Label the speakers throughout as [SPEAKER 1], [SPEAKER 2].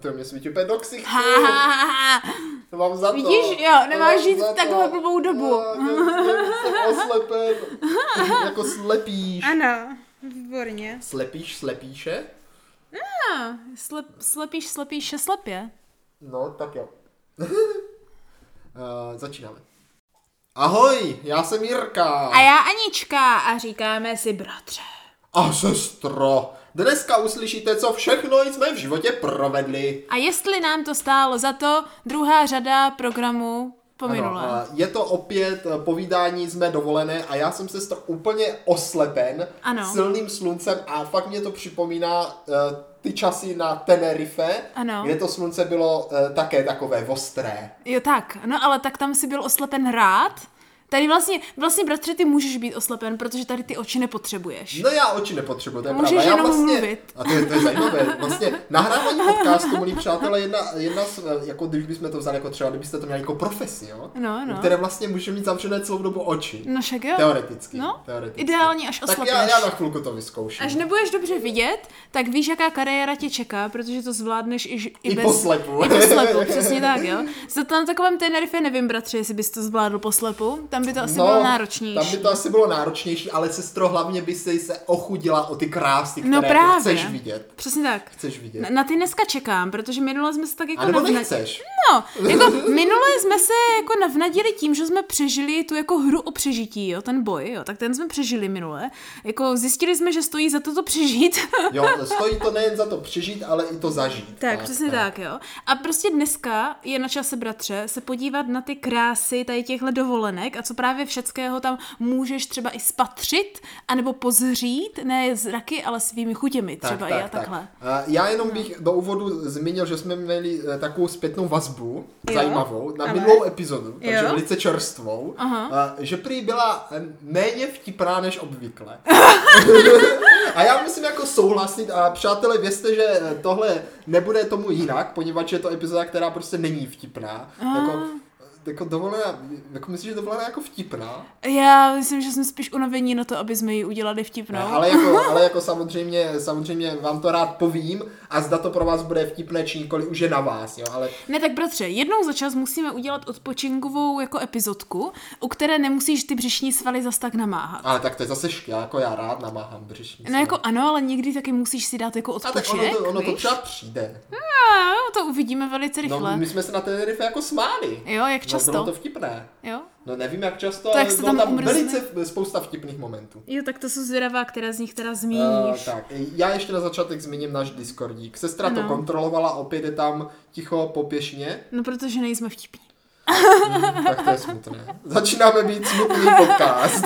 [SPEAKER 1] to mě svítí úplně do ksichtu.
[SPEAKER 2] Ha, ha, ha, ha.
[SPEAKER 1] To mám za to.
[SPEAKER 2] Vidíš, jo,
[SPEAKER 1] To
[SPEAKER 2] nemáš
[SPEAKER 1] mám
[SPEAKER 2] žít
[SPEAKER 1] za
[SPEAKER 2] v takovou blbou dobu.
[SPEAKER 1] Já, já, já jsem oslepen. jako slepíš.
[SPEAKER 2] Ano, výborně.
[SPEAKER 1] Slepíš, slepíše?
[SPEAKER 2] Ah, slep, slepíš, slepíš, še slepě.
[SPEAKER 1] No, tak jo. uh, začínáme. Ahoj, já jsem Jirka.
[SPEAKER 2] A já Anička a říkáme si bratře.
[SPEAKER 1] A sestro, dneska uslyšíte, co všechno jsme v životě provedli.
[SPEAKER 2] A jestli nám to stálo za to, druhá řada programu pominula.
[SPEAKER 1] Ano, a je to opět eh, povídání z mé dovolené a já jsem se to úplně oslepen
[SPEAKER 2] Ano.
[SPEAKER 1] silným sluncem a fakt mě to připomíná eh, ty časy na Tenerife,
[SPEAKER 2] Ano.
[SPEAKER 1] kde to slunce bylo eh, také takové ostré.
[SPEAKER 2] Jo tak, no ale tak tam si byl oslepen rád. Tady vlastně, vlastně bratře, ty můžeš být oslepen, protože tady ty oči nepotřebuješ.
[SPEAKER 1] No já oči nepotřebuji, to je
[SPEAKER 2] Můžeš
[SPEAKER 1] pravda. Já
[SPEAKER 2] jenom
[SPEAKER 1] vlastně,
[SPEAKER 2] mluvit.
[SPEAKER 1] A to je, to je zajímavé. Vlastně nahrávání podcastu, milí přátelé, jedna, jedna z, eh, jako když bychom to vzali jako třeba, kdybyste to měli jako profesi, jo?
[SPEAKER 2] No, no.
[SPEAKER 1] U které vlastně může mít zavřené celou dobu oči.
[SPEAKER 2] No však jo.
[SPEAKER 1] Teoreticky.
[SPEAKER 2] No,
[SPEAKER 1] teoreticky.
[SPEAKER 2] ideálně až
[SPEAKER 1] Tak
[SPEAKER 2] oslepneš.
[SPEAKER 1] já, já na chvilku to vyzkouším.
[SPEAKER 2] Až nebudeš dobře vidět, tak víš, jaká kariéra tě čeká, protože to zvládneš i, ž- i,
[SPEAKER 1] I
[SPEAKER 2] bez...
[SPEAKER 1] poslepu.
[SPEAKER 2] I poslepu, přesně tak, jo. Za to na takovém Tenerife nevím, bratře, jestli bys to zvládl poslepu, tam by to asi bylo náročnější.
[SPEAKER 1] No, Tam by to asi bylo náročnější, ale sestro, hlavně by se se ochudila o ty krásy, které
[SPEAKER 2] No právě.
[SPEAKER 1] chceš vidět.
[SPEAKER 2] Přesně tak.
[SPEAKER 1] Chceš vidět.
[SPEAKER 2] Na, na ty dneska čekám, protože minule jsme se tak jako
[SPEAKER 1] A nebo
[SPEAKER 2] navna-
[SPEAKER 1] nechceš.
[SPEAKER 2] No, jako minule jsme se jako navnadili tím, že jsme přežili tu jako hru o přežití, jo, ten boj, jo, tak ten jsme přežili minule. Jako zjistili jsme, že stojí za to to přežít.
[SPEAKER 1] Jo, stojí to nejen za to přežít, ale i to zažít. No,
[SPEAKER 2] Tak, přesně tak, jo. A prostě dneska je na čase, bratře, se podívat na ty krásy tady těchhle dovolenek a co právě všeckého tam můžeš třeba i spatřit, anebo pozřít, ne zraky, ale svými chutěmi třeba i a takhle.
[SPEAKER 1] Eh, Já jenom bych do úvodu zmínil, že jsme měli eh, takovou zpětnou vazbu,
[SPEAKER 2] Jo,
[SPEAKER 1] zajímavou, na
[SPEAKER 2] ale-
[SPEAKER 1] minulou epizodu, takže
[SPEAKER 2] Jo.
[SPEAKER 1] velice čerstvou, eh, že prý byla eh, méně vtipná než obvykle. a já musím jako souhlasit a přátelé, vězte, že eh, tohle nebude tomu jinak, poněvadž je to epizoda, která prostě není vtipná. Jako, jako dovolená, jako myslíš, že dovolená je jako vtipná?
[SPEAKER 2] Já myslím, že jsme spíš unavení na to, aby jsme ji udělali vtipnou.
[SPEAKER 1] No. Ale, jako, ale jako samozřejmě, samozřejmě vám to rád povím a zda to pro vás bude vtipné či nikoli, už je na vás, jo, ale
[SPEAKER 2] Ne, tak bratře, jednou za čas musíme udělat odpočinkovou jako epizodku, u které nemusíš ty břišní svaly zas tak namáhat.
[SPEAKER 1] ale tak to je zase šk, já, jako já rád namáhám břišní.
[SPEAKER 2] No jako ano, ale někdy taky musíš si dát jako
[SPEAKER 1] a tak
[SPEAKER 2] odpočinek,
[SPEAKER 1] ono to, ono to
[SPEAKER 2] víš?
[SPEAKER 1] třeba přijde.
[SPEAKER 2] A jo, to uvidíme velice rychle.
[SPEAKER 1] No, my jsme se na Tenerife jako smáli.
[SPEAKER 2] Jo, jak
[SPEAKER 1] No, bylo
[SPEAKER 2] často?
[SPEAKER 1] to vtipné.
[SPEAKER 2] Jo?
[SPEAKER 1] No nevím jak často,
[SPEAKER 2] Tak
[SPEAKER 1] ale
[SPEAKER 2] se
[SPEAKER 1] bylo tam,
[SPEAKER 2] tam umrzne.
[SPEAKER 1] velice v- spousta vtipných momentů.
[SPEAKER 2] Jo, tak to jsou zvědavá, která z nich teda
[SPEAKER 1] Uh,
[SPEAKER 2] zmíníš.
[SPEAKER 1] tak, já ještě na začátek zmíním náš Discordík. Sestra to
[SPEAKER 2] Ano.
[SPEAKER 1] kontrolovala, opět je tam ticho po pěšně,
[SPEAKER 2] no, protože nejsme vtipní.
[SPEAKER 1] tak to je smutné. Začínáme být smutný podcast.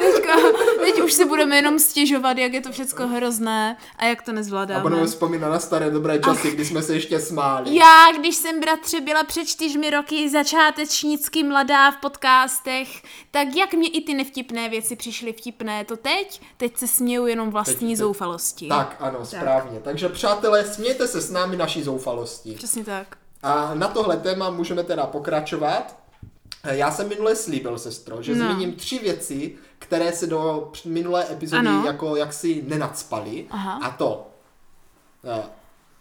[SPEAKER 2] Teďka, teď už si budeme jenom stěžovat, jak je to všechno hrozné a jak to
[SPEAKER 1] A
[SPEAKER 2] nezvládáme.
[SPEAKER 1] budeme vzpomínat na staré dobré časy, kdy jsme se ještě smáli.
[SPEAKER 2] Já, když jsem bratře byla před čtyřmi roky začátečnicky mladá v podcastech, tak jak mě i ty nevtipné věci přišly vtipné, to teď? Teď se směju jenom vlastní
[SPEAKER 1] Teď- teď-
[SPEAKER 2] zoufalosti.
[SPEAKER 1] Tak, ano, správně. Takže přátelé, smějte se s námi naší zoufalosti.
[SPEAKER 2] Přesně tak.
[SPEAKER 1] A na tohle téma můžeme teda pokračovat. E, Já jsem minule slíbil, sestro, že
[SPEAKER 2] No.
[SPEAKER 1] no. zmíním tři věci, které se do př- minulé epizody
[SPEAKER 2] Ano.
[SPEAKER 1] ano. jako jaksi nenacpaly.
[SPEAKER 2] Aha.
[SPEAKER 1] A to eh,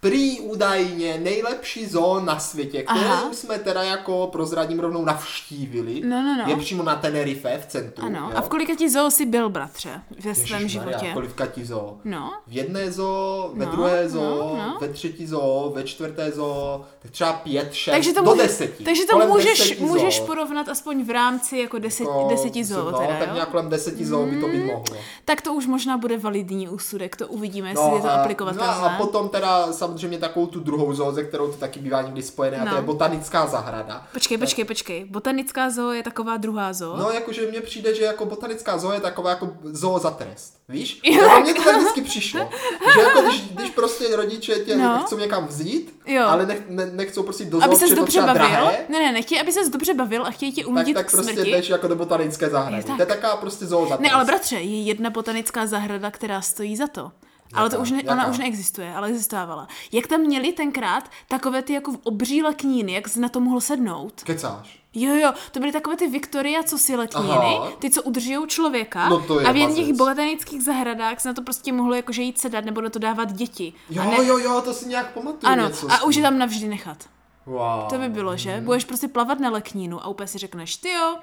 [SPEAKER 1] prý údajně nejlepší zoo na světě,
[SPEAKER 2] Aha.
[SPEAKER 1] kterou jsme teda jako prozradím rovnou navštívili.
[SPEAKER 2] No, no, no.
[SPEAKER 1] Je přímo na Tenerife v centru.
[SPEAKER 2] Ano.
[SPEAKER 1] jo.
[SPEAKER 2] A v kolika ti zoo jsi byl, bratře, ve svém
[SPEAKER 1] Ježišmarja,
[SPEAKER 2] životě?
[SPEAKER 1] Kolivka ti zoo.
[SPEAKER 2] No,
[SPEAKER 1] V jedné zoo, ve
[SPEAKER 2] No,
[SPEAKER 1] druhé
[SPEAKER 2] no,
[SPEAKER 1] zoo,
[SPEAKER 2] no.
[SPEAKER 1] ve třetí zoo, ve čtvrté zoo, tak třeba pět, šest,
[SPEAKER 2] takže to,
[SPEAKER 1] do
[SPEAKER 2] může,
[SPEAKER 1] deseti.
[SPEAKER 2] takže to
[SPEAKER 1] kolem
[SPEAKER 2] můžeš,
[SPEAKER 1] deseti zoo.
[SPEAKER 2] můžeš porovnat aspoň v rámci jako deset,
[SPEAKER 1] Jako,
[SPEAKER 2] deseti zoo.
[SPEAKER 1] No,
[SPEAKER 2] Teda,
[SPEAKER 1] tak
[SPEAKER 2] jo? Mm.
[SPEAKER 1] nějak kolem deseti zoo by to být mohlo.
[SPEAKER 2] tak to už možná bude validní úsudek, to uvidíme, jestli je to
[SPEAKER 1] no
[SPEAKER 2] aplikovatelné.
[SPEAKER 1] a potom teda samozřejmě takovou tu druhou zoo, ze kterou to taky bývá někdy spojené, a
[SPEAKER 2] No.
[SPEAKER 1] to je botanická zahrada.
[SPEAKER 2] Počkej, počkej, počkej. Botanická zoo je taková druhá zoo.
[SPEAKER 1] No, jakože mně přijde, že jako botanická zoo je taková jako zoo za trest, víš?
[SPEAKER 2] Jo,
[SPEAKER 1] Jako
[SPEAKER 2] tak.
[SPEAKER 1] mně to tak vždycky přišlo, že jako když, když prostě rodiče tě
[SPEAKER 2] No.
[SPEAKER 1] no. chcou někam vzít,
[SPEAKER 2] Jo.
[SPEAKER 1] ale nech, ne, nechcou prostě do zoo,
[SPEAKER 2] Aby ses
[SPEAKER 1] protože to
[SPEAKER 2] dobře
[SPEAKER 1] třeba
[SPEAKER 2] bavil?
[SPEAKER 1] drahé,
[SPEAKER 2] Ne, ne, nechtějí, aby ses dobře bavil a chtějí tě
[SPEAKER 1] tak,
[SPEAKER 2] umítit
[SPEAKER 1] tak
[SPEAKER 2] k
[SPEAKER 1] prostě
[SPEAKER 2] smrti.
[SPEAKER 1] jdeš jako do botanické
[SPEAKER 2] Je
[SPEAKER 1] zahrady.
[SPEAKER 2] tak.
[SPEAKER 1] To je taková prostě zoo za trest.
[SPEAKER 2] Ne, ale bratře, je jedna botanická zahrada, která stojí za to. Ale to
[SPEAKER 1] Jaká?
[SPEAKER 2] už ne, ona
[SPEAKER 1] Jaká?
[SPEAKER 2] už neexistuje, ale existovala. Jak tam měli tenkrát takové ty jako obří lakníny, jak jsi na to mohl sednout?
[SPEAKER 1] Kecáš.
[SPEAKER 2] Jo, jo, to byly takové ty Viktoria, co si letniny,
[SPEAKER 1] Aha.
[SPEAKER 2] ty, co udržují člověka.
[SPEAKER 1] No to je
[SPEAKER 2] a v jedných
[SPEAKER 1] mazec.
[SPEAKER 2] botanických zahradách se na to prostě mohlo jakože jít sedat nebo na to dávat děti.
[SPEAKER 1] Jo,
[SPEAKER 2] a ne,
[SPEAKER 1] jo, jo, to si nějak pamatuju
[SPEAKER 2] ano,
[SPEAKER 1] něco.
[SPEAKER 2] a
[SPEAKER 1] s
[SPEAKER 2] už je
[SPEAKER 1] tím.
[SPEAKER 2] tam navždy nechat.
[SPEAKER 1] Wow.
[SPEAKER 2] To by bylo, že? Budeš prostě plavat na leknínu a úplně si řekneš, ty jo,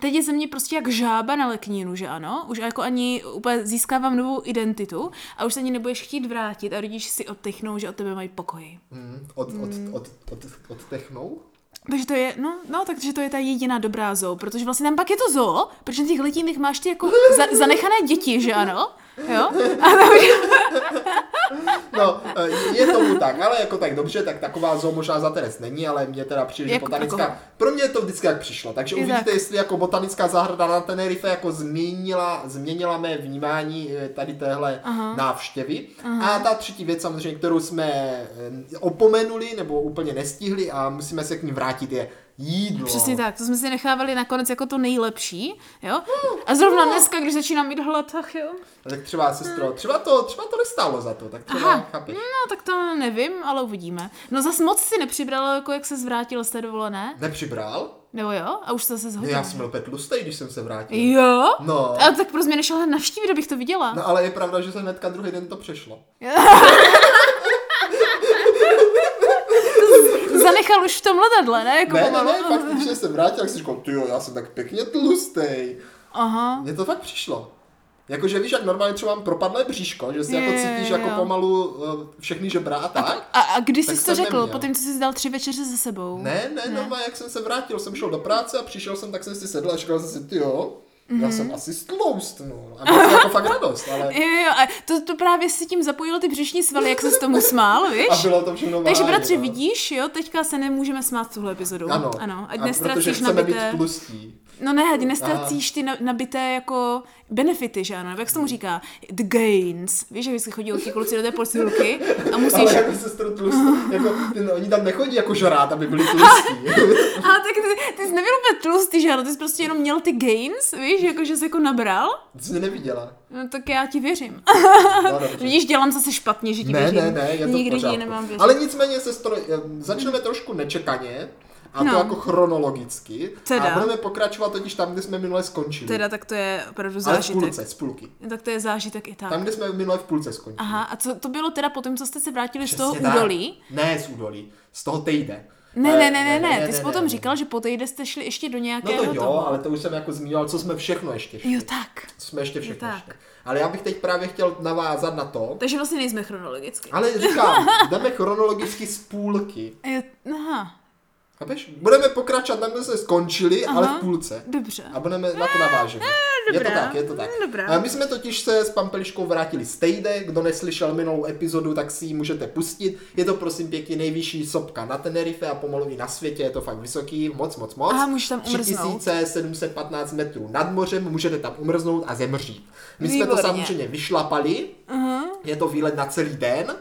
[SPEAKER 2] teď je ze mě prostě jak žába na leknínu, že ano? Už jako ani úplně získávám novou identitu a už se ani nebudeš chtít vrátit a rodiče si odtechnou, že od tebe mají pokoj.
[SPEAKER 1] Mm, Od, od, od, od, od technou?
[SPEAKER 2] Takže to je, no, no, takže to je ta jediná dobrá zoo, protože vlastně tam pak je to zoo, protože na těch letínek máš ty jako za, zanechané děti, že ano? Jo?
[SPEAKER 1] No, eh, je tomu tak, ale jako tak dobře, tak taková zoo možná za teres není, ale mě teda přijde, že
[SPEAKER 2] Jako
[SPEAKER 1] botanická,
[SPEAKER 2] taková.
[SPEAKER 1] pro mě to vždycky jak přišlo, takže
[SPEAKER 2] Je
[SPEAKER 1] uvidíte,
[SPEAKER 2] tak.
[SPEAKER 1] jestli jako botanická zahrada na Tenerife jako změnila, změnila mé vnímání eh, tady téhle Aha. návštěvy. Aha. A ta třetí věc samozřejmě, kterou jsme eh, opomenuli nebo úplně nestihli a musíme se k ní vrátit, je jídlo.
[SPEAKER 2] Přesně tak, to jsme si nechávali nakonec jako to nejlepší, jo?
[SPEAKER 1] Hmm.
[SPEAKER 2] A zrovna dneska, když začínám mít hlad, ach jo.
[SPEAKER 1] A Tak třeba sestro, třeba to, třeba to nestálo za to, tak třeba
[SPEAKER 2] Hmm. Aha.
[SPEAKER 1] Aha. chápeš.
[SPEAKER 2] No, tak to nevím, ale uvidíme. No zas moc si nepřibralo, jako jak se zvrátil z té dovolené.
[SPEAKER 1] Nepřibral?
[SPEAKER 2] Nebo jo? A už se zase
[SPEAKER 1] No,
[SPEAKER 2] zhodil.
[SPEAKER 1] já jsem byl opět tlustej, když jsem se vrátil.
[SPEAKER 2] Jo?
[SPEAKER 1] No.
[SPEAKER 2] A tak pro změnu nešel hned navštívit, abych to viděla.
[SPEAKER 1] No ale je pravda, že se hnedka druhý den to přešlo.
[SPEAKER 2] Zanechal už v tom letadle, ne? Jako
[SPEAKER 1] Ne, ne,
[SPEAKER 2] pomalu.
[SPEAKER 1] ne, fakt, když jsem se vrátil, tak jsem říkal, ty jo, já jsem tak pěkně tlustej.
[SPEAKER 2] Aha.
[SPEAKER 1] Mně to fakt přišlo. Jakože víš, jak normálně třeba mám propadlé bříško, že si jako
[SPEAKER 2] Jo, jo,
[SPEAKER 1] cítíš
[SPEAKER 2] jo,
[SPEAKER 1] jako
[SPEAKER 2] jo.
[SPEAKER 1] pomalu eh, všechny žebra a tak.
[SPEAKER 2] A, a kdy
[SPEAKER 1] Tak
[SPEAKER 2] jsi to
[SPEAKER 1] jsem
[SPEAKER 2] řekl?
[SPEAKER 1] neměl.
[SPEAKER 2] Po tom, co jsi dal tři večeře za sebou?
[SPEAKER 1] Ne, ne,
[SPEAKER 2] Ne.
[SPEAKER 1] normálně, jak jsem se vrátil, jsem šel do práce a přišel jsem, tak jsem si sedl a říkal jsem si, ty jo, já
[SPEAKER 2] Mhm.
[SPEAKER 1] jsem asi stloustnul. A měl jsem jako fakt radost, ale...
[SPEAKER 2] Jo, jo, a to, to právě si tím zapojil ty břišní svaly, jak se s tomu smál,
[SPEAKER 1] A
[SPEAKER 2] víš?
[SPEAKER 1] bylo to všechno
[SPEAKER 2] Takže
[SPEAKER 1] vážně,
[SPEAKER 2] bratře,
[SPEAKER 1] no.
[SPEAKER 2] vidíš, jo, teďka se nemůžeme smát tuhle epizodou.
[SPEAKER 1] Ano,
[SPEAKER 2] ano ať no,
[SPEAKER 1] a protože
[SPEAKER 2] nestracíš
[SPEAKER 1] chceme být
[SPEAKER 2] nabité.
[SPEAKER 1] tlustí.
[SPEAKER 2] No ne, ať nestracíš ty na- nabité jako benefity, že ano, nebo
[SPEAKER 1] Hmm.
[SPEAKER 2] jak se tomu říká? The gains. Víš, jak vždycky chodí ti kluci do té posilky a musíš...
[SPEAKER 1] Ale jako sestru tlustí, jako, ty, oni tam nechodí jako žrát, aby byli tlustí.
[SPEAKER 2] A tak ty, ty jsi nebyl úplně tlustý, že ano, ty jsi prostě jenom měl ty gains, víš, jako že jsi jako nabral.
[SPEAKER 1] Ty jsi mě neviděla.
[SPEAKER 2] No tak já ti věřím.
[SPEAKER 1] No, dobře.
[SPEAKER 2] Vidíš, dělám zase špatně, že ti
[SPEAKER 1] Ne,
[SPEAKER 2] věřím.
[SPEAKER 1] ne, ne, je to v
[SPEAKER 2] Nikdy ti
[SPEAKER 1] pořádku.
[SPEAKER 2] nemám věřit.
[SPEAKER 1] Ale nicméně, sestro, em, začneme trošku nečekaně, a to
[SPEAKER 2] No.
[SPEAKER 1] jako chronologicky.
[SPEAKER 2] Teda.
[SPEAKER 1] A budeme pokračovat totiž tam, kde jsme minule skončili.
[SPEAKER 2] Teda tak to je opravdu
[SPEAKER 1] Ale v
[SPEAKER 2] zážitek.
[SPEAKER 1] půlce, z půlky.
[SPEAKER 2] Tak to je zážitek i tak.
[SPEAKER 1] Tam, kde jsme minule v půlce skončili.
[SPEAKER 2] Aha, a co to bylo teda po tom, co jste se vrátili z toho
[SPEAKER 1] Přesně tak.
[SPEAKER 2] údolí?
[SPEAKER 1] Ne z údolí, z toho tejde. Eh,
[SPEAKER 2] Ne, ne, ne, ne, ne, ty jsi
[SPEAKER 1] ne,
[SPEAKER 2] potom
[SPEAKER 1] ne.
[SPEAKER 2] říkal, že po týdne jste šli ještě do
[SPEAKER 1] No
[SPEAKER 2] nějakého
[SPEAKER 1] to jo,
[SPEAKER 2] toho.
[SPEAKER 1] ale to už jsem jako zmiňoval, co jsme všechno ještě šli.
[SPEAKER 2] Jo, tak.
[SPEAKER 1] Co jsme ještě všechno
[SPEAKER 2] tak.
[SPEAKER 1] šli. Ale já bych teď právě chtěl navázat na to,
[SPEAKER 2] Takže vlastně nejsme chronologicky.
[SPEAKER 1] ale říkám, jdeme chronologicky z půlky.
[SPEAKER 2] Jo, aha,
[SPEAKER 1] Chápeš? Budeme pokračovat tam, kde jsme skončili, Aha. ale v půlce.
[SPEAKER 2] dobře.
[SPEAKER 1] A budeme na to navážeme. Je to
[SPEAKER 2] Eh, dobrá.
[SPEAKER 1] tak, je to tak.
[SPEAKER 2] Mm, dobrá.
[SPEAKER 1] A My jsme totiž se s Pampeliškou vrátili z Tejde, kdo neslyšel minulou epizodu, tak si ji můžete pustit. Je to prosím pěkně nejvyšší sopka na Tenerife a pomalu i na světě, je to fakt vysoký, moc, moc, moc.
[SPEAKER 2] Aha, můžeš tam umrznout.
[SPEAKER 1] 3715 metrů nad mořem, můžete tam umrznout a zemřít. My jsme to
[SPEAKER 2] Výborně. Mhm.
[SPEAKER 1] samozřejmě vyšlapali, je to výlet na celý den.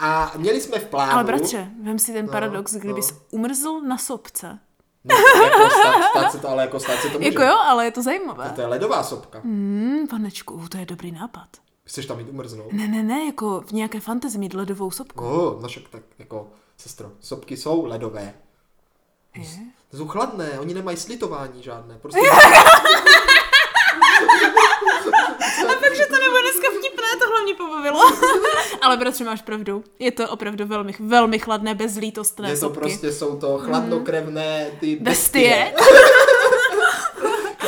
[SPEAKER 1] A měli jsme v plánu...
[SPEAKER 2] Ale bratře, vem si ten paradox,
[SPEAKER 1] no.
[SPEAKER 2] kdybys umrzl na sopce.
[SPEAKER 1] No, jako stát, stát se to, ale jako stát se to může.
[SPEAKER 2] Jako jo, ale je to zajímavé.
[SPEAKER 1] To je ledová sopka.
[SPEAKER 2] Hmm, panečku, uh, to je dobrý nápad.
[SPEAKER 1] Chceš tam jít umrznout?
[SPEAKER 2] Ne, ne, ne, jako v nějaké fantazii mít ledovou sopku.
[SPEAKER 1] Oh, no však tak jako, sestro, sopky jsou ledové.
[SPEAKER 2] Je?
[SPEAKER 1] Jsou chladné, oni nemají slitování žádné. Prostě
[SPEAKER 2] Takže to nebude dneska vtipné, tohle mě pobavilo. Ale bratře, máš pravdu. Je to opravdu velmi, velmi chladné, bezlítostné
[SPEAKER 1] je to
[SPEAKER 2] sopky. Mhm.
[SPEAKER 1] prostě, jsou to chladnokrevné ty
[SPEAKER 2] Bestie.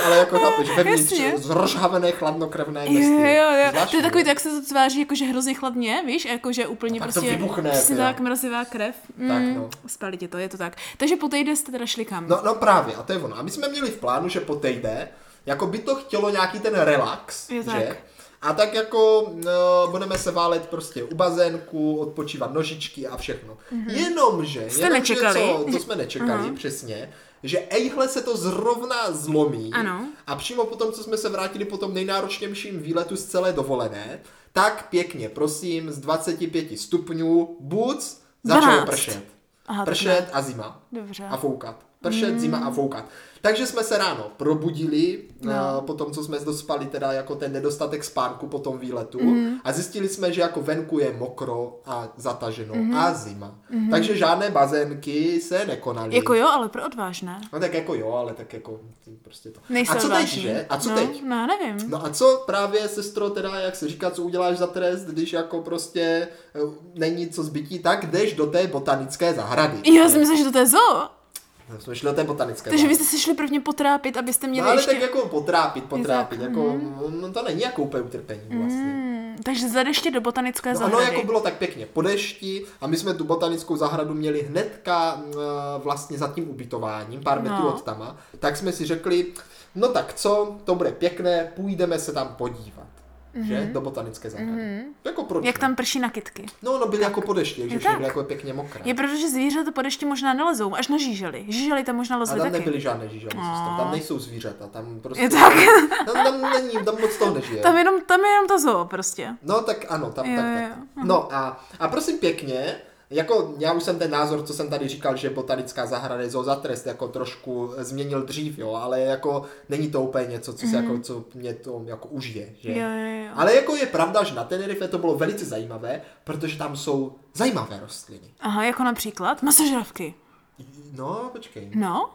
[SPEAKER 1] Ale jako chápeš, vevnitř
[SPEAKER 2] Jasně.
[SPEAKER 1] zrožhavené chladnokrevné
[SPEAKER 2] Jo,
[SPEAKER 1] bestie.
[SPEAKER 2] jo, jo. To
[SPEAKER 1] Zvláštní.
[SPEAKER 2] je takový, to, jak se to tváří, jakože hrozně chladně, víš, a jakože úplně
[SPEAKER 1] A pak No, to
[SPEAKER 2] prostě.
[SPEAKER 1] vybuchne,
[SPEAKER 2] přesně
[SPEAKER 1] teda.
[SPEAKER 2] tak, mrazivá krev. Mm,
[SPEAKER 1] Tak, no.
[SPEAKER 2] Spali tě to, je to tak. Takže po týdne jste teda šli kam?
[SPEAKER 1] No, no právě, a to je ono. A my jsme měli v plánu, že po týdne, jako by to chtělo nějaký ten relax,
[SPEAKER 2] Je
[SPEAKER 1] že?
[SPEAKER 2] tak.
[SPEAKER 1] A tak jako no, budeme se válet prostě u bazénku, odpočívat nožičky a všechno. Mm-hmm. Jenomže,
[SPEAKER 2] Mhm. Jste
[SPEAKER 1] jenomže
[SPEAKER 2] nečekali,
[SPEAKER 1] co, to jsme nečekali, přesně, že ejhle se to zrovna zlomí
[SPEAKER 2] Ano.
[SPEAKER 1] a přímo potom, co jsme se vrátili po tom nejnáročnějším výletu z celé dovolené, tak pěkně, prosím, z 25 stupňů buc začalo
[SPEAKER 2] 12.
[SPEAKER 1] pršet.
[SPEAKER 2] Aha, tak
[SPEAKER 1] pršet a zima.
[SPEAKER 2] Dobře.
[SPEAKER 1] A foukat. Pršet, zima a foukat. Takže jsme se ráno probudili,
[SPEAKER 2] Hmm. No.
[SPEAKER 1] no. po tom, co jsme dospali teda jako ten nedostatek spánku po tom výletu
[SPEAKER 2] Mhm.
[SPEAKER 1] a zjistili jsme, že jako venku je mokro a zataženo
[SPEAKER 2] Mhm.
[SPEAKER 1] a zima. Takže žádné bazénky se nekonaly.
[SPEAKER 2] Jako jo, ale pro odvážné.
[SPEAKER 1] No tak jako jo, ale tak jako prostě to.
[SPEAKER 2] Nejsou
[SPEAKER 1] a co teď,
[SPEAKER 2] odvážní.
[SPEAKER 1] že? A co
[SPEAKER 2] no,
[SPEAKER 1] teď?
[SPEAKER 2] No, já nevím.
[SPEAKER 1] No a co právě, sestro, teda, jak se říká, co uděláš za trest, když jako prostě eh, není co zbytí, tak jdeš do té botanické zahrady.
[SPEAKER 2] Já si myslím, že to je zoo.
[SPEAKER 1] No, jsme šli do té botanické
[SPEAKER 2] Takže
[SPEAKER 1] zahrady.
[SPEAKER 2] vy jste se šli prvně potrápit, abyste měli
[SPEAKER 1] No ale
[SPEAKER 2] ještě...
[SPEAKER 1] tak jako potrápit, potrápit, jako,
[SPEAKER 2] mm.
[SPEAKER 1] no to není jako úplně utrpení vlastně.
[SPEAKER 2] Hmm, takže zadeště do botanické
[SPEAKER 1] No, ono
[SPEAKER 2] zahrady.
[SPEAKER 1] jako bylo tak pěkně po dešti a my jsme tu botanickou zahradu měli hnedka mm, vlastně za tím ubytováním, pár metrů
[SPEAKER 2] No.
[SPEAKER 1] od tama, tak jsme si řekli, no tak co, to bude pěkné, půjdeme se tam podívat. Že? Do botanické zahrady. Jako proč?
[SPEAKER 2] Mhm. Jak
[SPEAKER 1] ne?
[SPEAKER 2] tam prší na kytky.
[SPEAKER 1] No, no byly jako po dešti, takže
[SPEAKER 2] Je
[SPEAKER 1] všechno
[SPEAKER 2] tak.
[SPEAKER 1] bylo jako pěkně mokré.
[SPEAKER 2] Je proto, že zvířata po dešti možná nelezou, až na žížely. Žížely tam možná
[SPEAKER 1] A
[SPEAKER 2] lezly
[SPEAKER 1] tam
[SPEAKER 2] taky.
[SPEAKER 1] nebyly žádné žížaly,
[SPEAKER 2] No.
[SPEAKER 1] tam nejsou zvířata, tam prostě...
[SPEAKER 2] Je tak,
[SPEAKER 1] Tam, tam není, tam moc toho nežije.
[SPEAKER 2] tam jenom, tam je jenom to zoo prostě.
[SPEAKER 1] No tak ano, tam
[SPEAKER 2] Jo,
[SPEAKER 1] tak,
[SPEAKER 2] jo,
[SPEAKER 1] tak. No a, a prosím pěkně, jako já už jsem ten názor, co jsem tady říkal, že botanická zahrada je zoo za trest, jako trošku změnil dřív, jo, ale jako není to úplně něco, co, se jako, co mě to jako užije, že?
[SPEAKER 2] Mhm. Jo, jo, jo.
[SPEAKER 1] Ale jako je pravda, že na Tenerife to bylo velice zajímavé, protože tam jsou zajímavé rostliny.
[SPEAKER 2] Aha, jako například masožravky.
[SPEAKER 1] No, počkej.
[SPEAKER 2] No,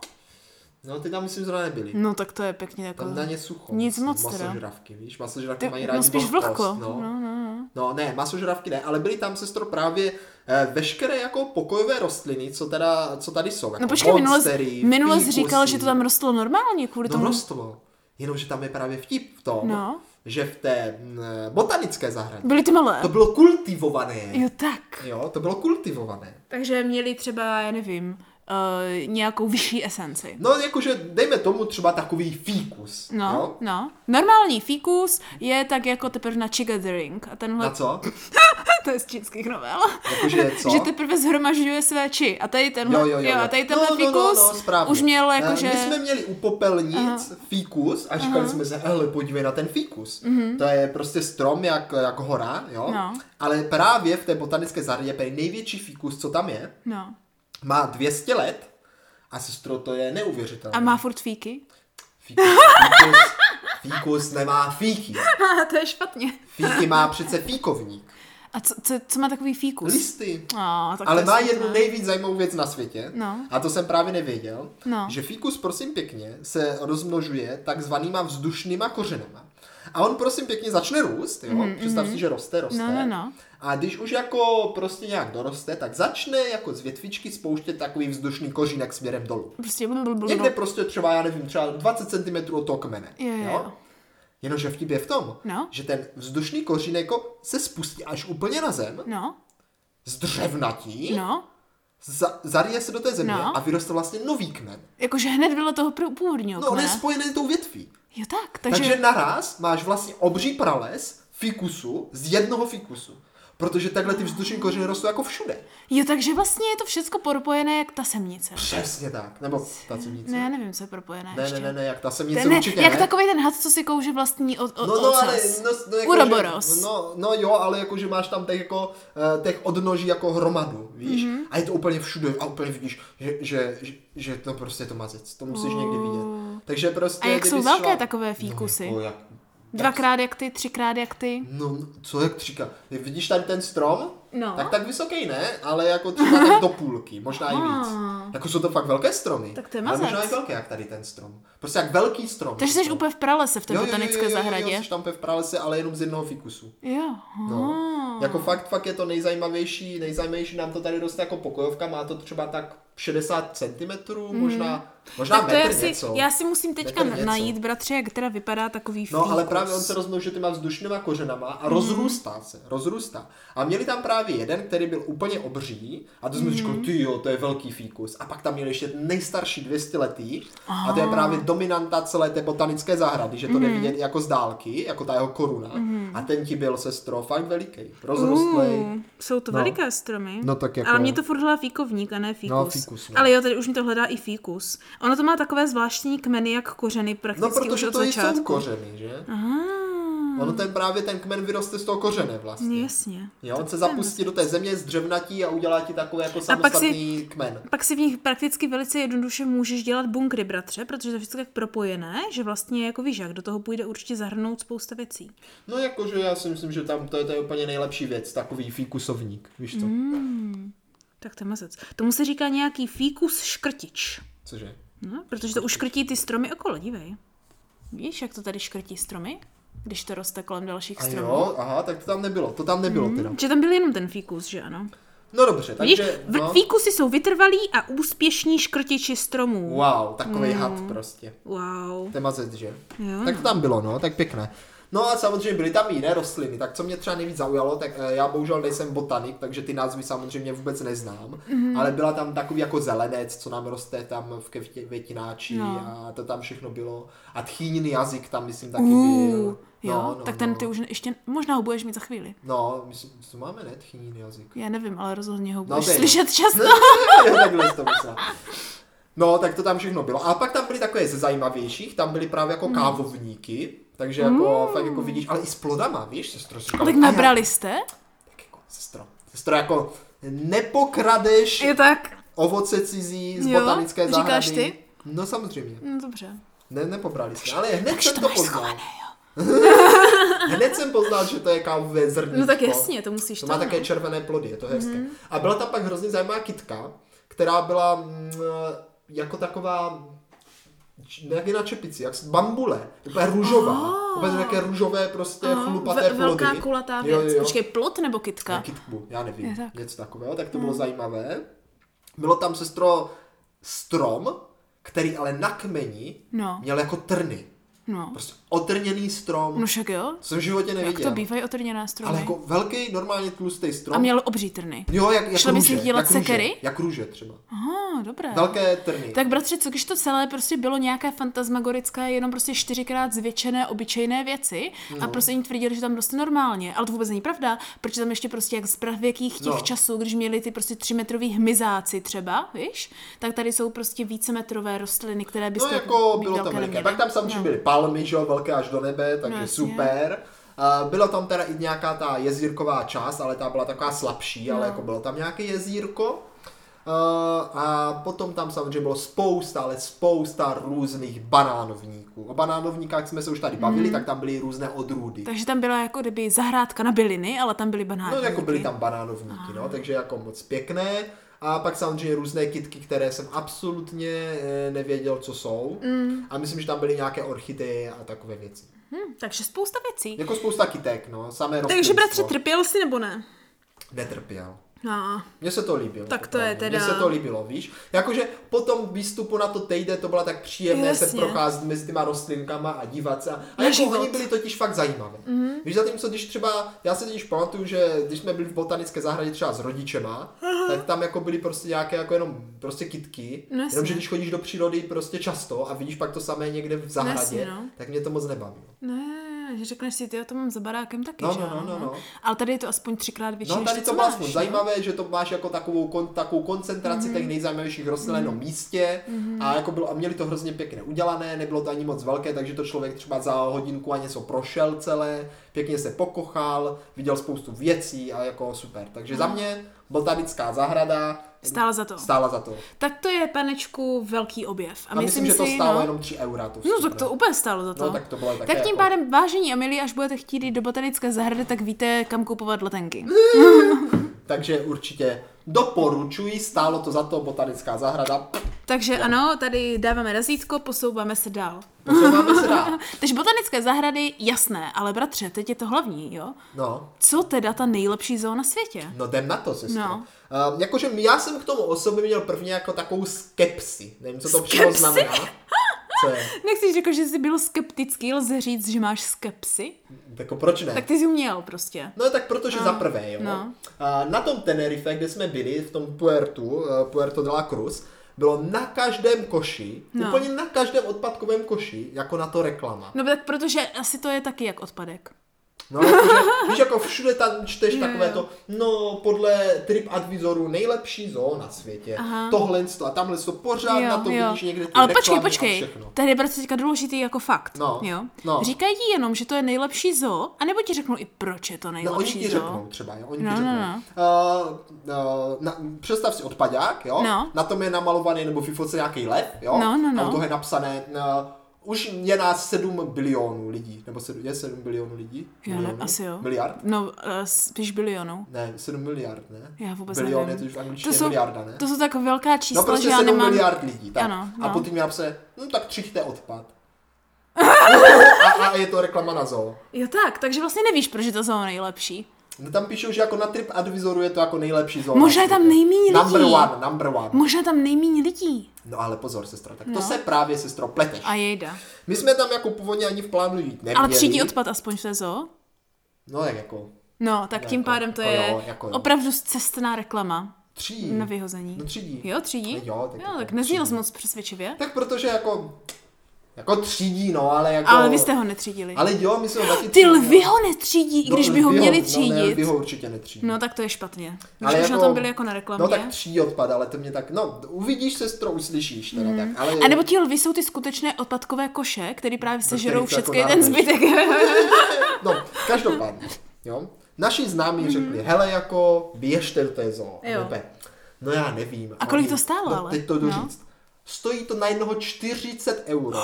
[SPEAKER 1] No, ty tam myslím zrovna nebyly.
[SPEAKER 2] no tak to je pěkně jako...
[SPEAKER 1] Tam na ně sucho.
[SPEAKER 2] Nic moc teda.
[SPEAKER 1] Masožravky, víš? Masožravky
[SPEAKER 2] Ty,
[SPEAKER 1] mají rádi
[SPEAKER 2] no spíš
[SPEAKER 1] vlhkost,
[SPEAKER 2] vlhko.
[SPEAKER 1] no.
[SPEAKER 2] No, no, no.
[SPEAKER 1] No ne, masožravky ne, ale byly tam, sestro, právě eh, veškeré jako pokojové rostliny, co, teda, co tady jsou. Jako
[SPEAKER 2] no počkej, minule,
[SPEAKER 1] monstery,
[SPEAKER 2] minule jsi
[SPEAKER 1] fíkusy.
[SPEAKER 2] říkal, že to tam rostlo normálně kvůli
[SPEAKER 1] No
[SPEAKER 2] tomu.
[SPEAKER 1] rostlo, jenomže tam je právě vtip v tom,
[SPEAKER 2] No.
[SPEAKER 1] že v té mm, botanické zahradě
[SPEAKER 2] Byly ty malé.
[SPEAKER 1] to bylo kultivované.
[SPEAKER 2] Jo tak.
[SPEAKER 1] Jo, to bylo kultivované.
[SPEAKER 2] Takže měli třeba, já nevím, uh, nějakou vyšší esenci.
[SPEAKER 1] No jakože dejme tomu třeba takový fíkus.
[SPEAKER 2] No,
[SPEAKER 1] Jo?
[SPEAKER 2] no. Normální fíkus je tak jako teprve na chigathering. A tenhle,
[SPEAKER 1] Na co?
[SPEAKER 2] to je z čínských novel.
[SPEAKER 1] Jakože co?
[SPEAKER 2] Že teprve zhromažďuje své či. A tady tenhle,
[SPEAKER 1] Jo, jo, jo.
[SPEAKER 2] No,
[SPEAKER 1] No,
[SPEAKER 2] a
[SPEAKER 1] jo.
[SPEAKER 2] tady tenhle fíkus
[SPEAKER 1] správně.
[SPEAKER 2] už měl jako,
[SPEAKER 1] Eh,
[SPEAKER 2] jakože...
[SPEAKER 1] My jsme měli u popelnic fíkus a říkali jsme se, hele, podívej na ten fíkus. To je prostě strom jak, jak hora, jo?
[SPEAKER 2] Mhm. No.
[SPEAKER 1] Ale právě v té botanické zahradě je největší fíkus, co tam je,
[SPEAKER 2] No.
[SPEAKER 1] má 200 let a sestro, to je neuvěřitelné.
[SPEAKER 2] A má furt fíky.
[SPEAKER 1] Fíkus, fíkus, fíkus nemá fíky.
[SPEAKER 2] to je špatně.
[SPEAKER 1] Fíky má přece fíkovník.
[SPEAKER 2] A co, co, co má takový fíkus?
[SPEAKER 1] Listy.
[SPEAKER 2] No, tak to
[SPEAKER 1] Ale
[SPEAKER 2] je
[SPEAKER 1] má
[SPEAKER 2] smutné.
[SPEAKER 1] jednu nejvíc zajímavou věc na světě,
[SPEAKER 2] No.
[SPEAKER 1] a to jsem právě nevěděl,
[SPEAKER 2] No.
[SPEAKER 1] že fíkus, prosím pěkně, se rozmnožuje takzvanýma vzdušnýma kořenama. A on, prosím pěkně, začne růst, jo? Představ si, že roste, roste.
[SPEAKER 2] Mm-hmm, No, no, no.
[SPEAKER 1] A když už jako prostě nějak doroste, tak začne jako z větvičky spouštět takový vzdušný kořínek směrem dolů.
[SPEAKER 2] Prostě blub, blub, blub,
[SPEAKER 1] Někde prostě třeba, já nevím, třeba 20 cm od toho kmene.
[SPEAKER 2] Jo, jo, jo.
[SPEAKER 1] Jenomže vtip je v tom,
[SPEAKER 2] No.
[SPEAKER 1] že ten vzdušný kořínek jako se spustí až úplně na zem,
[SPEAKER 2] No,
[SPEAKER 1] z dřevnatí,
[SPEAKER 2] no.
[SPEAKER 1] za, zarije se do té země
[SPEAKER 2] No.
[SPEAKER 1] a vyroste vlastně nový kmen.
[SPEAKER 2] Jakože hned bylo toho prv- původního
[SPEAKER 1] No, on je
[SPEAKER 2] kmene.
[SPEAKER 1] spojený tou větví.
[SPEAKER 2] Jo tak, takže...
[SPEAKER 1] Takže, Takže naraz máš vlastně obří prales fikusu z jednoho fikusu. Protože takhle ty vzdušní kořeny rostou jako všude.
[SPEAKER 2] Jo, takže vlastně je to všechno propojené jak ta semnice.
[SPEAKER 1] Přesně tak. Nebo ta semnice.
[SPEAKER 2] Ne,
[SPEAKER 1] Ne,
[SPEAKER 2] já nevím, co je propojené
[SPEAKER 1] ne,
[SPEAKER 2] ještě.
[SPEAKER 1] ne, ne, ne jak ta semnice
[SPEAKER 2] ne,
[SPEAKER 1] určitě
[SPEAKER 2] jak
[SPEAKER 1] ne.
[SPEAKER 2] takový ten had, co si kouže vlastní od, od
[SPEAKER 1] No, no, ale,
[SPEAKER 2] ocas.
[SPEAKER 1] no, no, jako,
[SPEAKER 2] Uroboros.
[SPEAKER 1] Že, no, no jo, ale jakože máš tam těch, jako, eh, těch odnoží jako hromadu, víš?
[SPEAKER 2] Mhm.
[SPEAKER 1] Mm-hmm. A je to úplně všude a úplně vidíš, že, že, že, že to prostě to mazec, to musíš někdy vidět. Takže prostě...
[SPEAKER 2] A jak
[SPEAKER 1] kdyby
[SPEAKER 2] jsou
[SPEAKER 1] jsi
[SPEAKER 2] velké takové fíkusy?
[SPEAKER 1] No, jako, jak,
[SPEAKER 2] Dvakrát jak ty, třikrát jak ty.
[SPEAKER 1] no, no, co jak říká? Vidíš tady ten strom?
[SPEAKER 2] No.
[SPEAKER 1] Tak tak vysoký ne, ale jako třeba tak do půlky, možná i víc.
[SPEAKER 2] Ah.
[SPEAKER 1] Jako jsou to fakt velké stromy.
[SPEAKER 2] Tak to je
[SPEAKER 1] Ale
[SPEAKER 2] mazec.
[SPEAKER 1] možná i velké jak tady ten strom. Prostě jak velký strom. Jako-
[SPEAKER 2] Takže jsi úplně v pralese v té
[SPEAKER 1] Jo, jo, jo,
[SPEAKER 2] botanické
[SPEAKER 1] Jo, jo,
[SPEAKER 2] zahradě.
[SPEAKER 1] jo, jsi tam v pralese, ale jenom z jednoho fikusu.
[SPEAKER 2] Jo. Ah.
[SPEAKER 1] No. Jako fakt, fakt je to nejzajímavější, nejzajímavější nám to tady roste jako pokojovka, má to třeba tak 60 cm, možná, možná
[SPEAKER 2] Mhm. Tak to
[SPEAKER 1] metr
[SPEAKER 2] já si,
[SPEAKER 1] něco.
[SPEAKER 2] já si musím teďka
[SPEAKER 1] Metr něco.
[SPEAKER 2] najít, bratře, jak teda vypadá takový
[SPEAKER 1] No, ale
[SPEAKER 2] fíkus.
[SPEAKER 1] právě on se rozmnožil těma vzdušnýma kořenama a
[SPEAKER 2] Mm.
[SPEAKER 1] rozrůstá se, rozrůstá. A měli tam právě jeden, který byl úplně obří a to jsme
[SPEAKER 2] Mm.
[SPEAKER 1] říkali, ty jo, to je velký fíkus. A pak tam měli ještě nejstarší 200 letý a
[SPEAKER 2] Ah.
[SPEAKER 1] to je právě dominanta celé té botanické zahrady,
[SPEAKER 2] Mhm.
[SPEAKER 1] že to jde vidět jako z dálky, jako ta jeho koruna. A ten ti byl, sestro, fakt veliký, rozrostlej.
[SPEAKER 2] Uh, jsou to
[SPEAKER 1] jako No.
[SPEAKER 2] veliké stromy.
[SPEAKER 1] No tak jako-
[SPEAKER 2] Ale mě to furt hledá fíkovník a ne fíkus.
[SPEAKER 1] No, fíkus, no.
[SPEAKER 2] Ale jo, tady už mi to hledá i fíkus. Ono to má takové zvláštní kmeny, jak kořeny prakticky
[SPEAKER 1] No, protože
[SPEAKER 2] už od
[SPEAKER 1] to i jsou
[SPEAKER 2] začátku.
[SPEAKER 1] kořeny, že?
[SPEAKER 2] Aha.
[SPEAKER 1] Mm. Ono ten právě ten kmen vyroste z toho kořene vlastně.
[SPEAKER 2] Jasně.
[SPEAKER 1] Jo, on se
[SPEAKER 2] je
[SPEAKER 1] zapustí do té země, zdřevnatí a udělá ti takový jako samostatný kmen.
[SPEAKER 2] Pak si v nich prakticky velice jednoduše můžeš dělat bunkry, bratře, protože to je všechno tak propojené, že vlastně jako víš, jak do toho půjde určitě zahrnout spousta věcí.
[SPEAKER 1] No jakože já si myslím, že tam to je, to je úplně nejlepší věc, takový fíkusovník, víš co? Mm.
[SPEAKER 2] Tak to je mazec. Tomu se říká nějaký fíkus škrtič.
[SPEAKER 1] Cože?
[SPEAKER 2] No, protože to uškrtí ty stromy okolo, dívej. Víš, jak to tady škrtí stromy? Když to roste kolem dalších
[SPEAKER 1] A
[SPEAKER 2] stromů.
[SPEAKER 1] jo, aha, tak to tam nebylo, to tam nebylo teda.
[SPEAKER 2] Že tam byl jenom ten fíkus, že ano?
[SPEAKER 1] No dobře,
[SPEAKER 2] Víš,
[SPEAKER 1] takže,
[SPEAKER 2] v-
[SPEAKER 1] no,
[SPEAKER 2] fíkusy jsou vytrvalí a úspěšní škrtiči stromů.
[SPEAKER 1] wow, takový had prostě.
[SPEAKER 2] Wow.
[SPEAKER 1] Temazec, že?
[SPEAKER 2] Jo,
[SPEAKER 1] tak
[SPEAKER 2] no.
[SPEAKER 1] to tam bylo, no, tak pěkné. No a samozřejmě byly tam i jiné rostliny, tak co mě třeba nejvíc zaujalo, tak eh, já bohužel nejsem botanik, takže ty názvy samozřejmě vůbec neznám,
[SPEAKER 2] Mhm.
[SPEAKER 1] mm-hmm. ale byla tam takový jako zelenec, co nám roste tam v květě- květináči
[SPEAKER 2] No.
[SPEAKER 1] no. a to tam všechno bylo. A tchýnin jazyk tam myslím taky byl.
[SPEAKER 2] Uh,
[SPEAKER 1] No,
[SPEAKER 2] jo,
[SPEAKER 1] no,
[SPEAKER 2] tak ten
[SPEAKER 1] no.
[SPEAKER 2] ty už ne- ještě, možná ho budeš mít za chvíli.
[SPEAKER 1] No, myslím, co máme, ne? Tchýnin jazyk.
[SPEAKER 2] Já nevím, ale rozhodně ho
[SPEAKER 1] No,
[SPEAKER 2] budeš
[SPEAKER 1] to je-
[SPEAKER 2] slyšet často.
[SPEAKER 1] Jo, takhle jsi to myslel. No, tak to tam všechno bylo. A pak tam byly takové ze zajímavějších, tam byly právě jako
[SPEAKER 2] Hmm.
[SPEAKER 1] kávovníky, takže jako, fakt jako vidíš, ale i s plodama, víš, sestro, si říkám,
[SPEAKER 2] Tak
[SPEAKER 1] "A já
[SPEAKER 2] nabrali jste?
[SPEAKER 1] Tak jako, sestro, sestro, jako nepokradeš
[SPEAKER 2] Je tak.
[SPEAKER 1] ovoce cizí z
[SPEAKER 2] Jo,
[SPEAKER 1] botanické
[SPEAKER 2] říkáš
[SPEAKER 1] zahrady.
[SPEAKER 2] ty?
[SPEAKER 1] No samozřejmě,
[SPEAKER 2] No dobře.
[SPEAKER 1] ne, nepobrali jsme, ale hned
[SPEAKER 2] Takže
[SPEAKER 1] jsem
[SPEAKER 2] to
[SPEAKER 1] to
[SPEAKER 2] máš
[SPEAKER 1] poznal.
[SPEAKER 2] schované, jo.
[SPEAKER 1] Hned jsem poznal, že to je kávové zrníčko.
[SPEAKER 2] No tak jasně, to musíš
[SPEAKER 1] To
[SPEAKER 2] to.
[SPEAKER 1] má
[SPEAKER 2] no.
[SPEAKER 1] také červené plody, je to hezké.
[SPEAKER 2] Mhm.
[SPEAKER 1] Mm-hmm. A byla tam pak hrozně zajímavá kytka, která byla mm, jako taková č- jak je na čepici, jak s- bambule, úplně růžová,
[SPEAKER 2] Oh.
[SPEAKER 1] úplně také růžové prostě
[SPEAKER 2] Aha,
[SPEAKER 1] chlupaté
[SPEAKER 2] No, ve-
[SPEAKER 1] plody.
[SPEAKER 2] velká kulatá
[SPEAKER 1] Jo, jo,
[SPEAKER 2] věc.
[SPEAKER 1] jo.
[SPEAKER 2] Počkej, plot nebo kytka?
[SPEAKER 1] Kytku, já nevím,
[SPEAKER 2] Je
[SPEAKER 1] je
[SPEAKER 2] tak. Mhm.
[SPEAKER 1] tak. něco takového, tak to bylo zajímavé. Bylo tam sestro strom, který ale na kmeni
[SPEAKER 2] No.
[SPEAKER 1] měl jako trny.
[SPEAKER 2] No.
[SPEAKER 1] Prostě otrněný strom,
[SPEAKER 2] No však jo.
[SPEAKER 1] jsem v životě
[SPEAKER 2] Jak
[SPEAKER 1] neviděl.
[SPEAKER 2] to bývají otrněná
[SPEAKER 1] ale
[SPEAKER 2] stromy.
[SPEAKER 1] jako velký, normálně tlustý strom.
[SPEAKER 2] A měl obří trny.
[SPEAKER 1] Jo, jak, jak
[SPEAKER 2] Šla bys
[SPEAKER 1] růže,
[SPEAKER 2] jich dělat
[SPEAKER 1] jak růže,
[SPEAKER 2] sekery?
[SPEAKER 1] Jak růže třeba.
[SPEAKER 2] Aha, dobré.
[SPEAKER 1] Velké trny.
[SPEAKER 2] Tak bratře, co když to celé prostě bylo nějaké fantasmagorické, jenom prostě čtyřikrát zvětšené obyčejné věci
[SPEAKER 1] No.
[SPEAKER 2] a prostě oni tvrdili, že tam prostě normálně, ale to vůbec není pravda, protože tam ještě prostě jak z pravěkých těch
[SPEAKER 1] No.
[SPEAKER 2] časů, když měli ty prostě třimetrový hmyzáci třeba, víš, tak tady jsou prostě vícemetrové rostliny, které byste
[SPEAKER 1] no jako
[SPEAKER 2] mít
[SPEAKER 1] bylo tam
[SPEAKER 2] velké
[SPEAKER 1] veliké.
[SPEAKER 2] neměli.
[SPEAKER 1] Tak tam samozřejmě byly palmy, že jo, velké až do nebe, takže
[SPEAKER 2] No, jasně.
[SPEAKER 1] super. A Byla tam teda i nějaká ta jezírková část, ale ta byla taková slabší,
[SPEAKER 2] No.
[SPEAKER 1] ale jako bylo tam nějaké jezírko. A- A potom tam samozřejmě bylo spousta, ale spousta různých banánovníků. O banánovníkách jsme se už tady
[SPEAKER 2] Mhm.
[SPEAKER 1] bavili, tak tam byly různé odrůdy.
[SPEAKER 2] Takže tam byla jako kdyby zahrádka na byliny, ale tam byly banány.
[SPEAKER 1] No, jako byly tam banánovníky, no, takže jako moc pěkné. A pak samozřejmě různé kitky, které jsem absolutně eh, nevěděl, co jsou. Mm. A myslím, že tam byly nějaké orchideje a takové věci.
[SPEAKER 2] Hm, takže spousta věcí.
[SPEAKER 1] Jako spousta kytek, no, samé
[SPEAKER 2] Takže
[SPEAKER 1] rostlinstvo.
[SPEAKER 2] bratře, trpěl jsi nebo ne?
[SPEAKER 1] Netrpěl.
[SPEAKER 2] No.
[SPEAKER 1] Mně se to líbilo.
[SPEAKER 2] Tak to je
[SPEAKER 1] opravdu.
[SPEAKER 2] teda-
[SPEAKER 1] Mně se to líbilo, víš? Jakože po tom výstupu na to tejde to bylo tak příjemné se
[SPEAKER 2] Jasně.
[SPEAKER 1] procházet mezi těma rostlinkama a dívat se. A, a
[SPEAKER 2] Na
[SPEAKER 1] jako
[SPEAKER 2] život. Mhm.
[SPEAKER 1] oni byli totiž fakt zajímavé. Mm. Víš, zatímco když třeba, já si totiž pamatuju, že když jsme byli v botanické zahradě třeba s rodičema, tak tam jako byly prostě nějaké jako jenom prostě kitky.
[SPEAKER 2] No jasně.
[SPEAKER 1] Jenomže když chodíš do přírody prostě často a vidíš pak to samé někde v zahradě,
[SPEAKER 2] jasně, no.
[SPEAKER 1] tak mě to moc nebavilo.
[SPEAKER 2] Ne, že řekneš si, ty já to mám za barákem taky,
[SPEAKER 1] No,
[SPEAKER 2] že
[SPEAKER 1] no,
[SPEAKER 2] ano,
[SPEAKER 1] no, no, no.
[SPEAKER 2] Ale tady je to aspoň třikrát větší,
[SPEAKER 1] No
[SPEAKER 2] než
[SPEAKER 1] tady
[SPEAKER 2] to,
[SPEAKER 1] to
[SPEAKER 2] co
[SPEAKER 1] bylo
[SPEAKER 2] máš,
[SPEAKER 1] aspoň
[SPEAKER 2] no. Mhm.
[SPEAKER 1] zajímavé, že to máš jako takovou, kon, takovou koncentraci těch nejzajímavějších rostlin na jednom místě a jako bylo, a měli to hrozně pěkně udělané, nebylo to ani moc velké, takže to člověk třeba za hodinku a něco prošel celé, pěkně se pokochal, viděl spoustu věcí a jako super. Takže
[SPEAKER 2] Mhm.
[SPEAKER 1] za mě botanická zahrada
[SPEAKER 2] Stála za to.
[SPEAKER 1] stála za to.
[SPEAKER 2] Tak to je, panečku, velký objev. A,
[SPEAKER 1] A myslím, že to
[SPEAKER 2] si,
[SPEAKER 1] stálo
[SPEAKER 2] no,
[SPEAKER 1] jenom 3 eura. To
[SPEAKER 2] No
[SPEAKER 1] vstupné.
[SPEAKER 2] tak to úplně stálo za to.
[SPEAKER 1] No, tak to bylo také
[SPEAKER 2] tak tím
[SPEAKER 1] jako-
[SPEAKER 2] pádem, vážení a milí, až budete chtít jít do botanické zahrady, tak víte, kam kupovat letenky.
[SPEAKER 1] Takže určitě doporučuji, stálo to za to, botanická zahrada.
[SPEAKER 2] Takže
[SPEAKER 1] No.
[SPEAKER 2] ano, tady dáváme razítko, posouváme se dál.
[SPEAKER 1] Posouváme se dál.
[SPEAKER 2] Takže botanické zahrady, jasné, ale bratře, teď je to hlavní, jo?
[SPEAKER 1] No.
[SPEAKER 2] Co teda ta nejlepší zóna na světě?
[SPEAKER 1] No jdem na to, sestro.
[SPEAKER 2] No.
[SPEAKER 1] No. Um, jakože já jsem k tomu osobně měl prvně jako takovou skepsi. Nevím, co to přímo
[SPEAKER 2] Skepsi?
[SPEAKER 1] znamená. Co je?
[SPEAKER 2] Nechci říkat, že jsi byl skeptický, lze říct, že máš skepsy?
[SPEAKER 1] Jako proč ne?
[SPEAKER 2] Tak ty jsi ji měl prostě.
[SPEAKER 1] No tak protože za prvé, jo.
[SPEAKER 2] no.
[SPEAKER 1] A na tom Tenerife, kde jsme byli, v tom Puertu, eh, Puerto de la Cruz, bylo na každém koši,
[SPEAKER 2] No.
[SPEAKER 1] no. úplně na každém odpadkovém koši, jako na to reklama.
[SPEAKER 2] No tak protože asi to je taky jak odpadek.
[SPEAKER 1] No, jakože, víš, jako všude tam čteš jo, takové to, no, podle TripAdvisoru nejlepší zoo na světě,
[SPEAKER 2] Aha.
[SPEAKER 1] tohle a tamhle to pořád
[SPEAKER 2] jo,
[SPEAKER 1] na to
[SPEAKER 2] jo.
[SPEAKER 1] vidíš někde ty
[SPEAKER 2] Ale počkej,
[SPEAKER 1] reklamy a
[SPEAKER 2] počkej,
[SPEAKER 1] všechno.
[SPEAKER 2] tady je prostě teďka důležitý jako fakt.
[SPEAKER 1] No,
[SPEAKER 2] jo?
[SPEAKER 1] no.
[SPEAKER 2] Říkají ti jenom, že to je nejlepší zoo, anebo ti řeknou i proč je to
[SPEAKER 1] No, oni
[SPEAKER 2] nejlepší
[SPEAKER 1] ti
[SPEAKER 2] zoo.
[SPEAKER 1] řeknou třeba, jo, oni
[SPEAKER 2] No,
[SPEAKER 1] ti řeknou.
[SPEAKER 2] no, no.
[SPEAKER 1] Uh, uh, na, představ si odpadák, jo,
[SPEAKER 2] No.
[SPEAKER 1] na tom je namalovaný nebo vyfocený nějaký lev, jo,
[SPEAKER 2] No, no, no.
[SPEAKER 1] a u toho je napsané, uh, už je nás 7 bilionů lidí, nebo sedm, je 7 bilionů lidí?
[SPEAKER 2] Jo, ne,
[SPEAKER 1] Milionů?
[SPEAKER 2] asi jo.
[SPEAKER 1] Mm. Miliard?
[SPEAKER 2] No, eh, spíš bilionů.
[SPEAKER 1] Ne, 7 miliard, ne?
[SPEAKER 2] Já vůbec
[SPEAKER 1] Bilion
[SPEAKER 2] nevím.
[SPEAKER 1] je to už v
[SPEAKER 2] To
[SPEAKER 1] angličtině
[SPEAKER 2] jsou,
[SPEAKER 1] miliarda, ne?
[SPEAKER 2] to jsou tak velká čísla,
[SPEAKER 1] no prostě
[SPEAKER 2] že já
[SPEAKER 1] 7
[SPEAKER 2] nemám...
[SPEAKER 1] miliard lidí, tak.
[SPEAKER 2] Ano,
[SPEAKER 1] A
[SPEAKER 2] no.
[SPEAKER 1] potom já se, no tak třichte odpad. a, a je to reklama na zoo.
[SPEAKER 2] Jo tak, takže vlastně nevíš, proč je to zoo nejlepší.
[SPEAKER 1] No tam píšou, že jako na trip advisoru je to jako nejlepší zoo.
[SPEAKER 2] Možná
[SPEAKER 1] na
[SPEAKER 2] je tam
[SPEAKER 1] světě.
[SPEAKER 2] nejmíň
[SPEAKER 1] Number
[SPEAKER 2] lidí.
[SPEAKER 1] one, number one.
[SPEAKER 2] Možná tam nejméně lidí.
[SPEAKER 1] No ale pozor, sestro, tak to
[SPEAKER 2] No.
[SPEAKER 1] se právě, sestro, pleteš.
[SPEAKER 2] A jejda.
[SPEAKER 1] My jsme tam jako původně ani v plánu jít neměli.
[SPEAKER 2] Ale třídí odpad aspoň v té zoo?
[SPEAKER 1] No tak jako,
[SPEAKER 2] No, tak
[SPEAKER 1] Jako-
[SPEAKER 2] tím pádem to
[SPEAKER 1] jako
[SPEAKER 2] je
[SPEAKER 1] jo, jako jo.
[SPEAKER 2] opravdu cestná reklama
[SPEAKER 1] tří.
[SPEAKER 2] na vyhození.
[SPEAKER 1] No třídí.
[SPEAKER 2] Jo, třídí?
[SPEAKER 1] Jo, tak,
[SPEAKER 2] jo, tak
[SPEAKER 1] jako
[SPEAKER 2] nezněl
[SPEAKER 1] třídí.
[SPEAKER 2] jsi moc přesvědčivě.
[SPEAKER 1] Tak protože jako, jako třídí, no, ale jako...
[SPEAKER 2] Ale vy jste ho netřídili.
[SPEAKER 1] Ale jo, my jsme ho taky
[SPEAKER 2] Ty
[SPEAKER 1] třídili.
[SPEAKER 2] lvy ho netřídí, i když by ho
[SPEAKER 1] lvy
[SPEAKER 2] měli
[SPEAKER 1] No, ne, lvy
[SPEAKER 2] třídit.
[SPEAKER 1] ho určitě netřídí.
[SPEAKER 2] No tak to je špatně. Když
[SPEAKER 1] Ale
[SPEAKER 2] už na
[SPEAKER 1] jako-
[SPEAKER 2] tom byli jako na reklamě.
[SPEAKER 1] No tak tří odpad, ale to mě tak, no, uvidíš sestro, uslyšíš teda mm. tak, ale...
[SPEAKER 2] A nebo ti lvy jsou ty skutečné odpadkové koše, které právě sežerou
[SPEAKER 1] kterých to jako
[SPEAKER 2] všechny ten
[SPEAKER 1] dáváš.
[SPEAKER 2] zbytek.
[SPEAKER 1] No, každopádně, jo. Naši známí mm. řekli, hele jako, běžte do té zoo. A
[SPEAKER 2] Mm-hmm. Jo.
[SPEAKER 1] Pepe, No já nevím.
[SPEAKER 2] A kolik
[SPEAKER 1] oni-
[SPEAKER 2] to stálo,
[SPEAKER 1] no,
[SPEAKER 2] ale?
[SPEAKER 1] teď to jdu
[SPEAKER 2] No.
[SPEAKER 1] říct. Stojí to na jednoho 40 euro.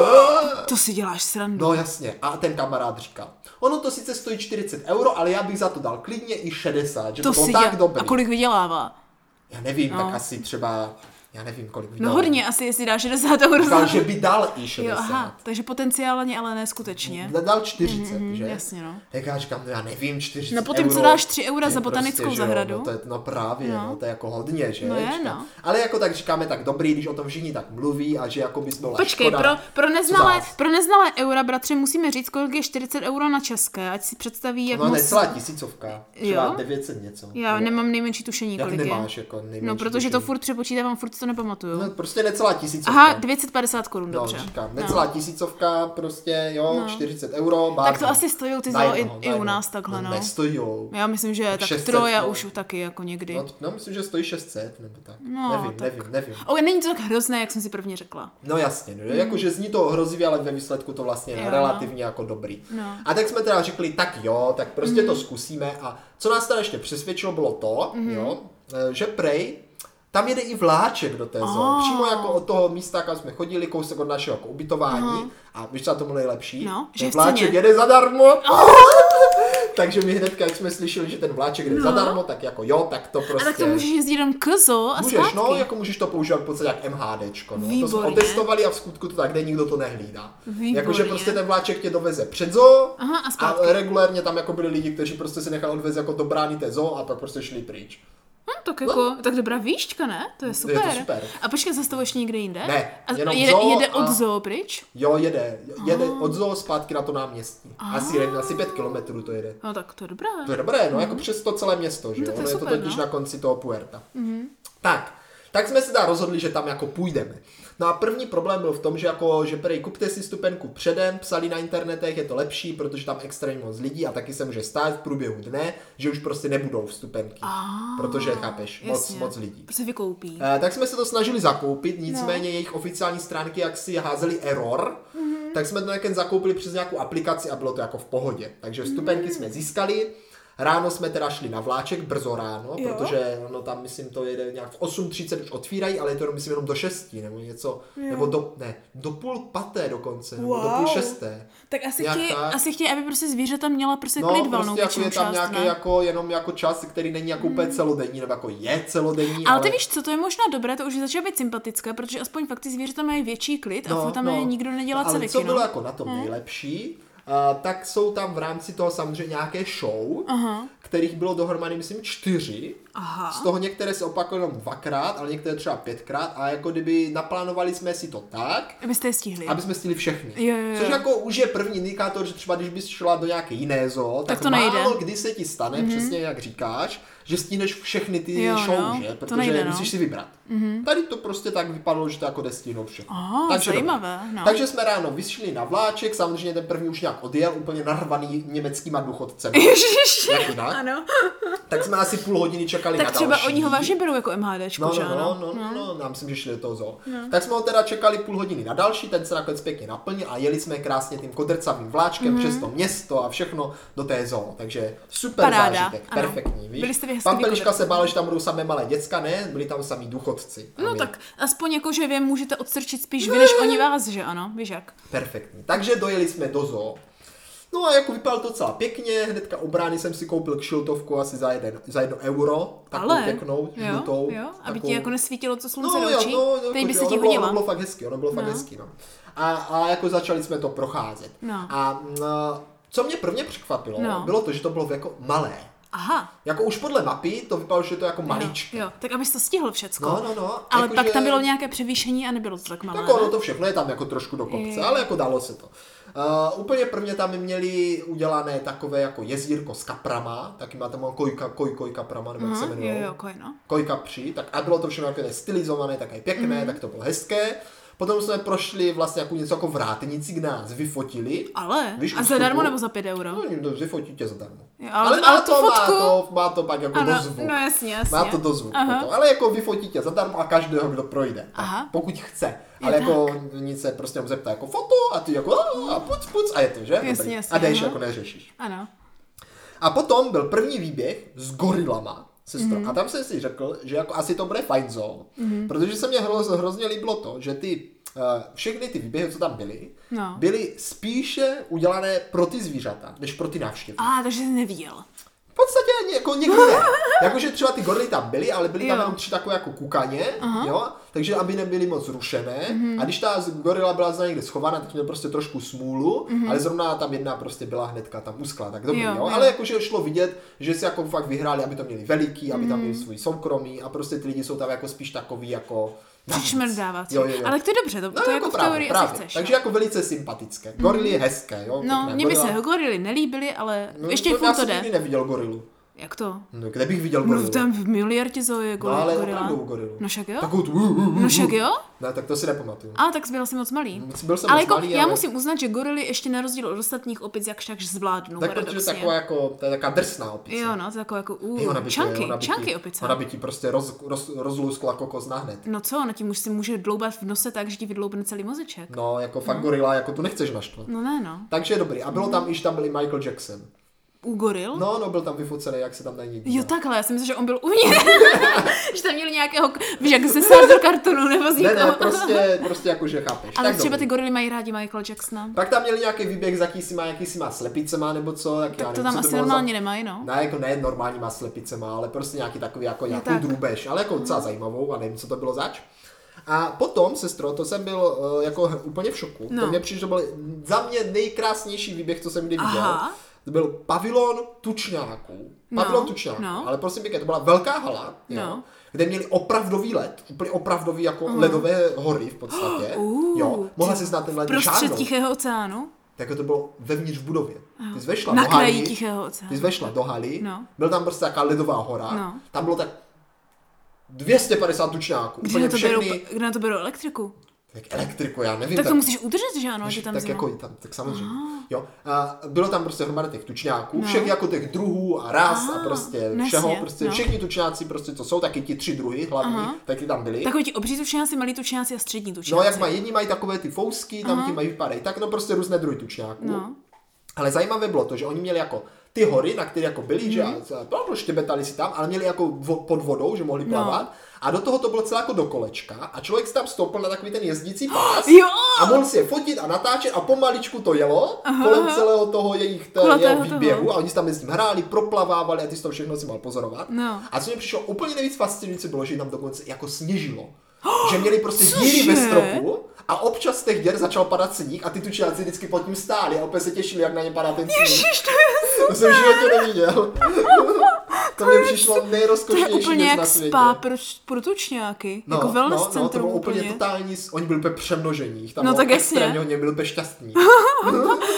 [SPEAKER 2] To si děláš srandu.
[SPEAKER 1] No jasně, a ten kamarád říká, ono to sice stojí 40 euro, ale já bych za to dal klidně i 60, že to,
[SPEAKER 2] to
[SPEAKER 1] bylo
[SPEAKER 2] si
[SPEAKER 1] No, tak
[SPEAKER 2] dělá...
[SPEAKER 1] dobrý.
[SPEAKER 2] A kolik vydělává?
[SPEAKER 1] Já nevím, no. tak asi třeba, já nevím kolik
[SPEAKER 2] No
[SPEAKER 1] vydal.
[SPEAKER 2] hodně asi, jestli dáš 60 euro.
[SPEAKER 1] Říkal, že by dal i 60.
[SPEAKER 2] Jo, aha, takže potenciálně, ale ne skutečně.
[SPEAKER 1] Dal 40, mm, že?
[SPEAKER 2] Vlastně. jasně, no.
[SPEAKER 1] Tak já říkám, no já nevím, 40
[SPEAKER 2] No potom,
[SPEAKER 1] euro,
[SPEAKER 2] co dáš 3 eura
[SPEAKER 1] to je
[SPEAKER 2] za botanickou
[SPEAKER 1] prostě, že jo,
[SPEAKER 2] zahradu?
[SPEAKER 1] No, to je, no právě, no.
[SPEAKER 2] No.
[SPEAKER 1] no. to je jako hodně, že?
[SPEAKER 2] No je,
[SPEAKER 1] Říkám,
[SPEAKER 2] no.
[SPEAKER 1] Ale jako tak říkáme, tak dobrý, když o tom všichni tak mluví a že jako by bylo
[SPEAKER 2] Počkej,
[SPEAKER 1] škoda.
[SPEAKER 2] pro, pro, neznalé,
[SPEAKER 1] Co dál?
[SPEAKER 2] pro neznalé eura, bratře, musíme říct, kolik je 40 euro na české, ať si představí, jak
[SPEAKER 1] No
[SPEAKER 2] moc...
[SPEAKER 1] necelá tisícovka, třeba
[SPEAKER 2] Jo?
[SPEAKER 1] 900 něco.
[SPEAKER 2] Já
[SPEAKER 1] no,
[SPEAKER 2] nemám nejmenší tušení,
[SPEAKER 1] Jak
[SPEAKER 2] kolik
[SPEAKER 1] nemáš,
[SPEAKER 2] je.
[SPEAKER 1] jako nejmenší
[SPEAKER 2] No, protože to
[SPEAKER 1] tušení.
[SPEAKER 2] furt přepočítávám, furt si to nepamatuju.
[SPEAKER 1] No, prostě necelá tisícovka.
[SPEAKER 2] Aha, 250 korun, dobře. No.
[SPEAKER 1] No, říkám, necelá tisícovka, prostě, jo, 40 euro, bár.
[SPEAKER 2] Tak to asi stojí ty zoo
[SPEAKER 1] Najednou,
[SPEAKER 2] i, i u
[SPEAKER 1] najednou.
[SPEAKER 2] nás takhle, no.
[SPEAKER 1] Nestojou.
[SPEAKER 2] Já myslím, že tak
[SPEAKER 1] 600
[SPEAKER 2] troja
[SPEAKER 1] no.
[SPEAKER 2] už taky jako někdy.
[SPEAKER 1] No, t- no, myslím, že stojí 600 nebo tak.
[SPEAKER 2] No,
[SPEAKER 1] nevím,
[SPEAKER 2] tak.
[SPEAKER 1] nevím, nevím.
[SPEAKER 2] O, není to tak hrozné, jak jsem si prvně řekla.
[SPEAKER 1] No jasně, no, jakože zní to hrozivě, ale ve výsledku to vlastně
[SPEAKER 2] Mm. Jo,
[SPEAKER 1] je
[SPEAKER 2] no.
[SPEAKER 1] relativně jako dobrý.
[SPEAKER 2] No. Mm.
[SPEAKER 1] A tak jsme teda řekli, tak jo, tak prostě to zkusíme a co nás teda ještě přesvědčilo bylo to,
[SPEAKER 2] Mhm.
[SPEAKER 1] jo, eh, že prej, tam jede i vláček do té zoo,
[SPEAKER 2] Oh.
[SPEAKER 1] přímo jako od toho místa, kam jsme chodili, kousek od našeho jako ubytování a víš, co na tom bylo nejlepší?
[SPEAKER 2] No, že
[SPEAKER 1] ten
[SPEAKER 2] v
[SPEAKER 1] vláček
[SPEAKER 2] ceně. Oh.
[SPEAKER 1] jede zadarmo. Takže my hnedka, jak jsme slyšeli, že ten vláček jde zadarmo, tak jako jo, tak to prostě...
[SPEAKER 2] No. A tak to můžeš jezdit jenom k zoo a
[SPEAKER 1] Můžeš,
[SPEAKER 2] zpátky.
[SPEAKER 1] no, jako můžeš to používat v podstatě jak MHDčko. No. To jsme
[SPEAKER 2] Výborně.
[SPEAKER 1] otestovali a v skutku to tak jde, nikdo to nehlídá.
[SPEAKER 2] Výborně.
[SPEAKER 1] Jakože prostě ten vláček tě doveze před zoo
[SPEAKER 2] Aha, a zpátky.
[SPEAKER 1] regulérně tam jako byli lidi, kteří prostě si nechali odvést jako do brány té zoo a pak prostě šli pryč.
[SPEAKER 2] Hm, tak jako, tak dobrá výšťka, ne? To je super.
[SPEAKER 1] No. super.
[SPEAKER 2] A počkej, zastavuješ někde jinde?
[SPEAKER 1] Ne,
[SPEAKER 2] a
[SPEAKER 1] jenom
[SPEAKER 2] jede,
[SPEAKER 1] zoo
[SPEAKER 2] jede
[SPEAKER 1] a-
[SPEAKER 2] od zoo pryč?
[SPEAKER 1] Jo, jede, jede od zoo zpátky na to náměstí. Asi, jede, asi pět kilometrů to jede.
[SPEAKER 2] No tak to je dobré.
[SPEAKER 1] To je dobré, no, jako přes to celé město, že jo?
[SPEAKER 2] Mhm. No, tak to
[SPEAKER 1] Ono je
[SPEAKER 2] je
[SPEAKER 1] to
[SPEAKER 2] super,
[SPEAKER 1] totiž
[SPEAKER 2] no.
[SPEAKER 1] na
[SPEAKER 2] Mhm.
[SPEAKER 1] konci toho Puerta. Tak, tak jsme se teda rozhodli, že tam jako půjdeme. No a první problém byl v tom, že jako, že prej kupte si stupenku předem, psali na internetech, je to lepší, protože tam extrémně moc lidí a taky se může stát v průběhu dne, že už prostě nebudou vstupenky, protože chápeš, moc,
[SPEAKER 2] Jasně.
[SPEAKER 1] moc lidí.
[SPEAKER 2] Prostě vykoupí.
[SPEAKER 1] Eh, tak jsme se to snažili zakoupit, nicméně
[SPEAKER 2] No.
[SPEAKER 1] jejich oficiální stránky jak si házeli error,
[SPEAKER 2] Mhm.
[SPEAKER 1] tak jsme to nakonec zakoupili přes nějakou aplikaci a bylo to jako v pohodě.
[SPEAKER 2] Mhm.
[SPEAKER 1] Takže stupenky jsme získali, ráno jsme teda šli na vláček, brzo ráno,
[SPEAKER 2] Jo.
[SPEAKER 1] protože no tam myslím to jede nějak v 8.30 už otvírají, ale je to jenom, myslím jenom do 6 nebo něco, nebo do, ne, do půl paté dokonce, nebo do půl
[SPEAKER 2] Wow.
[SPEAKER 1] šesté.
[SPEAKER 2] Tak asi
[SPEAKER 1] Jak
[SPEAKER 2] chtějí,
[SPEAKER 1] tak?
[SPEAKER 2] asi chtějí, aby prostě zvířata měla prostě
[SPEAKER 1] No,
[SPEAKER 2] klid valnou
[SPEAKER 1] prostě jako je
[SPEAKER 2] většinu
[SPEAKER 1] tam
[SPEAKER 2] část,
[SPEAKER 1] nějaký
[SPEAKER 2] ne? Mhm.
[SPEAKER 1] jako, jenom jako čas, který není jako úplně celodenní, nebo jako je celodenní,
[SPEAKER 2] Ale ty víš co, to je možná dobré, to už začíná být sympatické, protože aspoň fakt ty zvířata mají větší klid a furt tam je nikdo nedělá
[SPEAKER 1] no, ale
[SPEAKER 2] celiky,
[SPEAKER 1] co bylo
[SPEAKER 2] no.
[SPEAKER 1] jako na tom nejlepší, uh, tak jsou tam v rámci toho samozřejmě nějaké show,
[SPEAKER 2] Aha.
[SPEAKER 1] kterých bylo dohromady, myslím, čtyři.
[SPEAKER 2] Aha.
[SPEAKER 1] Z toho některé se opakují jenom dvakrát, ale některé třeba pětkrát a jako kdyby naplánovali jsme si to tak,
[SPEAKER 2] Abyste je stihli.
[SPEAKER 1] aby jsme stihli všechny.
[SPEAKER 2] Jo, jo, jo.
[SPEAKER 1] Což jako už je první indikátor, že třeba když bys šla do nějaké jiné zoo, tak,
[SPEAKER 2] to
[SPEAKER 1] málo
[SPEAKER 2] nejde. Mhm.
[SPEAKER 1] kdy se ti stane, přesně jak říkáš, že stíneš všechny ty
[SPEAKER 2] Jo,
[SPEAKER 1] show,
[SPEAKER 2] no,
[SPEAKER 1] že?
[SPEAKER 2] to
[SPEAKER 1] Protože
[SPEAKER 2] nejde, no. Mhm.
[SPEAKER 1] musíš si vybrat. Mm-hmm. Tady to prostě tak vypadalo, že to jako jde stihnout všechno.
[SPEAKER 2] Aha, zajímavé,
[SPEAKER 1] dobrý.
[SPEAKER 2] no.
[SPEAKER 1] Takže jsme ráno vyšli na vláček, samozřejmě ten první už nějak odjel, úplně narvaný německýma důchodcemi.
[SPEAKER 2] Ježiš,
[SPEAKER 1] Jak jinak?
[SPEAKER 2] ano.
[SPEAKER 1] tak jsme asi půl hodiny čekali
[SPEAKER 2] Tak
[SPEAKER 1] na
[SPEAKER 2] třeba
[SPEAKER 1] další.
[SPEAKER 2] oni ho vážně berou jako MHDčku,
[SPEAKER 1] No,
[SPEAKER 2] že
[SPEAKER 1] no,
[SPEAKER 2] ano?
[SPEAKER 1] no, no, no, no, já myslím, že šli do toho zoo.
[SPEAKER 2] No.
[SPEAKER 1] Tak jsme ho teda čekali půl hodiny na další, ten se nakonec pěkně naplnil a jeli jsme krásně tím kodrcavým
[SPEAKER 2] Mhm.
[SPEAKER 1] vláčkem přes to město a všechno do té zoo. Takže super
[SPEAKER 2] Paráda,
[SPEAKER 1] zážitek,
[SPEAKER 2] ano.
[SPEAKER 1] perfektní, víš?
[SPEAKER 2] Byli jste vy hezky
[SPEAKER 1] Pan Peliška
[SPEAKER 2] vykodrcaví.
[SPEAKER 1] se bál, že tam budou samé malé děcka, ne? Byli tam samý důchodci. A
[SPEAKER 2] No
[SPEAKER 1] my-
[SPEAKER 2] tak aspoň jako, že vy můžete odstrčit spíš
[SPEAKER 1] No,
[SPEAKER 2] vy, než oni vás, že ano? Víš jak?
[SPEAKER 1] Perfektní. Takže dojeli jsme do zoo. No a jako vypadalo to docela pěkně, hnedka u brány jsem si koupil kšiltovku asi za, jeden, za jedno euro, takovou
[SPEAKER 2] Ale,
[SPEAKER 1] pěknou, žlutou.
[SPEAKER 2] jo, jo, aby
[SPEAKER 1] takovou-
[SPEAKER 2] ti jako nesvítilo to slunce
[SPEAKER 1] no,
[SPEAKER 2] do očí,
[SPEAKER 1] jo, no,
[SPEAKER 2] teď by
[SPEAKER 1] jakože
[SPEAKER 2] se ti
[SPEAKER 1] ono bylo,
[SPEAKER 2] hodila.
[SPEAKER 1] ono bylo fakt hezky, ono bylo fakt
[SPEAKER 2] No.
[SPEAKER 1] hezky, no. A, a jako začali jsme to procházet.
[SPEAKER 2] No.
[SPEAKER 1] A mm, co mě prvně překvapilo,
[SPEAKER 2] No.
[SPEAKER 1] bylo to, že to bylo jako malé.
[SPEAKER 2] Aha,
[SPEAKER 1] Jako už podle mapy to vypadalo, že je to jako maličké.
[SPEAKER 2] jo, jo, tak abys to stihl všecko.
[SPEAKER 1] No, no, no.
[SPEAKER 2] Ale
[SPEAKER 1] jako
[SPEAKER 2] pak
[SPEAKER 1] že-
[SPEAKER 2] tam bylo nějaké převýšení a nebylo to tak malé.
[SPEAKER 1] Tak ono
[SPEAKER 2] ne?
[SPEAKER 1] to všechno je tam jako trošku do kopce,
[SPEAKER 2] Jo.
[SPEAKER 1] ale jako dalo se to. Uh, úplně prvně tam měli udělané takové jako jezdírko s kaprama, taky má tam jako kojka, koj, koj kaprama, nebo jak se
[SPEAKER 2] Aha,
[SPEAKER 1] jmenuje.
[SPEAKER 2] jo, jo, koj, no.
[SPEAKER 1] kojka při, tak a bylo to všechno jako stylizované, také pěkné,
[SPEAKER 2] Mhm.
[SPEAKER 1] mm tak to bylo hezké. Potom jsme prošli vlastně jako něco jako vrátnici, kde nás vyfotili.
[SPEAKER 2] Ale,
[SPEAKER 1] Víš,
[SPEAKER 2] a
[SPEAKER 1] u
[SPEAKER 2] zadarmo
[SPEAKER 1] vstupu?
[SPEAKER 2] nebo za 5 euro?
[SPEAKER 1] No, oni to vyfotí tě zadarmo.
[SPEAKER 2] Jo, ale má tu
[SPEAKER 1] má
[SPEAKER 2] fotku?
[SPEAKER 1] to, má to pak jako
[SPEAKER 2] Ano,
[SPEAKER 1] dozvuk.
[SPEAKER 2] no jasně, jasně.
[SPEAKER 1] Má to dozvuk.
[SPEAKER 2] Aha.
[SPEAKER 1] Potom. Ale jako vyfotí tě zadarmo a každého, kdo projde. Tak,
[SPEAKER 2] Aha.
[SPEAKER 1] Pokud chce. Ale
[SPEAKER 2] tak.
[SPEAKER 1] jako nic se prostě jenom zeptá jako foto a ty jako a puc, puc a je to, že?
[SPEAKER 2] Jasně,
[SPEAKER 1] Dobrý.
[SPEAKER 2] jasně,
[SPEAKER 1] a jdeš
[SPEAKER 2] aha.
[SPEAKER 1] jako neřešíš.
[SPEAKER 2] Ano.
[SPEAKER 1] A potom byl první výběh s gorilama. Sestro. Mm-hmm. A tam jsem si řekl, že jako asi to bude fajn zone, mm-hmm. protože se mně hro, hrozně líbilo to, že ty uh, všechny ty výběhy, co tam byly,
[SPEAKER 2] No.
[SPEAKER 1] byly spíše udělané pro ty zvířata, než pro ty návštěvy.
[SPEAKER 2] A, takže jsi neviděl.
[SPEAKER 1] V podstatě ani jako někdo ne. Jakože třeba ty gorily tam byly, ale byly tam
[SPEAKER 2] Jo.
[SPEAKER 1] jenom tři takové jako kukaně, jo, takže aby nebyly moc rušené.
[SPEAKER 2] Mhm.
[SPEAKER 1] A když ta z- gorila byla za někde schovaná, tak měl prostě trošku smůlu, ale zrovna tam jedna prostě byla hnedka tam uskla, tak dobrý,
[SPEAKER 2] Mhm. Jo,
[SPEAKER 1] jo.
[SPEAKER 2] jo.
[SPEAKER 1] Ale jakože šlo vidět, že si jako fakt vyhráli, aby to měli veliký, aby tam
[SPEAKER 2] Mhm.
[SPEAKER 1] měli svůj soukromí a prostě ty lidi jsou tam jako spíš takový jako...
[SPEAKER 2] Přišmrdávat.
[SPEAKER 1] Jo, jo, jo.
[SPEAKER 2] Ale to je dobře, to,
[SPEAKER 1] No,
[SPEAKER 2] to
[SPEAKER 1] jako
[SPEAKER 2] jako v
[SPEAKER 1] právě,
[SPEAKER 2] teorii asi
[SPEAKER 1] právě.
[SPEAKER 2] chceš.
[SPEAKER 1] Takže jako velice sympatické. Gorily je hezké, jo.
[SPEAKER 2] no,
[SPEAKER 1] pěkné.
[SPEAKER 2] mně by
[SPEAKER 1] Gorila-
[SPEAKER 2] se gorily nelíbily, ale
[SPEAKER 1] No,
[SPEAKER 2] ještě
[SPEAKER 1] já
[SPEAKER 2] furt to
[SPEAKER 1] jsem
[SPEAKER 2] jde.
[SPEAKER 1] nikdy neviděl gorilu.
[SPEAKER 2] Jak to?
[SPEAKER 1] No, kde bych viděl
[SPEAKER 2] No
[SPEAKER 1] gorilu?
[SPEAKER 2] v tam v miliardě zoo je
[SPEAKER 1] No,
[SPEAKER 2] gorila.
[SPEAKER 1] ale
[SPEAKER 2] gorila.
[SPEAKER 1] opravdu gorilu.
[SPEAKER 2] No však jo?
[SPEAKER 1] Takovou tu... uh, uh, uh.
[SPEAKER 2] No však jo?
[SPEAKER 1] Ne, tak to si nepamatuju.
[SPEAKER 2] A tak byl jsi moc malý.
[SPEAKER 1] Byl jsem
[SPEAKER 2] ale
[SPEAKER 1] moc
[SPEAKER 2] jako,
[SPEAKER 1] malý,
[SPEAKER 2] já
[SPEAKER 1] ale-
[SPEAKER 2] musím uznat, že gorily ještě na rozdíl od ostatních opic jakž tak zvládnou.
[SPEAKER 1] Tak protože
[SPEAKER 2] paradoxně.
[SPEAKER 1] taková jako, to je taková drsná opice.
[SPEAKER 2] Jo, no, to taková jako
[SPEAKER 1] Jo,
[SPEAKER 2] uh,
[SPEAKER 1] ti-
[SPEAKER 2] čanky,
[SPEAKER 1] ona by ti-
[SPEAKER 2] čanky opice.
[SPEAKER 1] Ona by ti prostě roz, roz, rozlouskla kokos na hned.
[SPEAKER 2] No co, ona ti už si může dloubat v nose tak, že ti vydloubne celý mozeček.
[SPEAKER 1] No, jako fakt gorila, jako tu nechceš naštvat.
[SPEAKER 2] No ne, no.
[SPEAKER 1] Takže dobrý. A bylo tam, iž tam byl i Michael Jackson.
[SPEAKER 2] U goril?
[SPEAKER 1] No, no, byl tam vyfocený, jak se tam na něj dívá.
[SPEAKER 2] Jo, takhle, já jsem myslela, že on byl uvnitř. že tam měl nějakého, víš, jak se sál do kartonu nebo z
[SPEAKER 1] Ne,
[SPEAKER 2] někoho.
[SPEAKER 1] ne, prostě, prostě jako, že chápeš.
[SPEAKER 2] Ale
[SPEAKER 1] tak
[SPEAKER 2] třeba ty
[SPEAKER 1] dobrý.
[SPEAKER 2] gorily mají rádi Michael Jacksona.
[SPEAKER 1] Pak tam měli nějaký výběh s jakýsima, jakýsima slepicema nebo co. Jak já
[SPEAKER 2] Tak to
[SPEAKER 1] nevím,
[SPEAKER 2] tam
[SPEAKER 1] co
[SPEAKER 2] asi
[SPEAKER 1] bylo za-
[SPEAKER 2] normálně nemají, no.
[SPEAKER 1] Ne, jako ne normálníma slepicema, ale prostě nějaký takový jako nějakou
[SPEAKER 2] tak. Mhm.
[SPEAKER 1] drůbež, ale jako docela zajímavou a nevím, co to bylo zač. A potom, sestro, to jsem byl eh, jako h- úplně v šoku. No.
[SPEAKER 2] No.
[SPEAKER 1] To mě přišlo, byl za mě nejkrásnější výběh, co jsem kdy viděl.
[SPEAKER 2] Aha.
[SPEAKER 1] To byl pavilon tučňáků.
[SPEAKER 2] No,
[SPEAKER 1] Pavilon tučňáků,
[SPEAKER 2] no.
[SPEAKER 1] ale prosím pěkně, to byla velká hala, jo,
[SPEAKER 2] No. Mhm.
[SPEAKER 1] kde měli opravdový led, úplně opravdový jako ledové hory v podstatě.
[SPEAKER 2] Uh,
[SPEAKER 1] jo, mohla si na ten led
[SPEAKER 2] Prostřed
[SPEAKER 1] šáhnout.
[SPEAKER 2] Tichého oceánu?
[SPEAKER 1] Tak jako to bylo vevnitř v budově. Ty jsi vešla
[SPEAKER 2] Na
[SPEAKER 1] do haly,
[SPEAKER 2] kraji Tichého oceánu.
[SPEAKER 1] Ty jsi vešla do haly,
[SPEAKER 2] No.
[SPEAKER 1] byl tam prostě taková ledová hora,
[SPEAKER 2] No.
[SPEAKER 1] tam bylo tak 250 tučňáků,
[SPEAKER 2] Kde
[SPEAKER 1] úplně
[SPEAKER 2] na to berou,
[SPEAKER 1] všechny,
[SPEAKER 2] kde na to berou elektriku?
[SPEAKER 1] tak elektriku, já nevím.
[SPEAKER 2] Tak to musíš udržet, že ano, že tam
[SPEAKER 1] tak
[SPEAKER 2] zima.
[SPEAKER 1] jako tam, tak samozřejmě. Jo. A bylo tam prostě hromada těch tučňáků,
[SPEAKER 2] No.
[SPEAKER 1] všech jako těch druhů a ras a,
[SPEAKER 2] Ah,
[SPEAKER 1] prostě
[SPEAKER 2] no
[SPEAKER 1] všeho,
[SPEAKER 2] jasně,
[SPEAKER 1] prostě
[SPEAKER 2] no.
[SPEAKER 1] všichni tučňáci prostě to jsou, taky ti tři druhy hlavní,
[SPEAKER 2] Aha.
[SPEAKER 1] taky tam byli.
[SPEAKER 2] Takový ti obří tučňáci, malí tučňáci a střední tučňáci.
[SPEAKER 1] No, jak mají, jedni mají takové ty fousky, tam ti mají vypadají, tak no prostě různé druhy tučňáků.
[SPEAKER 2] No.
[SPEAKER 1] Ale zajímavé bylo to, že oni měli jako ty hory, na které jako byli, že
[SPEAKER 2] Mhm.
[SPEAKER 1] a- a no, štěbetali si tam, ale měli jako vo, pod vodou, že
[SPEAKER 2] No.
[SPEAKER 1] mohli plavat. A do toho to bylo celé jako do kolečka a člověk si tam stoupil na takový ten jezdící pás
[SPEAKER 2] Jo!
[SPEAKER 1] a mohl si je fotit a natáčet a pomaličku to jelo Aha. kolem celého toho jejich t-
[SPEAKER 2] Kulatého
[SPEAKER 1] jeho
[SPEAKER 2] toho.
[SPEAKER 1] výběhu a oni si tam mezi tím hráli, proplavávali a ty si to všechno si mohl pozorovat.
[SPEAKER 2] No.
[SPEAKER 1] A co mi přišlo úplně nejvíc fascinující bylo, že jim tam dokonce jako sněžilo. Že měli prostě díry ve
[SPEAKER 2] Cože?
[SPEAKER 1] stropu a občas z těch děr začal padat sníh a ty tučňáci vždycky pod tím stáli a opět se těšili, jak na ně padá ten sníh.
[SPEAKER 2] Ježiš, to je
[SPEAKER 1] To jsem v životě neviděl. To mi přišlo
[SPEAKER 2] To je
[SPEAKER 1] nejrozkošnější
[SPEAKER 2] úplně
[SPEAKER 1] věc na
[SPEAKER 2] jak
[SPEAKER 1] světě.
[SPEAKER 2] spa pro, pro tučňáky.
[SPEAKER 1] No,
[SPEAKER 2] jako wellness
[SPEAKER 1] no, no, to
[SPEAKER 2] centrum
[SPEAKER 1] bylo úplně,
[SPEAKER 2] úplně.
[SPEAKER 1] totální, s- oni byli úplně přemnožení. Tam
[SPEAKER 2] No,
[SPEAKER 1] bylo
[SPEAKER 2] tak jasně.
[SPEAKER 1] extrémně, Oni byli úplně šťastní.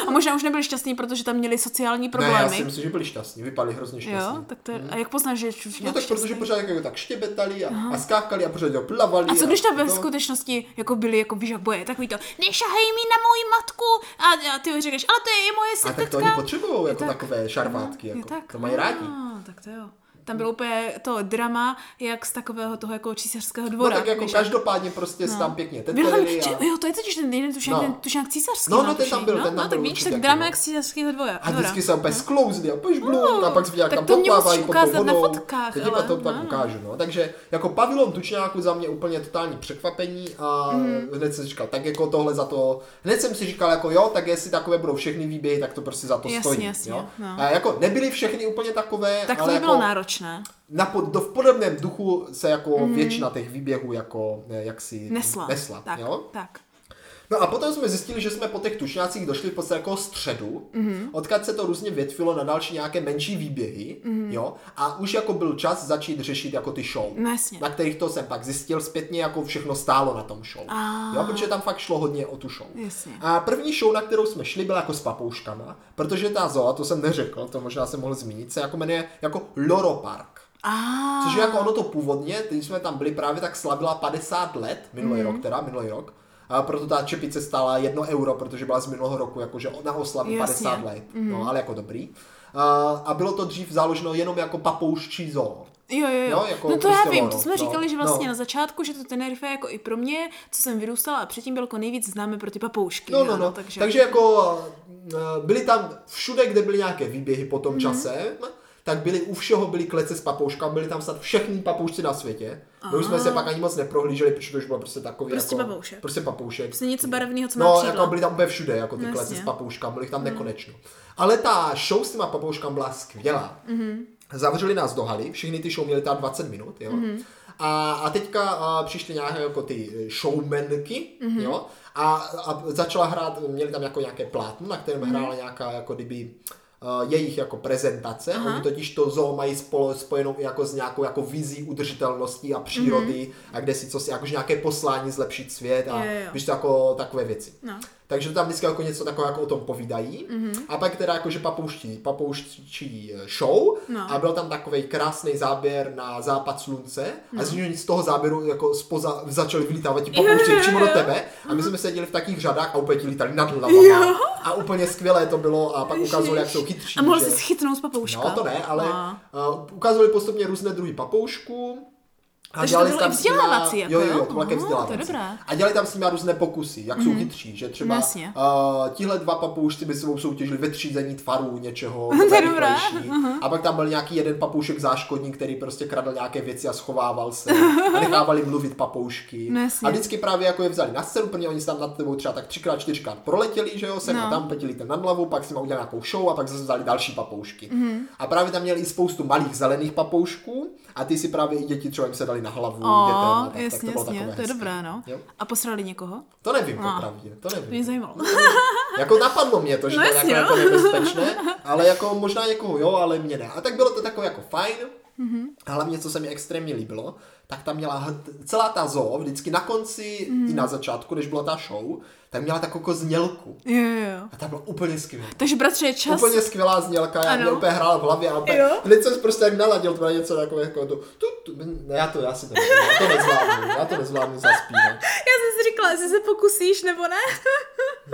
[SPEAKER 2] A možná už nebyli šťastní, protože tam měli sociální
[SPEAKER 1] ne,
[SPEAKER 2] problémy.
[SPEAKER 1] já si myslím, že byli šťastní, vypadali hrozně šťastní. Mhm.
[SPEAKER 2] jo, tak to je, a jak poznáš, že je tučňák
[SPEAKER 1] No tak protože
[SPEAKER 2] šťastný?
[SPEAKER 1] pořád jako tak štěbetali a, a skákali a pořád jo, plavali.
[SPEAKER 2] A co když tam ve
[SPEAKER 1] to-
[SPEAKER 2] skutečnosti jako byli jako víš, jak boje, takový to, nešahej mi na moji matku a, a ty řekneš, ale to je i moje
[SPEAKER 1] A
[SPEAKER 2] setetka.
[SPEAKER 1] tak to oni potřebují jako
[SPEAKER 2] tak.
[SPEAKER 1] takové šarvátky,
[SPEAKER 2] Je
[SPEAKER 1] jako,
[SPEAKER 2] tak.
[SPEAKER 1] to mají rádi.
[SPEAKER 2] Ah, tak to jo. Tam bylo úplně to drama, jak z takového toho jako císařského
[SPEAKER 1] No
[SPEAKER 2] dvora.
[SPEAKER 1] tak jako
[SPEAKER 2] víš,
[SPEAKER 1] každopádně prostě no. tam pěkně
[SPEAKER 2] Vilhelm,
[SPEAKER 1] tetelili a...
[SPEAKER 2] a... jo, to je totiž ten jeden tušák,
[SPEAKER 1] No.
[SPEAKER 2] no. ten tušák císařský.
[SPEAKER 1] No, no,
[SPEAKER 2] mám
[SPEAKER 1] ten tam
[SPEAKER 2] tušit,
[SPEAKER 1] byl,
[SPEAKER 2] no?
[SPEAKER 1] ten tam
[SPEAKER 2] no, tak
[SPEAKER 1] byl
[SPEAKER 2] víš,
[SPEAKER 1] určitě
[SPEAKER 2] tak
[SPEAKER 1] taky,
[SPEAKER 2] drama
[SPEAKER 1] no.
[SPEAKER 2] jak z císařského dvora.
[SPEAKER 1] A
[SPEAKER 2] dvora.
[SPEAKER 1] vždycky se úplně sklouzli a požblun
[SPEAKER 2] Hm. No,
[SPEAKER 1] a pak se viděl, jak
[SPEAKER 2] tak
[SPEAKER 1] tam
[SPEAKER 2] to mě
[SPEAKER 1] poplávají
[SPEAKER 2] musíš
[SPEAKER 1] pod tou
[SPEAKER 2] ukázat na
[SPEAKER 1] vodou.
[SPEAKER 2] fotkách,
[SPEAKER 1] Teď ale,
[SPEAKER 2] ale,
[SPEAKER 1] to tam
[SPEAKER 2] no.
[SPEAKER 1] ukážu, no. Takže jako pavilon tučňáku za mě úplně totální překvapení a
[SPEAKER 2] Mhm.
[SPEAKER 1] hned jsem si říkal, tak jako tohle za to, hned jsem si říkal jako jo, tak jestli takové budou všechny výběhy, tak to prostě za to
[SPEAKER 2] Jasně,
[SPEAKER 1] stojí.
[SPEAKER 2] jasně,
[SPEAKER 1] jo?
[SPEAKER 2] no.
[SPEAKER 1] A jako nebyly všechny úplně takové,
[SPEAKER 2] Tak to
[SPEAKER 1] ale
[SPEAKER 2] by bylo
[SPEAKER 1] jako,
[SPEAKER 2] náročné.
[SPEAKER 1] na pod, do, v podobném duchu se jako většina těch výběhů jako eh, jaksi
[SPEAKER 2] Mhm. Nesla.
[SPEAKER 1] nesla
[SPEAKER 2] tak,
[SPEAKER 1] jo?
[SPEAKER 2] tak.
[SPEAKER 1] No a potom jsme zjistili, že jsme po těch tušňácích došli v podstatě jako středu,
[SPEAKER 2] Mhm.
[SPEAKER 1] mm-hmm. odkud se to různě větvilo na další nějaké menší výběhy, mm-hmm. jo, a už jako byl čas začít řešit jako ty show,
[SPEAKER 2] Mhm. No jasně.
[SPEAKER 1] na kterých to jsem pak zjistil zpětně, jako všechno stálo na tom show,
[SPEAKER 2] A.
[SPEAKER 1] jo, protože tam fakt šlo hodně o tu show.
[SPEAKER 2] Jasně.
[SPEAKER 1] A první show, na kterou jsme šli, byla jako s papouškama, protože ta zoo, a to jsem neřekl, to možná jsem mohl zmínit, se jako jmenuje jako Loro Park.
[SPEAKER 2] A,
[SPEAKER 1] Což je jako ono to původně, když jsme tam byli právě, tak slavila 50 let, minulý rok teda, minulý rok. A proto ta čepice stála 1 euro, protože byla z minulého roku, jakože na oslavu
[SPEAKER 2] Jasně.
[SPEAKER 1] 50 let. No, ale jako dobrý. A, a bylo to dřív založeno jenom jako papouščí zoo.
[SPEAKER 2] Jo, jo, jo.
[SPEAKER 1] Jo, jako
[SPEAKER 2] no to
[SPEAKER 1] prostě
[SPEAKER 2] já vím,
[SPEAKER 1] ono,
[SPEAKER 2] to jsme
[SPEAKER 1] no,
[SPEAKER 2] říkali, že vlastně
[SPEAKER 1] no.
[SPEAKER 2] na začátku, že to Tenerife jako i pro mě, co jsem vyrůstala a předtím bylo jako nejvíc známe pro ty papoušky.
[SPEAKER 1] No,
[SPEAKER 2] jo,
[SPEAKER 1] no, no. Takže,
[SPEAKER 2] takže,
[SPEAKER 1] takže jako eh, byly tam všude, kde byly nějaké výběhy po
[SPEAKER 2] Mhm.
[SPEAKER 1] tom časem, tak byly u všeho byly klece s papouškama, byly tam snad všechny papoušci na světě. My už jsme se pak ani moc neprohlíželi, protože to už bylo prostě takový
[SPEAKER 2] Prostě
[SPEAKER 1] jako,
[SPEAKER 2] papoušek.
[SPEAKER 1] Prostě papoušek.
[SPEAKER 2] Prostě něco barevného, co má
[SPEAKER 1] No,
[SPEAKER 2] křídla.
[SPEAKER 1] jako byly tam úplně všude, jako ty
[SPEAKER 2] No,
[SPEAKER 1] klece s
[SPEAKER 2] jasně.
[SPEAKER 1] papouškama, byly
[SPEAKER 2] Hmm.
[SPEAKER 1] tam nekonečno. Ale ta show s těma papouškama byla skvělá.
[SPEAKER 2] Hmm.
[SPEAKER 1] Zavřeli nás do haly, všichni ty show měly tam 20 minut, jo.
[SPEAKER 2] Hmm.
[SPEAKER 1] A, a teďka a, přišly nějaké jako ty eh, showmanky,
[SPEAKER 2] Hmm.
[SPEAKER 1] jo. A, a začala hrát, měli tam jako nějaké plátno, na
[SPEAKER 2] Hmm.
[SPEAKER 1] kterém hrála nějaká jako kdyby eh, jejich jako prezentace. Aha. Oni totiž to zoo mají spolo, spojenou i jako s nějakou jako vizí udržitelnosti a přírody a kde si co si, jakože nějaké poslání zlepšit svět a
[SPEAKER 2] Hmm. Jo, jo, jo.
[SPEAKER 1] víš, to jako takové věci.
[SPEAKER 2] No.
[SPEAKER 1] Takže tam vždycky jako něco takového jako o tom povídají.
[SPEAKER 2] Mhm.
[SPEAKER 1] Mm-hmm. A pak teda jakože papouští, papouští eh, show.
[SPEAKER 2] No.
[SPEAKER 1] A byl tam takový krásný záběr na západ slunce. A z, něj- z toho záběru jako spoza začali vylítávat ti papoušti
[SPEAKER 2] Mhm. jo, jo,
[SPEAKER 1] přímo do
[SPEAKER 2] jo. Mhm.
[SPEAKER 1] tebe. A my jsme seděli v takých řadách a úplně ti lítali nad hlavama.
[SPEAKER 2] Jo.
[SPEAKER 1] A úplně skvělé to bylo. A pak ukázali, jak jsou chytří.
[SPEAKER 2] A mohl
[SPEAKER 1] že-
[SPEAKER 2] jsi schytnout z papouška.
[SPEAKER 1] No to ne, ale
[SPEAKER 2] A.
[SPEAKER 1] uh, ukázali postupně různé druhy papoušků. A
[SPEAKER 2] Takže to bylo i
[SPEAKER 1] s nima-
[SPEAKER 2] vzdělávací jako,
[SPEAKER 1] jo, jo,
[SPEAKER 2] jo?
[SPEAKER 1] jo, to bylo
[SPEAKER 2] Aha,
[SPEAKER 1] také vzdělávací.
[SPEAKER 2] to je dobré. Mhm. No,
[SPEAKER 1] A dělali tam s nimi různé pokusy, jak jsou chytří, že třeba
[SPEAKER 2] Jasně.
[SPEAKER 1] uh, tihle dva papoušci by sebou soutěžili ve třízení tvarů něčeho.
[SPEAKER 2] To je
[SPEAKER 1] rychlejší.
[SPEAKER 2] dobré.
[SPEAKER 1] A pak tam byl nějaký jeden papoušek záškodník, který prostě kradl nějaké věci a schovával se. A nechávali mluvit papoušky.
[SPEAKER 2] No jasně.
[SPEAKER 1] a vždycky právě jako je vzali na scénu, protože oni se tam nad tebou třeba tak třikrát, čtyřikrát proletěli, že jo, sem
[SPEAKER 2] No.
[SPEAKER 1] a tam petili ten nad hlavou, pak si udělali nějakou show a pak zase vzali další papoušky.
[SPEAKER 2] Mhm.
[SPEAKER 1] A právě tam měli i spoustu malých zelených papoušků a ty si právě i děti třeba jim se dali na hlavu. dětem a
[SPEAKER 2] O,
[SPEAKER 1] no, tak, tak
[SPEAKER 2] jasně,
[SPEAKER 1] bylo
[SPEAKER 2] jasně,
[SPEAKER 1] takové
[SPEAKER 2] to je
[SPEAKER 1] hezké.
[SPEAKER 2] dobré, no.
[SPEAKER 1] Jo?
[SPEAKER 2] A posrali někoho?
[SPEAKER 1] To nevím,
[SPEAKER 2] No.
[SPEAKER 1] popravdě, to
[SPEAKER 2] To mě
[SPEAKER 1] nevím.
[SPEAKER 2] zajímalo.
[SPEAKER 1] Jako napadlo mě to, že
[SPEAKER 2] No
[SPEAKER 1] to je
[SPEAKER 2] jasně,
[SPEAKER 1] jako,
[SPEAKER 2] no.
[SPEAKER 1] jako nebezpečné, ale jako možná někoho jo, ale mě ne. A tak bylo to takové jako fajn.
[SPEAKER 2] Mhm.
[SPEAKER 1] Mm-hmm. Hlavně, co se mi extrémně líbilo, tak tam měla hr- celá ta zoo, vždycky na konci
[SPEAKER 2] Mhm.
[SPEAKER 1] mm. i na začátku, když byla ta show, tak měla takovou jako znělku.
[SPEAKER 2] Jo, jo, jo.
[SPEAKER 1] A ta byla úplně skvělá.
[SPEAKER 2] Takže bratře, je čas.
[SPEAKER 1] Úplně skvělá znělka, já
[SPEAKER 2] Ano.
[SPEAKER 1] mě úplně hrála v hlavě a úplně,
[SPEAKER 2] Jo.
[SPEAKER 1] hned jsem prostě jak naladil, to bylo něco takové jako to, tu, tu, ne, já to, já si to, já to nezvládnu, já to nezvládnu zaspívat.
[SPEAKER 2] Já jsem si říkala, jestli se pokusíš nebo ne.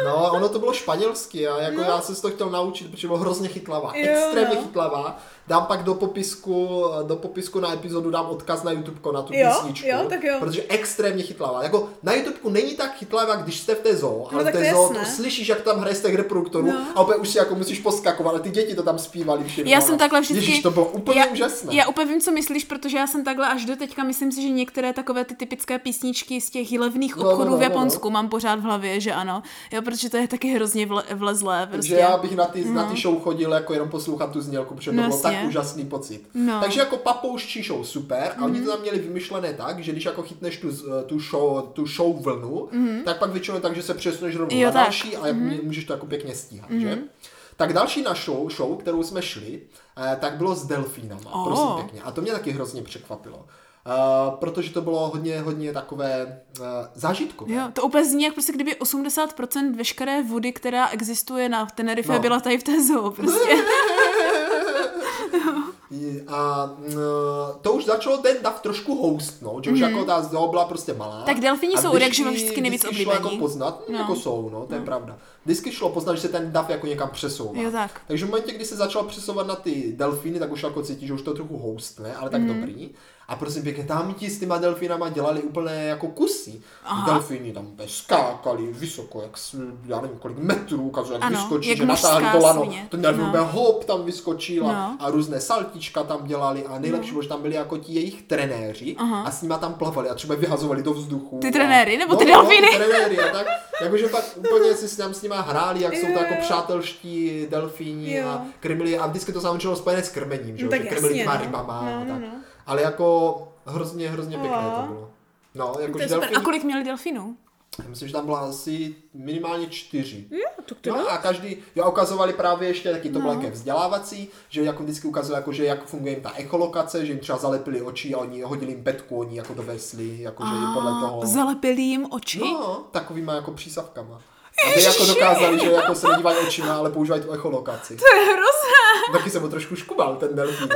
[SPEAKER 1] No, ono to bylo španělsky a jako já jsem si to chtěl naučit, protože bylo hrozně chytlavá,
[SPEAKER 2] No. Jo,
[SPEAKER 1] extrémně
[SPEAKER 2] no.
[SPEAKER 1] chytlavá. Dám pak do popisku, do popisku na epizodu dám odkaz na YouTube na tu
[SPEAKER 2] Jo,
[SPEAKER 1] písničku,
[SPEAKER 2] jo, tak jo.
[SPEAKER 1] protože extrémně chytlavá. Jako na YouTube není tak chytlavá, když jste v té zoo, ale
[SPEAKER 2] No, tak
[SPEAKER 1] v té
[SPEAKER 2] to
[SPEAKER 1] zoo
[SPEAKER 2] jasné.
[SPEAKER 1] to slyšíš, jak tam hraje z těch reproduktorů
[SPEAKER 2] No.
[SPEAKER 1] a opět už si jako musíš poskakovat, a ty děti to tam zpívali všechno.
[SPEAKER 2] Já jsem takhle vždycky...
[SPEAKER 1] no. Ježíš, to bylo úplně
[SPEAKER 2] já,
[SPEAKER 1] úžasné.
[SPEAKER 2] Já úplně vím, co myslíš, protože já jsem takhle až do teďka, myslím si, že některé takové ty typické písničky z těch levných
[SPEAKER 1] No, no,
[SPEAKER 2] obchodů
[SPEAKER 1] no,
[SPEAKER 2] v
[SPEAKER 1] no,
[SPEAKER 2] Japonsku mám pořád v hlavě, že ano. Jo, protože to je taky hrozně vle, vlezlé. Prostě.
[SPEAKER 1] Že já bych na ty, na ty show chodil jako jenom poslouchat tu znělku, protože to
[SPEAKER 2] No
[SPEAKER 1] bylo
[SPEAKER 2] jasně.
[SPEAKER 1] tak úžasný pocit.
[SPEAKER 2] No. Mhm.
[SPEAKER 1] Takže jako papouščí show super a oni to tam měli vymyšlené tak, že když jako chytneš tu, z- tu, show, tu show vlnu, tak pak většinou je tak, že se přesuneš rovnou
[SPEAKER 2] Mhm. Jo,
[SPEAKER 1] na
[SPEAKER 2] tak. Mhm.
[SPEAKER 1] další a jak mm můžeš to jako pěkně stíhat, že? Tak další na show, show kterou jsme šli, eh, tak bylo s delfínama,
[SPEAKER 2] Oh.
[SPEAKER 1] oh. prosím pěkně. A to mě taky hrozně překvapilo. Uh, protože to bylo hodně, hodně takové uh, zážitkové.
[SPEAKER 2] Jo, to úplně zní, jak prostě kdyby 80% veškeré vody, která existuje na Tenerife, no.
[SPEAKER 1] No.
[SPEAKER 2] byla tady v té zoo. Prostě.
[SPEAKER 1] A mm, to už začalo ten dav trošku houstnout, že už jako ta zoo byla prostě malá.
[SPEAKER 2] Mhm. Tak delfíni
[SPEAKER 1] A
[SPEAKER 2] jsou
[SPEAKER 1] vždycky-
[SPEAKER 2] od jak živa vždycky nejvíc
[SPEAKER 1] vždycky šlo jako
[SPEAKER 2] oblíbení.
[SPEAKER 1] poznat, no. jako jsou, no, to je pravda. Vždycky šlo poznat, že se ten dav jako někam přesouvá.
[SPEAKER 2] Jo, tak.
[SPEAKER 1] Takže v momentě, kdy se začal přesouvat na ty delfíny, tak už jako cítí, že už to trochu houstne, ale tak
[SPEAKER 2] Mhm.
[SPEAKER 1] dobrý. A prosím pěkně, tam ti s těma delfínama dělali úplné jako kusy.
[SPEAKER 2] Aha.
[SPEAKER 1] Delfíny tam úplně skákali vysoko, jak s- já nevím kolik metrů, ukazují, jak
[SPEAKER 2] Ano,
[SPEAKER 1] vyskočí,
[SPEAKER 2] jak
[SPEAKER 1] že
[SPEAKER 2] mužská
[SPEAKER 1] natáhli kolano.
[SPEAKER 2] svině.
[SPEAKER 1] To měl
[SPEAKER 2] No.
[SPEAKER 1] no. hop tam vyskočila
[SPEAKER 2] No.
[SPEAKER 1] a různé saltička tam dělali a nejlepší bylo, že tam byli jako ti jejich trenéři
[SPEAKER 2] Aha.
[SPEAKER 1] a s nima tam plavali a třeba je vyhazovali do vzduchu.
[SPEAKER 2] Ty
[SPEAKER 1] a-
[SPEAKER 2] trenéry, nebo ty
[SPEAKER 1] no,
[SPEAKER 2] delfíny?
[SPEAKER 1] No, ty trenéry a tak, jakože pak úplně si s, tam s nima hráli, jak jsou to jako
[SPEAKER 2] Jo.
[SPEAKER 1] přátelští delfíni
[SPEAKER 2] Jo.
[SPEAKER 1] a krmili a vždycky to samozřejmě spojené s krmením, že,
[SPEAKER 2] No
[SPEAKER 1] jo,
[SPEAKER 2] tak
[SPEAKER 1] že krmili
[SPEAKER 2] jasně,
[SPEAKER 1] těma
[SPEAKER 2] no.
[SPEAKER 1] rybama
[SPEAKER 2] No,
[SPEAKER 1] a
[SPEAKER 2] no,
[SPEAKER 1] tak.
[SPEAKER 2] no.
[SPEAKER 1] Ale jako hrozně, hrozně pěkné
[SPEAKER 2] Jo.
[SPEAKER 1] to bylo. No,
[SPEAKER 2] To
[SPEAKER 1] jakože
[SPEAKER 2] je super. A
[SPEAKER 1] delfíni,
[SPEAKER 2] kolik měli delfinů?
[SPEAKER 1] já myslím, že tam byla asi minimálně čtyři.
[SPEAKER 2] Tak
[SPEAKER 1] No a každý, jo, a ukazovali právě ještě taky to bylo nějaké vzdělávací, že jako vždycky ukazovali, jako, že jak funguje jim ta echolokace, že jim třeba zalepili oči a oni hodili jim petku, oni jako dovesli, jako že i podle toho.
[SPEAKER 2] Zalepili jim oči?
[SPEAKER 1] No, takovýma jako přísavkama. Aby jako dokázali, že jako se nedívají očima, ale používají tu echolokaci.
[SPEAKER 2] To je hrozné,
[SPEAKER 1] Taky jsem ho trošku škubal, ten delfín.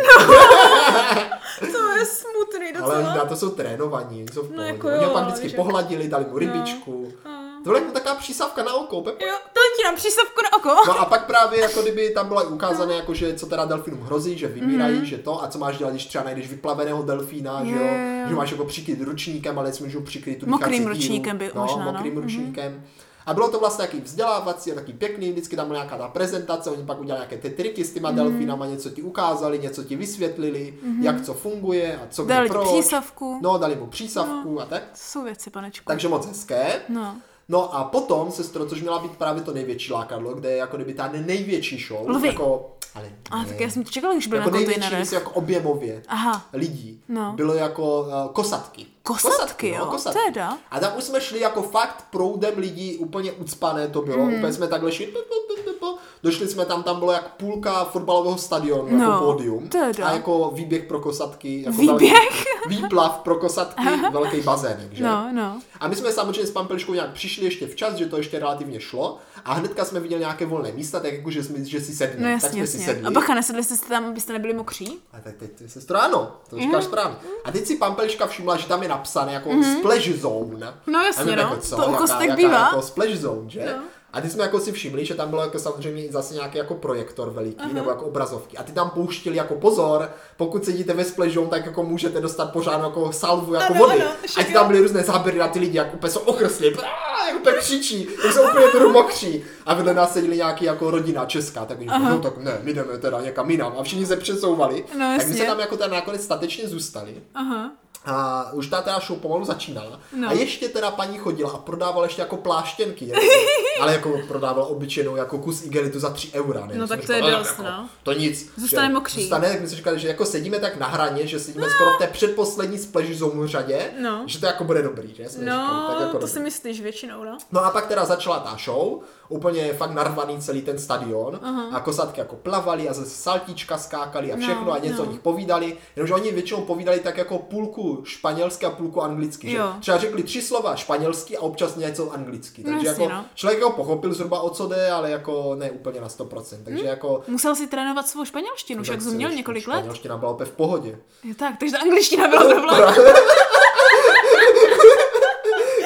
[SPEAKER 2] to je smutný
[SPEAKER 1] Ale na
[SPEAKER 2] docela.
[SPEAKER 1] No, to jsou trénovaní, jsou v pohodě.
[SPEAKER 2] jako
[SPEAKER 1] No, jako
[SPEAKER 2] jo,
[SPEAKER 1] jo, pak
[SPEAKER 2] ale
[SPEAKER 1] vždycky
[SPEAKER 2] víš, jak-
[SPEAKER 1] pohladili, dali mu rybičku. To byla jako taková přísavka na oko, úplně
[SPEAKER 2] Jo, to ti dám přístavku na oko.
[SPEAKER 1] No a pak právě jako kdyby tam bylo ukázané, jako že co teda delfínům hrozí, že vymírají, že to a co máš dělat, když třeba najdeš vyplaveného delfína, že
[SPEAKER 2] Mhm. Jo,
[SPEAKER 1] jo,
[SPEAKER 2] jo, jo.
[SPEAKER 1] že máš jako přikryt ručníkem, ale můžou přikryt tu
[SPEAKER 2] Mokrým
[SPEAKER 1] dýchací díru.
[SPEAKER 2] ručníkem by
[SPEAKER 1] no,
[SPEAKER 2] možná, no.
[SPEAKER 1] mokrým ručníkem. A bylo to vlastně taky vzdělávací a taky pěkný, vždycky tam byla nějaká ta prezentace, oni pak udělali nějaké ty triky s
[SPEAKER 2] Mhm.
[SPEAKER 1] těma delfínama, něco ti ukázali, něco ti vysvětlili, jak co funguje a co kde
[SPEAKER 2] Dali
[SPEAKER 1] proč.
[SPEAKER 2] přísavku.
[SPEAKER 1] No, dali mu přísavku a tak.
[SPEAKER 2] To jsou věci, panečku.
[SPEAKER 1] Takže moc hezké.
[SPEAKER 2] No.
[SPEAKER 1] No a potom, sestro, což měla být právě to největší lákadlo, kde je jako kdyby ta největší show,
[SPEAKER 2] Lvy.
[SPEAKER 1] jako, ale ne,
[SPEAKER 2] A tak já jsem to čekala, když byl
[SPEAKER 1] jako
[SPEAKER 2] na
[SPEAKER 1] největší,
[SPEAKER 2] kontejnerech.
[SPEAKER 1] myslím, jako objemově
[SPEAKER 2] Aha.
[SPEAKER 1] lidí,
[SPEAKER 2] No.
[SPEAKER 1] bylo jako uh, kosatky. no,
[SPEAKER 2] Kosatky, jo, teda.
[SPEAKER 1] A tam už jsme šli jako fakt proudem lidí, úplně ucpané to
[SPEAKER 2] Hmm.
[SPEAKER 1] bylo, úplně jsme takhle šli, pu, pu, pu, pu, pu. došli jsme tam, tam bylo jak půlka fotbalového stadionu,
[SPEAKER 2] No,
[SPEAKER 1] jako pódium.
[SPEAKER 2] teda.
[SPEAKER 1] A jako výběh pro kosatky. Jako
[SPEAKER 2] Výběh?
[SPEAKER 1] velký- výplav pro kosatky, velký bazének, že?
[SPEAKER 2] No, no.
[SPEAKER 1] A my jsme samozřejmě s Pampeliškou nějak přišli ještě včas, že to ještě relativně šlo. A hnedka jsme viděli nějaké volné místa, tak jako, že, jsme, že si sedneme.
[SPEAKER 2] No
[SPEAKER 1] tak jsme
[SPEAKER 2] jasně,
[SPEAKER 1] si
[SPEAKER 2] jasně.
[SPEAKER 1] sedli.
[SPEAKER 2] A bacha, nesedli jste se tam, abyste nebyli mokří?
[SPEAKER 1] A teď, teď se stráno, to říkáš
[SPEAKER 2] Mhm.
[SPEAKER 1] správně. A teď si Pampeliška všimla, že tam je napsané jako splash zone.
[SPEAKER 2] No jasně,
[SPEAKER 1] A my
[SPEAKER 2] no.
[SPEAKER 1] jako, co,
[SPEAKER 2] To u
[SPEAKER 1] jaká-
[SPEAKER 2] kostek
[SPEAKER 1] jaká
[SPEAKER 2] bývá.
[SPEAKER 1] Jako splash zone, že?
[SPEAKER 2] No.
[SPEAKER 1] A ty jsme jako si všimli, že tam bylo jako samozřejmě zase nějaký jako projektor veliký nebo jako obrazovky. A ty tam pouštili jako pozor, pokud sedíte ve splash zone, tak jako můžete dostat pořád jako salvu jako
[SPEAKER 2] Ano,
[SPEAKER 1] vody.
[SPEAKER 2] ano,
[SPEAKER 1] a
[SPEAKER 2] však
[SPEAKER 1] ty
[SPEAKER 2] jo.
[SPEAKER 1] tam byly různé záběry na ty lidi, jak úplně jsou ochrsli, brá, jak úplně křičí, jak jsou úplně trochu mokří. A vedle nás seděli nějaký jako rodina česká, tak oni, no tak ne, my jdeme teda někam jinam. A všichni se přesouvali.
[SPEAKER 2] No,
[SPEAKER 1] tak my
[SPEAKER 2] jasně.
[SPEAKER 1] se tam jako teda nakonec statečně zůstali.
[SPEAKER 2] Aha.
[SPEAKER 1] A už ta teda show pomalu začínala.
[SPEAKER 2] No.
[SPEAKER 1] No. A ještě teda paní chodila a prodávala ještě jako pláštěnky. Jako, ale jako prodávala obyčejnou jako kus igelitu za 3 eura. Ne?
[SPEAKER 2] No,
[SPEAKER 1] My
[SPEAKER 2] tak
[SPEAKER 1] jsme
[SPEAKER 2] to je
[SPEAKER 1] říkali, "Ale
[SPEAKER 2] dost,
[SPEAKER 1] jako,
[SPEAKER 2] no."
[SPEAKER 1] To nic.
[SPEAKER 2] Zůstane
[SPEAKER 1] že-
[SPEAKER 2] mokřý.
[SPEAKER 1] Zůstane, tak my jsme říkali, že jako sedíme tak na hraně, že sedíme skoro v té předposlední splash zone řadě,
[SPEAKER 2] No.
[SPEAKER 1] že to jako bude dobrý, že? Jsme říkali, tak
[SPEAKER 2] No,
[SPEAKER 1] jako
[SPEAKER 2] to
[SPEAKER 1] dobrý.
[SPEAKER 2] si myslíš většinou, no.
[SPEAKER 1] No a pak teda začala ta show, úplně fakt narvaný celý ten stadion a kosatky jako plavali a zase saltička skákali a všechno
[SPEAKER 2] No,
[SPEAKER 1] a něco
[SPEAKER 2] no.
[SPEAKER 1] o nich povídali, jenomže oni většinou povídali tak jako půlku španělsky a půlku anglicky, že?
[SPEAKER 2] Jo.
[SPEAKER 1] Třeba řekli tři slova španělsky a občas něco anglicky,
[SPEAKER 2] No
[SPEAKER 1] takže
[SPEAKER 2] jasně,
[SPEAKER 1] jako
[SPEAKER 2] no.
[SPEAKER 1] člověk jako pochopil zhruba o co jde, ale jako ne úplně na 100%, takže jako...
[SPEAKER 2] Musel si trénovat svou španělštinu, Hm? však jsi měl několik let.
[SPEAKER 1] Španělština byla úplně v pohodě.
[SPEAKER 2] Jo, tak, takže ta angličtina byla zrovna.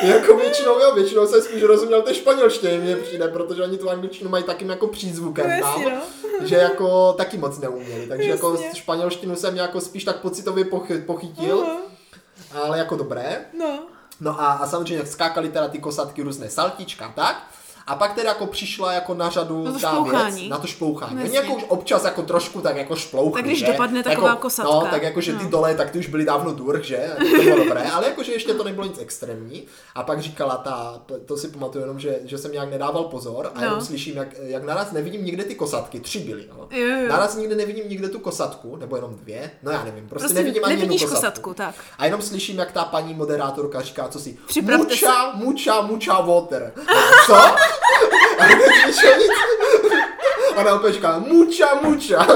[SPEAKER 1] Jako většinou, jo, většinou jsem spíš rozuměl té španělštině, mně přijde, protože oni tu angličtinu mají takým jako
[SPEAKER 2] No
[SPEAKER 1] přízvukem tam,
[SPEAKER 2] jasně,
[SPEAKER 1] že jako taky moc neuměli, takže jako
[SPEAKER 2] Jasně.
[SPEAKER 1] španělštinu jsem jako spíš tak pocitově pochy- pochytil, ale jako dobré.
[SPEAKER 2] No.
[SPEAKER 1] No a, a samozřejmě jak skákali teda ty kosatky různé saltička, a tak? A pak teda jako přišla jako na řadu
[SPEAKER 2] Na to
[SPEAKER 1] ta
[SPEAKER 2] šplouchání.
[SPEAKER 1] věc, na to šplouchání. Oni
[SPEAKER 2] Jasně.
[SPEAKER 1] jako už občas jako trošku tak jako šplouchli,
[SPEAKER 2] Tak když
[SPEAKER 1] že?
[SPEAKER 2] dopadne taková
[SPEAKER 1] jako,
[SPEAKER 2] kosatka.
[SPEAKER 1] No, tak jako že ty dole, tak ty už byly dávno durch, že? Jako To bylo dobré, ale jako že ještě to nebylo nic extrémní. A pak říkala ta, to si pamatuju jenom, že, že jsem nějak nedával pozor a
[SPEAKER 2] No.
[SPEAKER 1] jenom slyším, jak, jak naraz nevidím nikde ty kosatky, tři byly, no.
[SPEAKER 2] Jo, jo.
[SPEAKER 1] Naraz nikde nevidím nikde tu kosatku, nebo jenom dvě, no já nevím, prostě,
[SPEAKER 2] Prostě
[SPEAKER 1] nevidím ani jednu
[SPEAKER 2] nevidíš
[SPEAKER 1] kosatku.
[SPEAKER 2] kosatku, tak.
[SPEAKER 1] A jenom slyším, jak ta paní moderátorka říká, co si.
[SPEAKER 2] Připravte
[SPEAKER 1] muča, muča, muča water. Co? A teď nic. Ona opět říká, muča, muča.